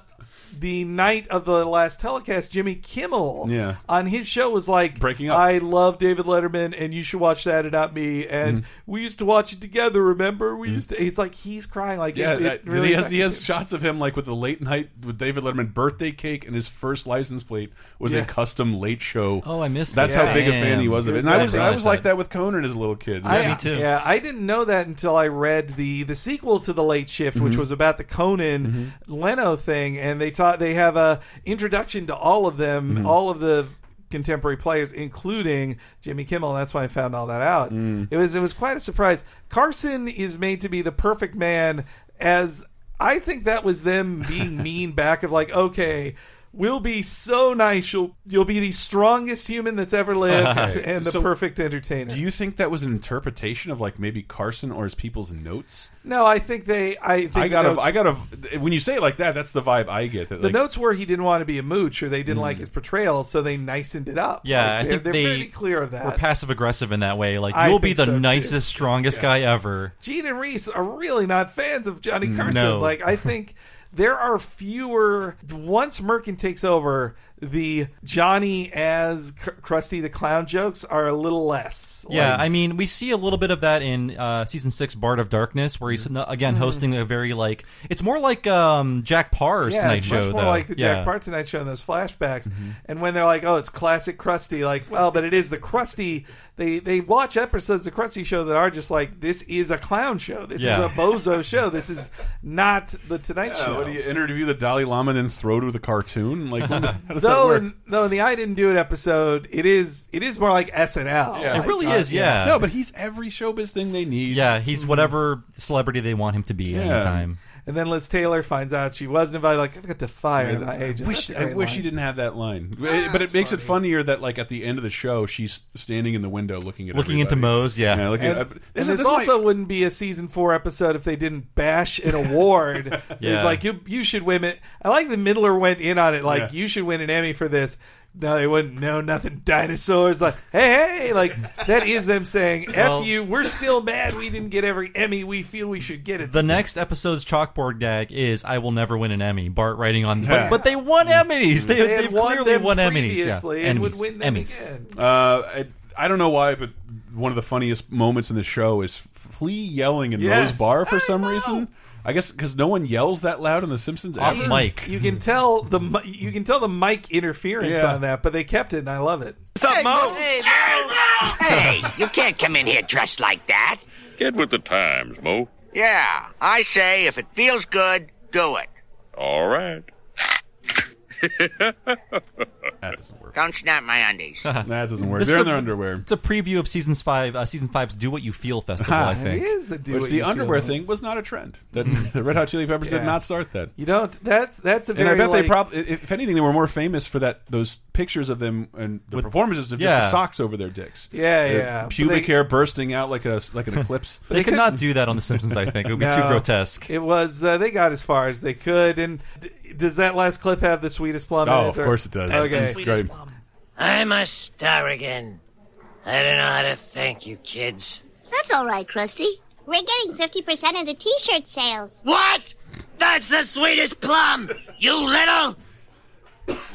D: the night of the last telecast, Jimmy Kimmel
A: Yeah.
D: on his show was like breaking up. I love David Letterman, and you should watch that and not me. And
A: Mhm.
D: we used to watch it together. Remember, we used to. He's like he's crying like
A: Mm-hmm. Yeah,
D: it, it
A: that,
D: really
A: he has
D: affects
A: he has
D: him.
A: shots of him like with the late night with David Letterman birthday cake, and his first license plate was
D: Yes.
A: a custom late show.
C: Oh, I missed
A: That's
C: that.
A: how big a
C: Damn.
A: fan he was of it. And I
C: Didn't
A: was I
C: realize
A: was like
C: that.
A: that with Conan as a little kid.
D: I, Yeah, I didn't know that until I read the the sequel to the Late Shift, which
A: Mhm.
D: was about the Conan
A: Mm-hmm.
D: Leno thing, and they taught they have a introduction to all of them,
A: Mhm.
D: all of the contemporary players, including Jimmy Kimmel. And that's why I found all that out.
A: Mm.
D: It was it was quite a surprise. Carson is made to be the perfect man as I think that was them being mean back of like, okay, we'll be so nice, you'll you'll be the strongest human that's ever lived
A: Right.
D: and the
A: So-
D: perfect entertainer.
A: Do you think that was an interpretation of like maybe Carson or his people's notes?
D: No, I think they. I think
A: I got
D: the
A: a
D: notes,
A: I got a when you say it like that, that's the vibe I get. That,
D: the
A: like,
D: notes were he didn't want to be a mooch, or they didn't like his portrayal, so they nicened it up.
C: Hmm. Yeah,
D: Like,
C: I
D: they're,
C: think
D: they're
C: they
D: pretty clear of that.
C: We're passive aggressive in that way. Like
D: I
C: you'll be
D: think
C: the
D: so, too.
C: nicest, strongest guy ever.
D: Gene and Reese are really not fans of Johnny
C: Mm,
D: Carson.
C: no.
D: Like I think there are fewer once Merkin takes over, the Johnny as Cr- Krusty the Clown jokes are a little less.
C: Yeah,
D: Like,
C: I mean, we see a little bit of that in uh, season six, Bard of Darkness, where he's no- again
D: Mhm.
C: hosting a very like it's more like um, Jack Parr's
D: yeah,
C: Tonight
D: it's
C: Show,
D: much more
C: though.
D: like the
C: Yeah.
D: Jack Parr Tonight Show in those flashbacks.
A: Mm-hmm.
D: And when they're like, "Oh, it's classic Krusty," like, well, but it is the Krusty. They they watch episodes of Krusty Show that are just like, "This is a clown show. This
A: Yeah.
D: is a bozo show. This is not the Tonight
A: Yeah,
D: Show."
A: what do you interview the Dalai Lama and then throw to the cartoon? Like when, how does that
D: Though
A: work?
D: in, though in the I didn't do it episode, it is it is more like SNL.
A: Yeah.
D: Like, uh,
A: No, but he's every showbiz thing they need.
C: Yeah, he's
D: Mm-hmm.
C: whatever celebrity they want him to be at any time.
D: And then Liz Taylor finds out she wasn't invited. Like I've got to fire
A: Yeah,
D: my agent.
A: I wish,
D: That's a
A: I
D: great
A: wish
D: line.
A: he didn't have that line, It- but it makes it funnier that like at the end of the show, she's standing in the window looking at
C: Looking into
A: everybody.
C: Moe's, yeah.
A: looking
D: And,
A: at,
D: and this,
A: this is- this might-
D: also wouldn't be a season four episode if they didn't bash an award. So
A: Yeah.
D: It's like you you should win it. I like the middler went in on it. Like
A: Yeah.
D: you should win an Emmy for this. No, they wouldn't. No, nothing. Dinosaurs. Like hey, hey. Like that is them saying,
C: Well-
D: "F you." We're still mad we didn't get every Emmy we feel we should get it. this
C: The
D: season."
C: next episode's chalkboard gag is "I will never win an Emmy." Bart writing on,
A: Yeah.
C: but, but they won Emmys. They,
D: They had
C: have
D: won
C: clearly
D: them
C: won Emmys. Yeah,
D: previously and would
C: Emmys.
D: win them
C: Emmys.
A: Uh, I, I don't know why, but one of the funniest moments in the show is Flea yelling in
D: Yes.
A: Moe's bar for some reason. I guess because no one yells that loud in The Simpsons. ever.
D: You- You can tell the mi- you can tell the mic interference
A: Yeah.
D: on that, but they kept it, and I love it.
R: Hey, Mo. Hey,
S: Hey, you can't come in here dressed like that.
G: Get with the times, Mo.
S: Yeah, I say if it feels good, do it.
G: All right.
S: Don't snap my undies.
A: that doesn't work.
C: This
A: They're in
C: is a-
A: their underwear.
C: It's a preview of seasons five. Uh, season five's "Do What You Feel" festival.
A: Ah,
C: I think
A: it is
D: the do
A: Which
D: what
A: the
D: you
A: underwear
D: feel.
A: thing was not a trend. That
C: Mm.
A: the Red Hot Chili Peppers
D: Yeah.
A: did not start that.
D: You don't. That's that's a
A: and
D: very.
A: I bet
D: like,
A: they probably, if anything, they were more famous for that those pictures of them and the performances of
C: Yeah.
A: just the socks over their dicks.
D: Yeah,
A: Their
D: yeah. But
A: Pubic
D: they-
A: hair bursting out like a like an eclipse.
C: they, could not do that on The Simpsons. I think it would be too
D: No.
C: grotesque.
D: It was. Uh, they got as far as they could. And d- does that last clip have the sweetest plum? in
A: Oh,
D: it,
A: of
D: or-
A: course it does.
D: Okay.
A: That's the sweetest Great. plum.
B: I'm a star again. I don't know how to thank you, kids.
L: That's all right, Krusty.
E: We're getting 50% of the t shirt sales.
B: What? That's the sweetest plum, you little.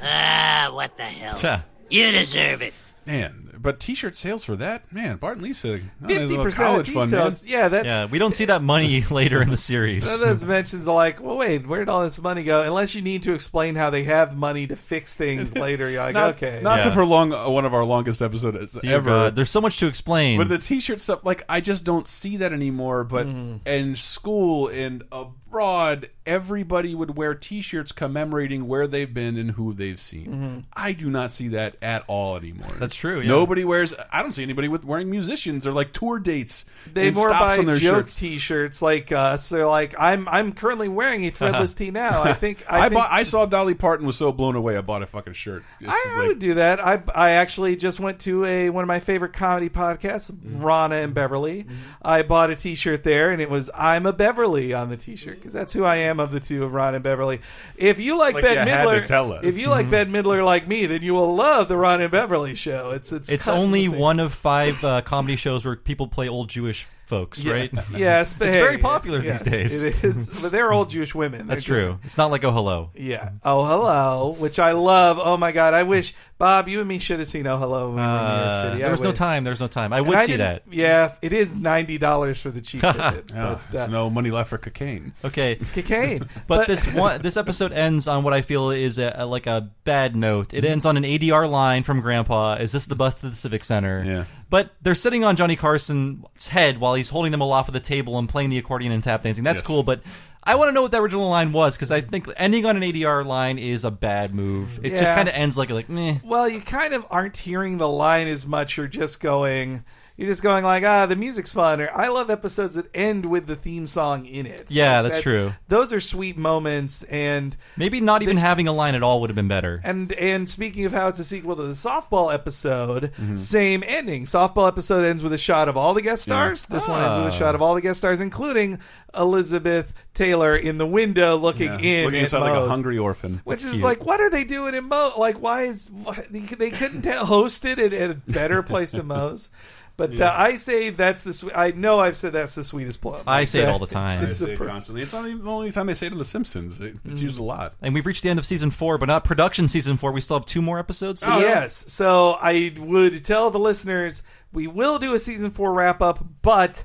B: Ah, what the hell? You deserve it.
A: Man, but T-shirt sales for that man, Bart and Lisa, oh, there's a
D: Fifty
A: little
D: percent of
A: college
D: these
A: fund, man.
D: sales. Yeah, that's
C: yeah, we don't see that money later in the series.
D: Some of those mentions are like, well, wait, where did all this money go? Unless you need to explain how they have money to fix things later, you're like,
A: not,
D: okay,
A: not
D: yeah.
A: to prolong uh, one of our longest episodes
C: Dear
A: ever.
C: God, there's so much to explain.
D: Mm.
A: But the T-shirt stuff, like I just don't see that anymore. But
D: Mm.
A: in school and abroad, everybody would wear T-shirts commemorating where they've been and who they've seen.
D: Mm-hmm.
C: Mhm.
A: I do not see that at all anymore.
C: That's true. Yeah.
A: Nobody wears. I don't see anybody with wearing musicians or like tour dates.
D: They
A: and
D: more
A: stops
D: buy
A: on their
D: joke
A: shirts.
D: T-shirts like us. They're like, I'm I'm currently wearing a threadless tee now. I think I,
A: I,
D: think
A: bought, I saw Dolly Parton was so blown away. I bought a fucking shirt. This is
D: I would do that. I I actually just went to a one of my favorite comedy podcasts,
C: Mm-hmm.
D: Rana and Beverly. I bought a T-shirt there, and it was "I'm a Beverly" on the T-shirt because that's who I am of the two of Ron and Beverly. If you like,
A: Like
D: Bette
A: you had to tell us.
D: Midler, if you like Bette
C: Mm-hmm.
D: Midler like me, then you will love the Ron and Beverly show. It's it's
C: it's
D: cut-
C: only one of five uh, comedy shows where people play old Jewish folks,
D: Yeah.
C: right?
D: Yes, but
C: it's
D: hey,
C: very popular
D: yes,
C: these days.
D: It is, but they're old Jewish women.
C: That's
D: They're
C: true. It's not like oh hello.
D: Yeah. Oh, hello, which I love. Oh my God, I wish Bob, you and me should have seen Oh Hello when we were in New York
C: Uh,
D: City. I
C: there was no
D: wish.
C: time. There was no time. I
D: And
C: would see that.
D: didn't- Yeah, it is ninety dollars for the cheap ticket.
A: Yeah,
D: but, uh,
A: there's no money left for cocaine.
C: Okay,
D: cocaine.
C: But, this one, this episode ends on what I feel is a, a- like a bad note. It ends on an ADR line from Grandpa. Is this the bus to the Civic Center? Yeah. But they're sitting on Johnny Carson's head while he's holding them all off of the table and playing the accordion and tap dancing. That's
A: Yes.
C: cool, but. I want to know what that original line was because I think ending on an ADR line is a bad move. It just
D: Yeah.
C: kind of ends like like meh.
D: Well, you kind of aren't hearing the line as much. You're just going. You're just going like, ah, the music's fun. Or I love episodes that end with the theme song in it.
C: Yeah,
D: Like,
C: that's true.
D: Those are sweet moments, and
C: Maybe not even having a line at all would have been better.
D: And and speaking of how it's a sequel to the softball episode, same ending. Softball episode ends with a shot of all the guest stars. This one ends with a
A: Ah.
D: shot of all the guest stars, including Elizabeth Taylor in the window looking
A: Yeah.
D: in.
A: Looking
D: at
A: inside like a
D: Moe's.
A: hungry orphan.
D: Which
A: That's
D: is
A: cute.
D: like, what are they doing in Mo? Like, why is why, they, they couldn't tell, host it at, at a better place than Mo's? But
A: Yeah.
D: uh, I say that's the swe- I know I've said that's the sweetest plum.
C: I say it all the time.
A: I
D: It's
A: say
D: a
A: it
D: per- Mm.
A: constantly. It's not even the only time they say it in The Simpsons. It- it's used a lot.
C: And we've reached the end of season four, but not production season four. We still have two more episodes. to go.
D: yes. So I would tell the listeners we will do a season four wrap up, but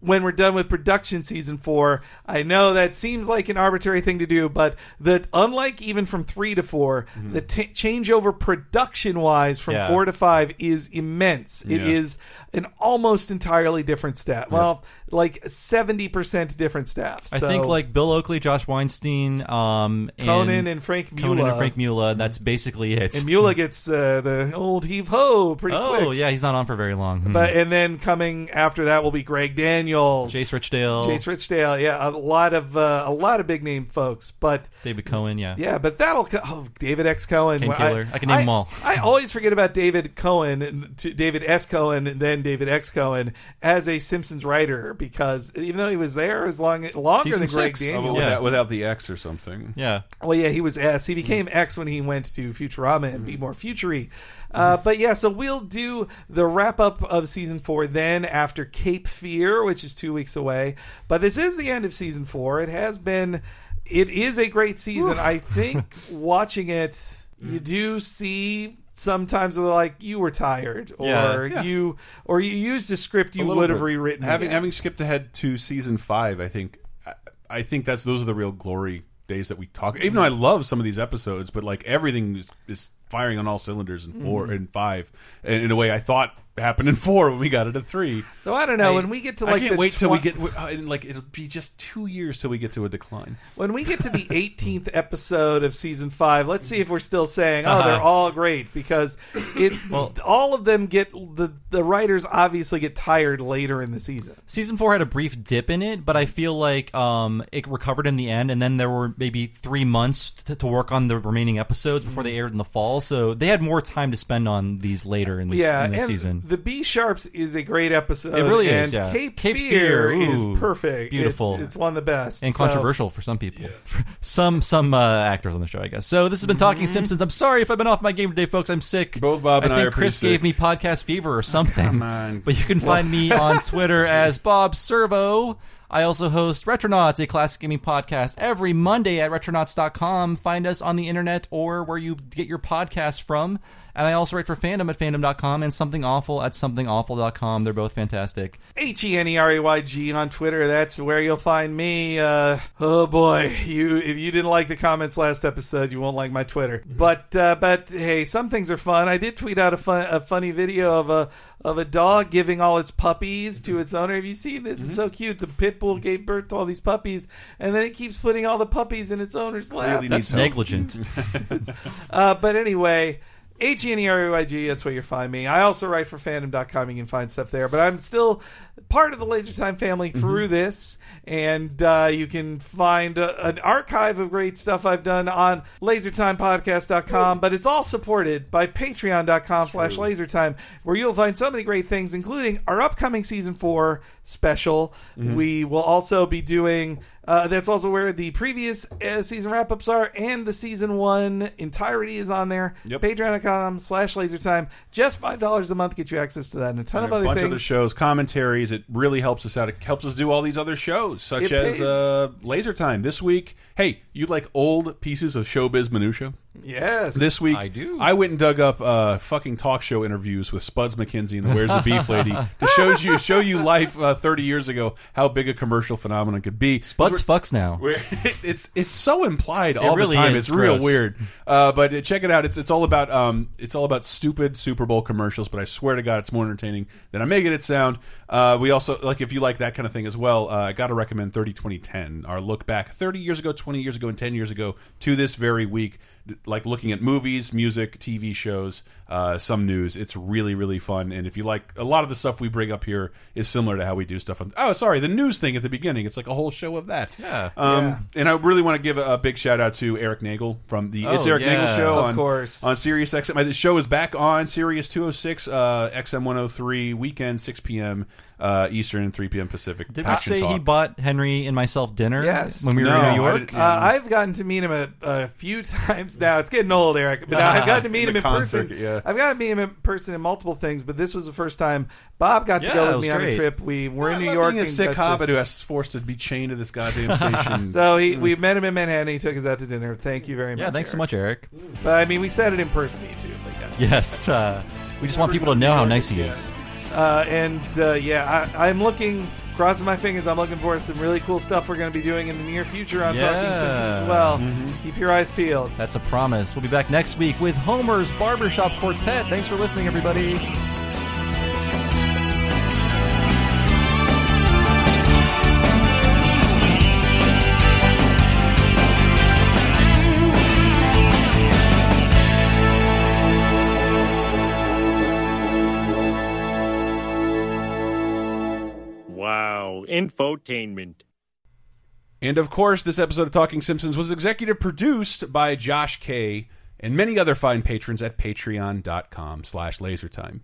D: when we're done with production season four, I know that seems like an arbitrary thing to do, but that unlike even from three to 4
C: Mm-hmm.
D: the t- changeover production wise from
A: Yeah.
D: four to five is immense. It is
A: Yeah.
D: an almost entirely different staff. Well, like seventy percent different staff.
C: I
D: So-
C: think like Bill Oakley, Josh Weinstein, um,
D: Conan and Frank
C: Conan
D: Mula.
C: and Frank Mula. That's basically it.
D: and Mula gets uh, the old heave ho pretty quick.
C: oh yeah, he's not on for very long. Hmm.
D: But and then coming after that will be Greg Daniels,
C: Jace Richdale,
D: Jace Richdale. Yeah, a lot of uh, a lot of big name folks. But
C: David Cohen. Yeah,
D: yeah, but that'll co- oh, David X Cohen.
C: Ken
D: Well,
C: Killer. I can name them all.
D: I always forget about David Cohen, and t- David S Cohen, and then David X Cohen as a Simpsons writer because even though he was there as long longer
A: Season
D: than Greg
A: six. Oh, but
D: Daniels,
A: without, without the X or something.
C: Yeah.
D: well, yeah, he was S.
A: Hmm.
D: He became X when he went to Futurama and be more futury.
A: Hmm.
D: Uh, but yeah, so we'll do the wrap up of season four then after Cape Fear, which is two weeks away. But this is the end of season four. It has been, it is a great season.
C: Oof.
D: I think watching it,
A: Hmm.
D: you do see sometimes where like you were tired or
A: Yeah. Yeah.
D: you or you used a script
A: A
D: you
A: little
D: would have
A: bit.
D: rewritten
A: Having
D: again.
A: having skipped ahead to season five, I think I, I think that's those are the real glory days that we talk. Even though
D: Mm.
A: I love some of these episodes, but like everything is, is firing on all cylinders in four
D: Mhm.
A: and five, and in a way I thought happened in four when we got it to three.
D: Though I don't know, when we get to, like,
A: I
D: the
A: can't wait till we
D: twen-
A: get uh, and, like it'll be just two years till we get to a decline.
D: When we get to the 18th episode of season five, let's see if we're still saying, "Oh, they're
A: Uh-huh.
D: all great," because it all of them get the the writers obviously get tired later in the season.
C: Season four had a brief dip in it, but I feel like um, it recovered in the end, and then there were maybe three months to, to work on the remaining episodes before
D: Mm-hmm.
C: they aired in the fall. So they had more time to spend on these later in the,
D: yeah,
C: in the
D: and
C: season.
D: the B sharps is a great episode.
C: It really
D: and
C: is, yeah.
D: Cape,
C: Cape
D: Fear,
C: Fear, ooh,
D: is perfect.
C: beautiful.
D: It's, it's one of the best
C: and
D: So-
C: controversial for some people, some some uh, actors on the show, I guess. So this has been
A: Mm-hmm.
C: Talking Simpsons. I'm sorry if I've been off my game today, folks. I'm sick. Both
A: Bob and I
C: think
A: are pretty
C: Chris
A: sick.
C: gave me podcast fever or something.
A: come on.
C: But you can find me on Twitter as Bob Servo. I also host Retronauts, a classic gaming podcast, every Monday at retronauts.com. Find us on the internet or where you get your podcast from. And I also write for fandom at fandom.com and something awful at somethingawful.com. They're both fantastic.
D: H E N E R E Y G on Twitter. That's where you'll find me. Uh, oh boy, you if you didn't like the comments last episode, you won't like my Twitter. But uh, but hey, some things are fun. I did tweet out a fun a funny video of a of a dog giving all its puppies to its owner. Have you seen this? It's so cute. The pit bull gave birth to all these puppies, and then it keeps putting all the puppies in its owner's lap.
C: That's negligent.
D: Uh, but anyway, H E N E R U I G, that's where you find me. I also write for fandom.com. You can find stuff there. But I'm still part of the Laser Time family through this. And uh, you can find a, an archive of great stuff I've done on lasertimepodcast.com. But it's all supported by patreon.com slash lasertime, where you'll find so many great things, including our upcoming season four special.
A: Mm-hmm.
O: Mhm.
D: We will also be doing. Uh, that's also where the previous uh, season wrap ups are, and the season one entirety is on there. Patreon.com slash lasertime. Just $5 a month gets you access to that and a ton of
A: And a
D: other
A: bunch
D: things.
A: of other shows, commentaries. It really helps us out. It helps us do all these other shows, such
D: It
A: as
D: pays.
A: uh, Laser Time this week. Hey, you like old pieces of showbiz minutia?
D: Yes.
A: This week,
D: I do.
A: I went and dug up uh, fucking talk show interviews with Spuds McKenzie and the Where's the Beef Lady to shows you show you life uh, thirty years ago how big a commercial phenomenon could be.
C: Spuds fucks now.
A: We're- it's it's so implied
C: It
A: all
C: really
A: the time.
C: is
A: It's real
C: gross.
A: weird. Uh, but uh, check it out. It's it's all about um it's all about stupid Super Bowl commercials. But I swear to God, it's more entertaining than I'm making it sound. Uh, we also like if you like that kind of thing as well. Uh, I got to recommend 30 2010. Our look back 30 years ago, 20 years ago, and 10 years ago to this very week. Like looking at movies, music, TV shows, uh, some news. It's really, really fun. And if you like a lot of the stuff we bring up here is similar to how we do stuff on. Oh, sorry, the news thing at the beginning. It's like a whole show of that. Yeah. Um,
D: Yeah.
A: And I really want to give a big shout out to Eric Nagel from the It's
D: Oh,
A: Eric Nagel
D: yeah.
A: Show
D: Of
A: on
D: course.
A: on Sirius XM. My- The show is back on Sirius 206, uh, XM 103 weekend 6 p.m. Uh, Eastern and 3 p.m. Pacific.
C: Did we
A: Action
C: say
A: Talk.
C: he bought Henry and myself dinner?
D: Yes.
C: When we were
A: No,
C: in New
A: I
C: York?
A: didn't-
D: Uh, I've gotten to meet him a, a few times now. It's getting old, Eric. But I've gotten to meet
A: The
D: him in
A: con
D: person.
A: circuit, yeah.
D: I've gotten to meet him in person in multiple things, but this was the first time Bob got to
A: Yeah, it
D: go with
A: was
D: me on
A: great.
D: a trip. We were in
A: I
D: New
A: love
D: York.
A: being a
D: and
A: sick
D: got to-
A: hobbit who has forced to be chained to this goddamn station.
D: so he,
A: Mm.
D: we met him in Manhattan. He took us out to dinner. Thank you very much.
C: Hmm. Yeah, thanks so
D: Eric.
C: much, Eric.
D: But I mean, we said it in person too. But yes.
C: Yes. Uh, we just want people to know how nice he is.
D: Uh, and uh, yeah, I, I'm looking, crossing my fingers, I'm looking forward to some really cool stuff we're going to be doing in the near future on Talking
C: Yeah.
D: Simpsons as well.
C: Mhm.
D: Keep your eyes peeled.
C: That's a promise. We'll be back next week with Homer's Barbershop Quartet. Thanks for listening, everybody.
J: Wow. Infotainment.
A: And of course, this episode of Talking Simpsons was executive produced by Josh Kay and many other fine patrons at patreon.com slash lasertime.